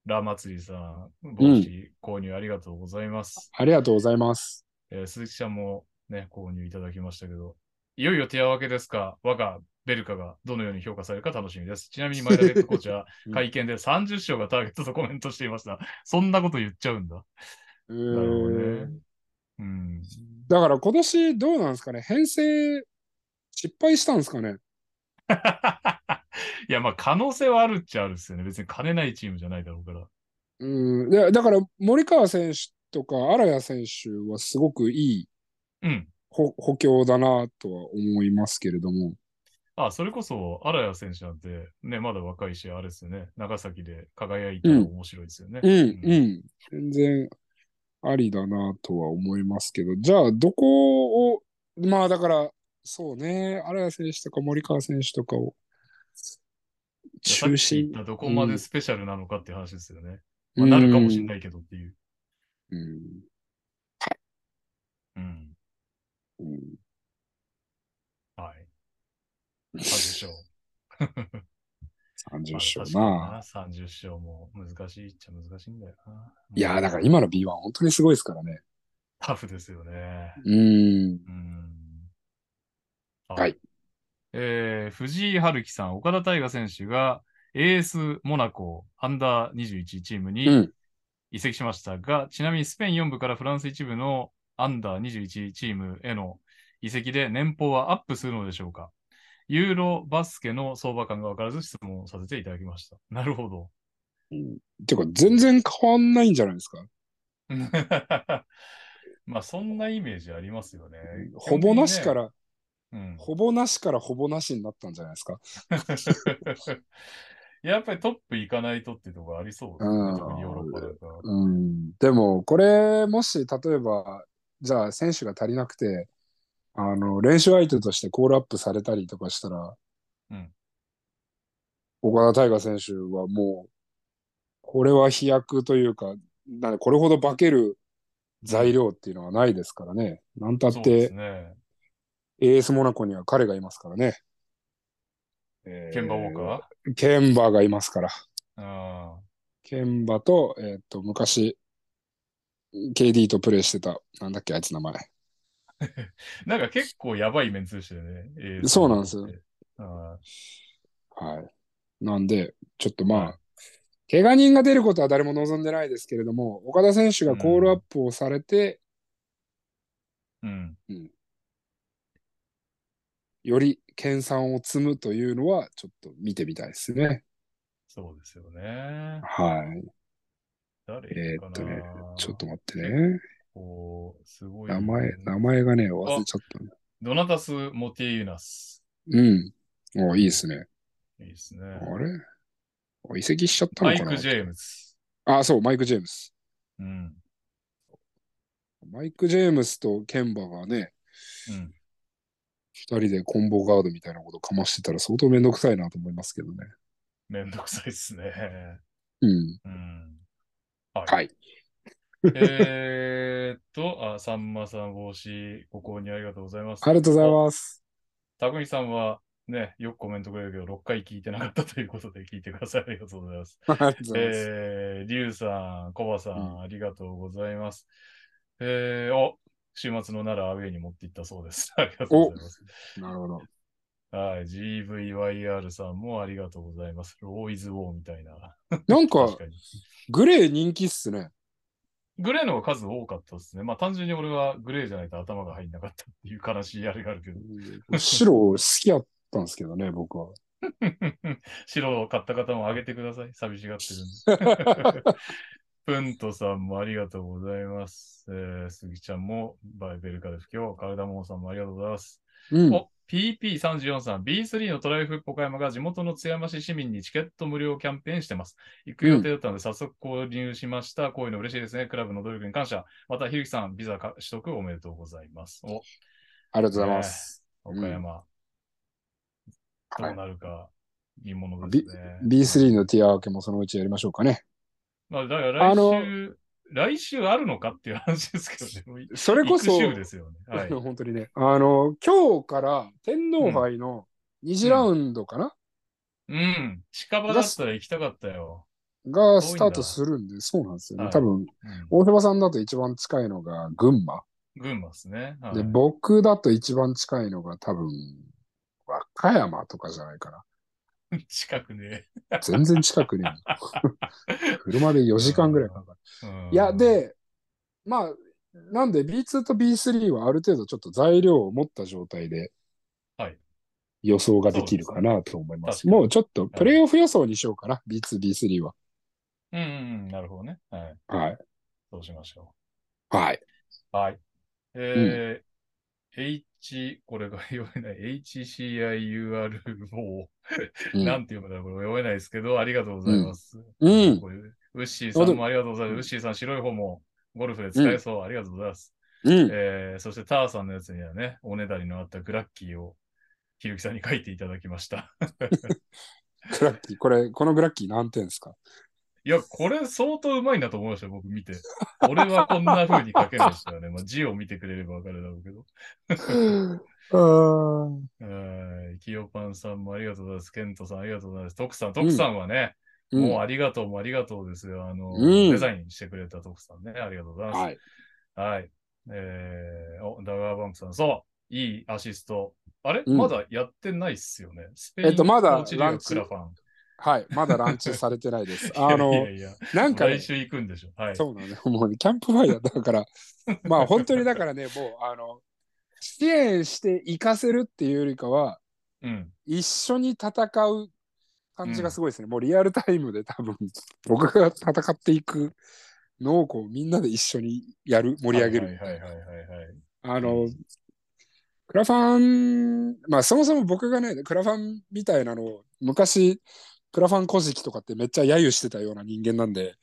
Speaker 1: ラマツリさん、帽子購入ありがとうございます。
Speaker 2: ありがとうございます。
Speaker 1: えー鈴木さんもね、購入いただきましたけど、いよいよ手合わけですか、我がベルカがどのように評価されるか楽しみです。ちなみに前田ヘッドコーチは
Speaker 2: うん
Speaker 1: 会見で30勝がターゲットとコメントしていました。そんなこと言っちゃうんだ。
Speaker 2: え
Speaker 1: なるほどね
Speaker 2: ー、。
Speaker 1: うん。
Speaker 2: だから今年どうなんですかね編成失敗したんですかね
Speaker 1: いや、まあ可能性はあるっちゃあるっすよね。別に金ないチームじゃないだろうから。
Speaker 2: うん。でだから森川選手とか荒谷選手はすごくいい
Speaker 1: うん。
Speaker 2: 補補強だなとは思いますけれども。
Speaker 1: あ、それこそ、荒谷選手なんて、ね、まだ若いし、あれですよね。長崎で輝いたら面白いですよね。
Speaker 2: うん、うん。全然ありだなとは思いますけど、じゃあ、どこを、まあだから、そうね、荒谷選手とか森川選手とかを中心
Speaker 1: だどこまでスペシャルなのかっていう話ですよね。まあ、なるかもしれないけどっていう。
Speaker 2: うん。
Speaker 1: う
Speaker 2: うん
Speaker 1: ん。
Speaker 2: うん
Speaker 1: はい。30勝。
Speaker 2: 30勝
Speaker 1: ま
Speaker 2: な。
Speaker 1: あ確かにな。30勝も難しいっちゃ難しいんだよな。
Speaker 2: いやー、だから今の B1 本当にすごいですからね。
Speaker 1: タフですよね。
Speaker 2: うん。
Speaker 1: うん
Speaker 2: はい。
Speaker 1: えー藤井春樹さん、岡田大河選手がエースモナコアンダー21チーム
Speaker 2: う
Speaker 1: に
Speaker 2: ん。
Speaker 1: 移籍しましたが、ちなみにスペイン4部からフランス1部のアンダー21チームへの移籍で年俸はアップするのでしょうかユーロバスケの相場感が分からず質問させていただきました。なるほど。
Speaker 2: てか、全然変わんないんじゃないですか。
Speaker 1: まあ、そんなイメージありますよね。。
Speaker 2: ほぼなしからら、
Speaker 1: うん
Speaker 2: ほぼなしからほぼなしになったんじゃないですか。
Speaker 1: やっぱりトップ行かないとっていうところありそうです
Speaker 2: う
Speaker 1: ね。
Speaker 2: ん
Speaker 1: 特にヨーロッパだから。
Speaker 2: うん、でも、これ、もし、例えば、じゃあ、選手が足りなくて、あの、練習相手としてコールアップされたりとかしたら、
Speaker 1: うん
Speaker 2: 岡田大河選手はもう、これは飛躍というか、なんでこれほど化ける材料っていうのはないですからね。なんたっ
Speaker 1: そうです
Speaker 2: て、
Speaker 1: ね。
Speaker 2: エースモナコには彼がいますからね。え
Speaker 1: ケンバウォーカ
Speaker 2: ーケンバがいますから。
Speaker 1: ーあ
Speaker 2: ケンバと、えーっと、昔、KD とプレイしてた、なんだっけ、あいつ名前。
Speaker 1: ーなんか結構やばいメンツでしたよね。えー
Speaker 2: そうなんですよ。
Speaker 1: あ
Speaker 2: はい。なんで、ちょっとまあ、
Speaker 1: はい
Speaker 2: 怪我人が出ることは誰も望んでないですけれども、岡田選手がコールアップをされて、
Speaker 1: ーうん。
Speaker 2: より研鑽を積むというのは、ちょっと見てみたいですね。
Speaker 1: そうですよね。
Speaker 2: はい。
Speaker 1: 誰
Speaker 2: え
Speaker 1: か
Speaker 2: ーっ
Speaker 1: な、
Speaker 2: とね、ちょっと待ってね。
Speaker 1: こう、すごい。
Speaker 2: 名前、名前がね、忘れちゃったな。
Speaker 1: ドナタス・モティユナス。
Speaker 2: うん。おいいですね。
Speaker 1: いいですね。
Speaker 2: あれお移籍しちゃったの
Speaker 1: マ
Speaker 2: か
Speaker 1: イ
Speaker 2: な
Speaker 1: ク・ジェームズ。
Speaker 2: あ、そう、マイク・ジェームス。
Speaker 1: うん。
Speaker 2: マイク・ジェームスとケンバがね、
Speaker 1: うん。
Speaker 2: 二人でコンボガードみたいなことかましてたら相当めんどくさいなと思いますけどね。
Speaker 1: めんどくさいですね。
Speaker 2: うん。
Speaker 1: うん。
Speaker 2: はい。
Speaker 1: ええーっと、あ、さんまさん帽子、ご購入ありがとうございます。
Speaker 2: ありがとうございます。
Speaker 1: たくみさんは、ね、よくコメントくれるけど、6回聞いてなかったということで聞いてください。ありがとうございます。
Speaker 2: ありがとうございます。
Speaker 1: えー、りゅうさん、こばさん、
Speaker 2: うん
Speaker 1: ありがとうございます。えー、お、週末の奈良アウェイに持って行ったそうです。 ありがとうございます。
Speaker 2: なるほど。
Speaker 1: はい、GVYR さんもありがとうございます。ローイズ・ウォーみたいな。
Speaker 2: なんか
Speaker 1: 確、かに。
Speaker 2: グレー人気っすね。
Speaker 1: グレーの方が数多かったですね。まあ単純に俺はグレーじゃないと頭が入んなかったっていう悲しいあれがあるけど。
Speaker 2: 白好きやったんですけどね、僕は。
Speaker 1: 白を買った方もあげてください。寂しがってるん で。プントさんもありがとうございます。えー、杉ちゃんもバイベルカで不況。カルダモンさんもありがとうございます。
Speaker 2: うん。
Speaker 1: お、PP34 さん、B3 のトライフポカヤマが地元の津山市市民にチケット無料キャンペーンしてます。行く予定だったので、早速購入しました。こういうの嬉しいですね。クラブの努力に感謝。また、ひるきさん、ビザか取得おめでとうございます。お、
Speaker 2: ありがとうございます。
Speaker 1: 岡山、
Speaker 2: はい
Speaker 1: どうなるか、いいものですね。
Speaker 2: B3 のティア分けもそのうちやりましょうかね。
Speaker 1: まあ、だから来
Speaker 2: あ
Speaker 1: 週、来週あるのかっていう話ですけどね。
Speaker 2: それこそ、。
Speaker 1: 行く週ですよね。はい
Speaker 2: 本当にね、あの、今日から天皇杯の2次ラウンドかな、
Speaker 1: うん。近場だったら行きたかったよ。
Speaker 2: がスタートするんで、そうなんですよね。
Speaker 1: はい
Speaker 2: 多分、
Speaker 1: うん
Speaker 2: 大島さんだと一番近いのが群馬。
Speaker 1: 群馬ですね。はい
Speaker 2: で、僕だと一番近いのが多分、和歌山とかじゃないかな。
Speaker 1: 近くね。
Speaker 2: 全然近くに。 車で4時間ぐらいかかる。
Speaker 1: うん
Speaker 2: いや、、で、まあ、なんで B2 と B3 はある程度ちょっと材料を持った状態で
Speaker 1: はい
Speaker 2: 予想ができるかなと思います。
Speaker 1: そうですね
Speaker 2: もうちょっとプレイオフ予想にしようかな、B2、B3 は。
Speaker 1: うんうんうん、なるほどね。はい。
Speaker 2: はい。
Speaker 1: そうしましょ
Speaker 2: はい。
Speaker 1: う。はい。えー H、これが読めない。HCIUR を、
Speaker 2: うん
Speaker 1: なんて読むんだろう、これ読めないですけど、ありがとうございます。
Speaker 2: うん
Speaker 1: これウッシーさんもありがとうございます。ウッシーさん、白い方もゴルフで使えそう。ありがとうございます。
Speaker 2: うん。
Speaker 1: えーそしてターさんのやつにはね、おねだりのあったグラッキーを、ひるきさんに書いていただきました。
Speaker 2: グラッキー、これ、このグラッキー何点で すか
Speaker 1: いや、これ相当うまいなと思いましたよ、僕見て。俺はこんな風に書けました よね。まあ、字を見てくれればわかるだろうけど。
Speaker 2: うん。
Speaker 1: はい。キヨパンさんもありがとうございます。ケントさんありがとうございます。徳さん、徳さんはね、もうありがとうもありがとうですよ。あの、
Speaker 2: うん
Speaker 1: デザインしてくれた徳さんね。ありがとうございます。
Speaker 2: はい。
Speaker 1: はい。えー、お、ダガーバンクさん、そう、いいアシスト。あれ、
Speaker 2: うん
Speaker 1: まだやってないっすよね。スペイン
Speaker 2: えっとまだ
Speaker 1: コーチ留学
Speaker 2: ランチ
Speaker 1: クラファン。
Speaker 2: はい。まだランチされてないで す。
Speaker 1: いや
Speaker 2: あ
Speaker 1: い
Speaker 2: の
Speaker 1: や、いや、
Speaker 2: なんかね、
Speaker 1: 来週行くんでしょ。はい。
Speaker 2: そうなのよ、もうね、キャンプファイヤーだ から、まあ本当にだからね、もう、あの、支援して行かせるっていうよりかは、
Speaker 1: うん。
Speaker 2: 一緒に戦う感じがすごいですね。もうリアルタイムで多分、僕が戦っていくのをこうみんなで一緒にやる、盛り上げる。
Speaker 1: はいはいはいはいはい。
Speaker 2: あ
Speaker 1: う
Speaker 2: の
Speaker 1: ん、
Speaker 2: クラファン、まあそもそも僕がね、クラファンみたいなのを、昔、クラファン古事記とかってめっちゃ揶揄してたような人間なんで、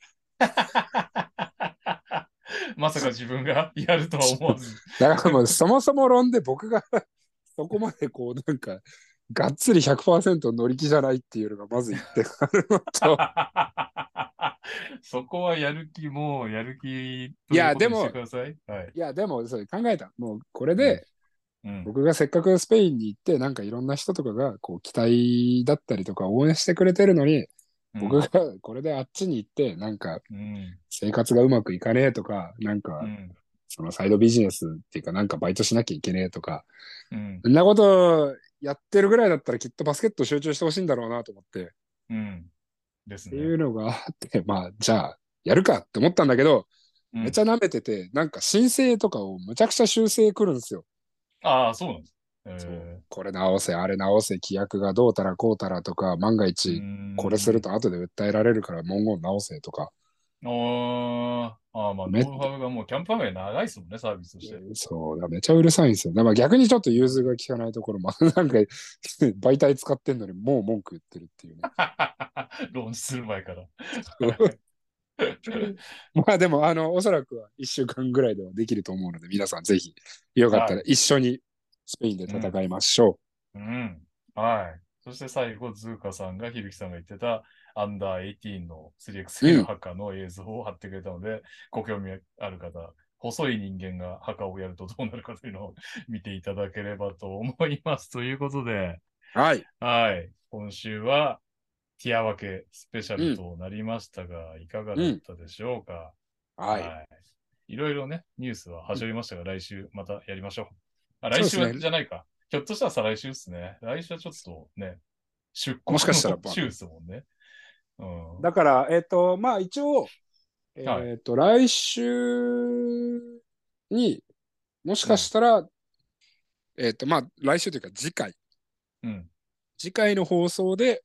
Speaker 1: まさか自分がやるとは思わず。
Speaker 2: だからもうそもそも論で僕が そこまでこうなんかがっつり100%乗り気じゃないっていうのがまず一点あるのと
Speaker 1: そこはやる気もうやる気
Speaker 2: いや
Speaker 1: とうこと
Speaker 2: でも
Speaker 1: にしてください。はい。
Speaker 2: いやでもそれ考えたもうこれで
Speaker 1: うん。
Speaker 2: 僕がせっかくスペインに行ってなんかいろんな人とかがこう期待だったりとか応援してくれてるのに僕がこれであっちに行ってなんか
Speaker 1: うん。
Speaker 2: 生活がうまくいかねえとかなん
Speaker 1: う
Speaker 2: か
Speaker 1: ん。
Speaker 2: そのサイドビジネスっていうかなんかバイトしなきゃいけねえとか
Speaker 1: うん。
Speaker 2: そんなことやってるぐらいだったらきっとバスケット集中してほしいんだろうなと思って
Speaker 1: うん。です
Speaker 2: ってい
Speaker 1: ね。
Speaker 2: うのがあって、 まあ、じゃあ、やるかって思ったんだけど、
Speaker 1: うん
Speaker 2: めちゃ舐めてて、なんか申請とかをむちゃくちゃ修正来るんですよ。
Speaker 1: ああ、そうなんです。え
Speaker 2: そ
Speaker 1: ー
Speaker 2: うこれ直せ、あれ直せ、規約がどうたらこうたらとか、万が一、これする
Speaker 1: と。
Speaker 2: と後で訴えられるから文言直せとか、
Speaker 1: あーあー、まあ、ノ
Speaker 2: め
Speaker 1: ウハウがもうキャンプファンが長いですもんね、サービスとして。
Speaker 2: そう、だからめちゃうるさいんですよ。だから逆にちょっと融通が効かないところも、 なんか、媒体使ってんのにもう文句言ってるっていう ね。
Speaker 1: 論する前から。
Speaker 2: まあでも、あの、おそらくは1週間ぐらいではできると思うので、皆さんぜひ、よかったら一緒にスペインで戦いましょ
Speaker 1: うん。はい。そして最後、ズーカさんが、ひびきさんが言ってた、アンダー18の 3x3 のハッカーの映像を貼ってくれたので、ご興味ある方、細い人間が墓をやるとどうなるかというのを見ていただければと思います。ということで、
Speaker 2: はい。
Speaker 1: はい。今週は、ティア分けスペシャルとなりましたが、いかがだったでしょうか、
Speaker 2: はい。
Speaker 1: い。いろいろね、ニュースは端折りましたが、来週またやりましょう。あ、
Speaker 2: そう
Speaker 1: 来
Speaker 2: です
Speaker 1: 週
Speaker 2: ね
Speaker 1: はじゃないか。ひょっとしたら再来週ですね。来週はちょっとね、出国
Speaker 2: もしかしたら
Speaker 1: の週ですもんね。うん。
Speaker 2: だから、えっ、と、まあ一応、えっ、と、来週に、もしかしたら、えっ、と、まあ来週というか次回、
Speaker 1: うん。
Speaker 2: 次回の放送で、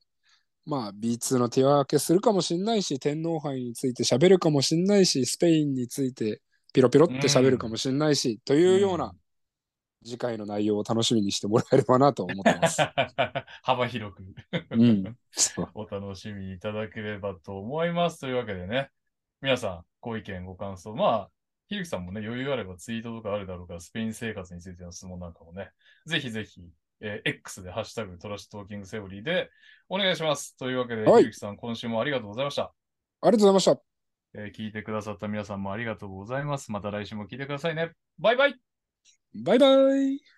Speaker 2: まあ B2 の手分けするかもしんないし、天皇杯について喋るかもしんないし、スペインについてピロピロって喋るかもしんないし、というような次回の内容を楽しみにしてもらえればなと思ってます。
Speaker 1: 幅広く
Speaker 2: うん。そう
Speaker 1: お楽しみいただければと思います。というわけでね、皆さん、ご意見、ご感想、まあ、ひるきさんもね、余裕あればツイートとかあるだろうから、スペイン生活についての質問なんかもね、ぜひぜひ、えー X でハッシュタグトラッシュトーキングセオリーでお願いします。というわけで、
Speaker 2: はい
Speaker 1: ひるきさん、今週もありがとうございました、
Speaker 2: ありがとうございました。
Speaker 1: えー聞いてくださった皆さんもありがとうございます。また来週も聞いてくださいね。バイバイ
Speaker 2: バイバイ。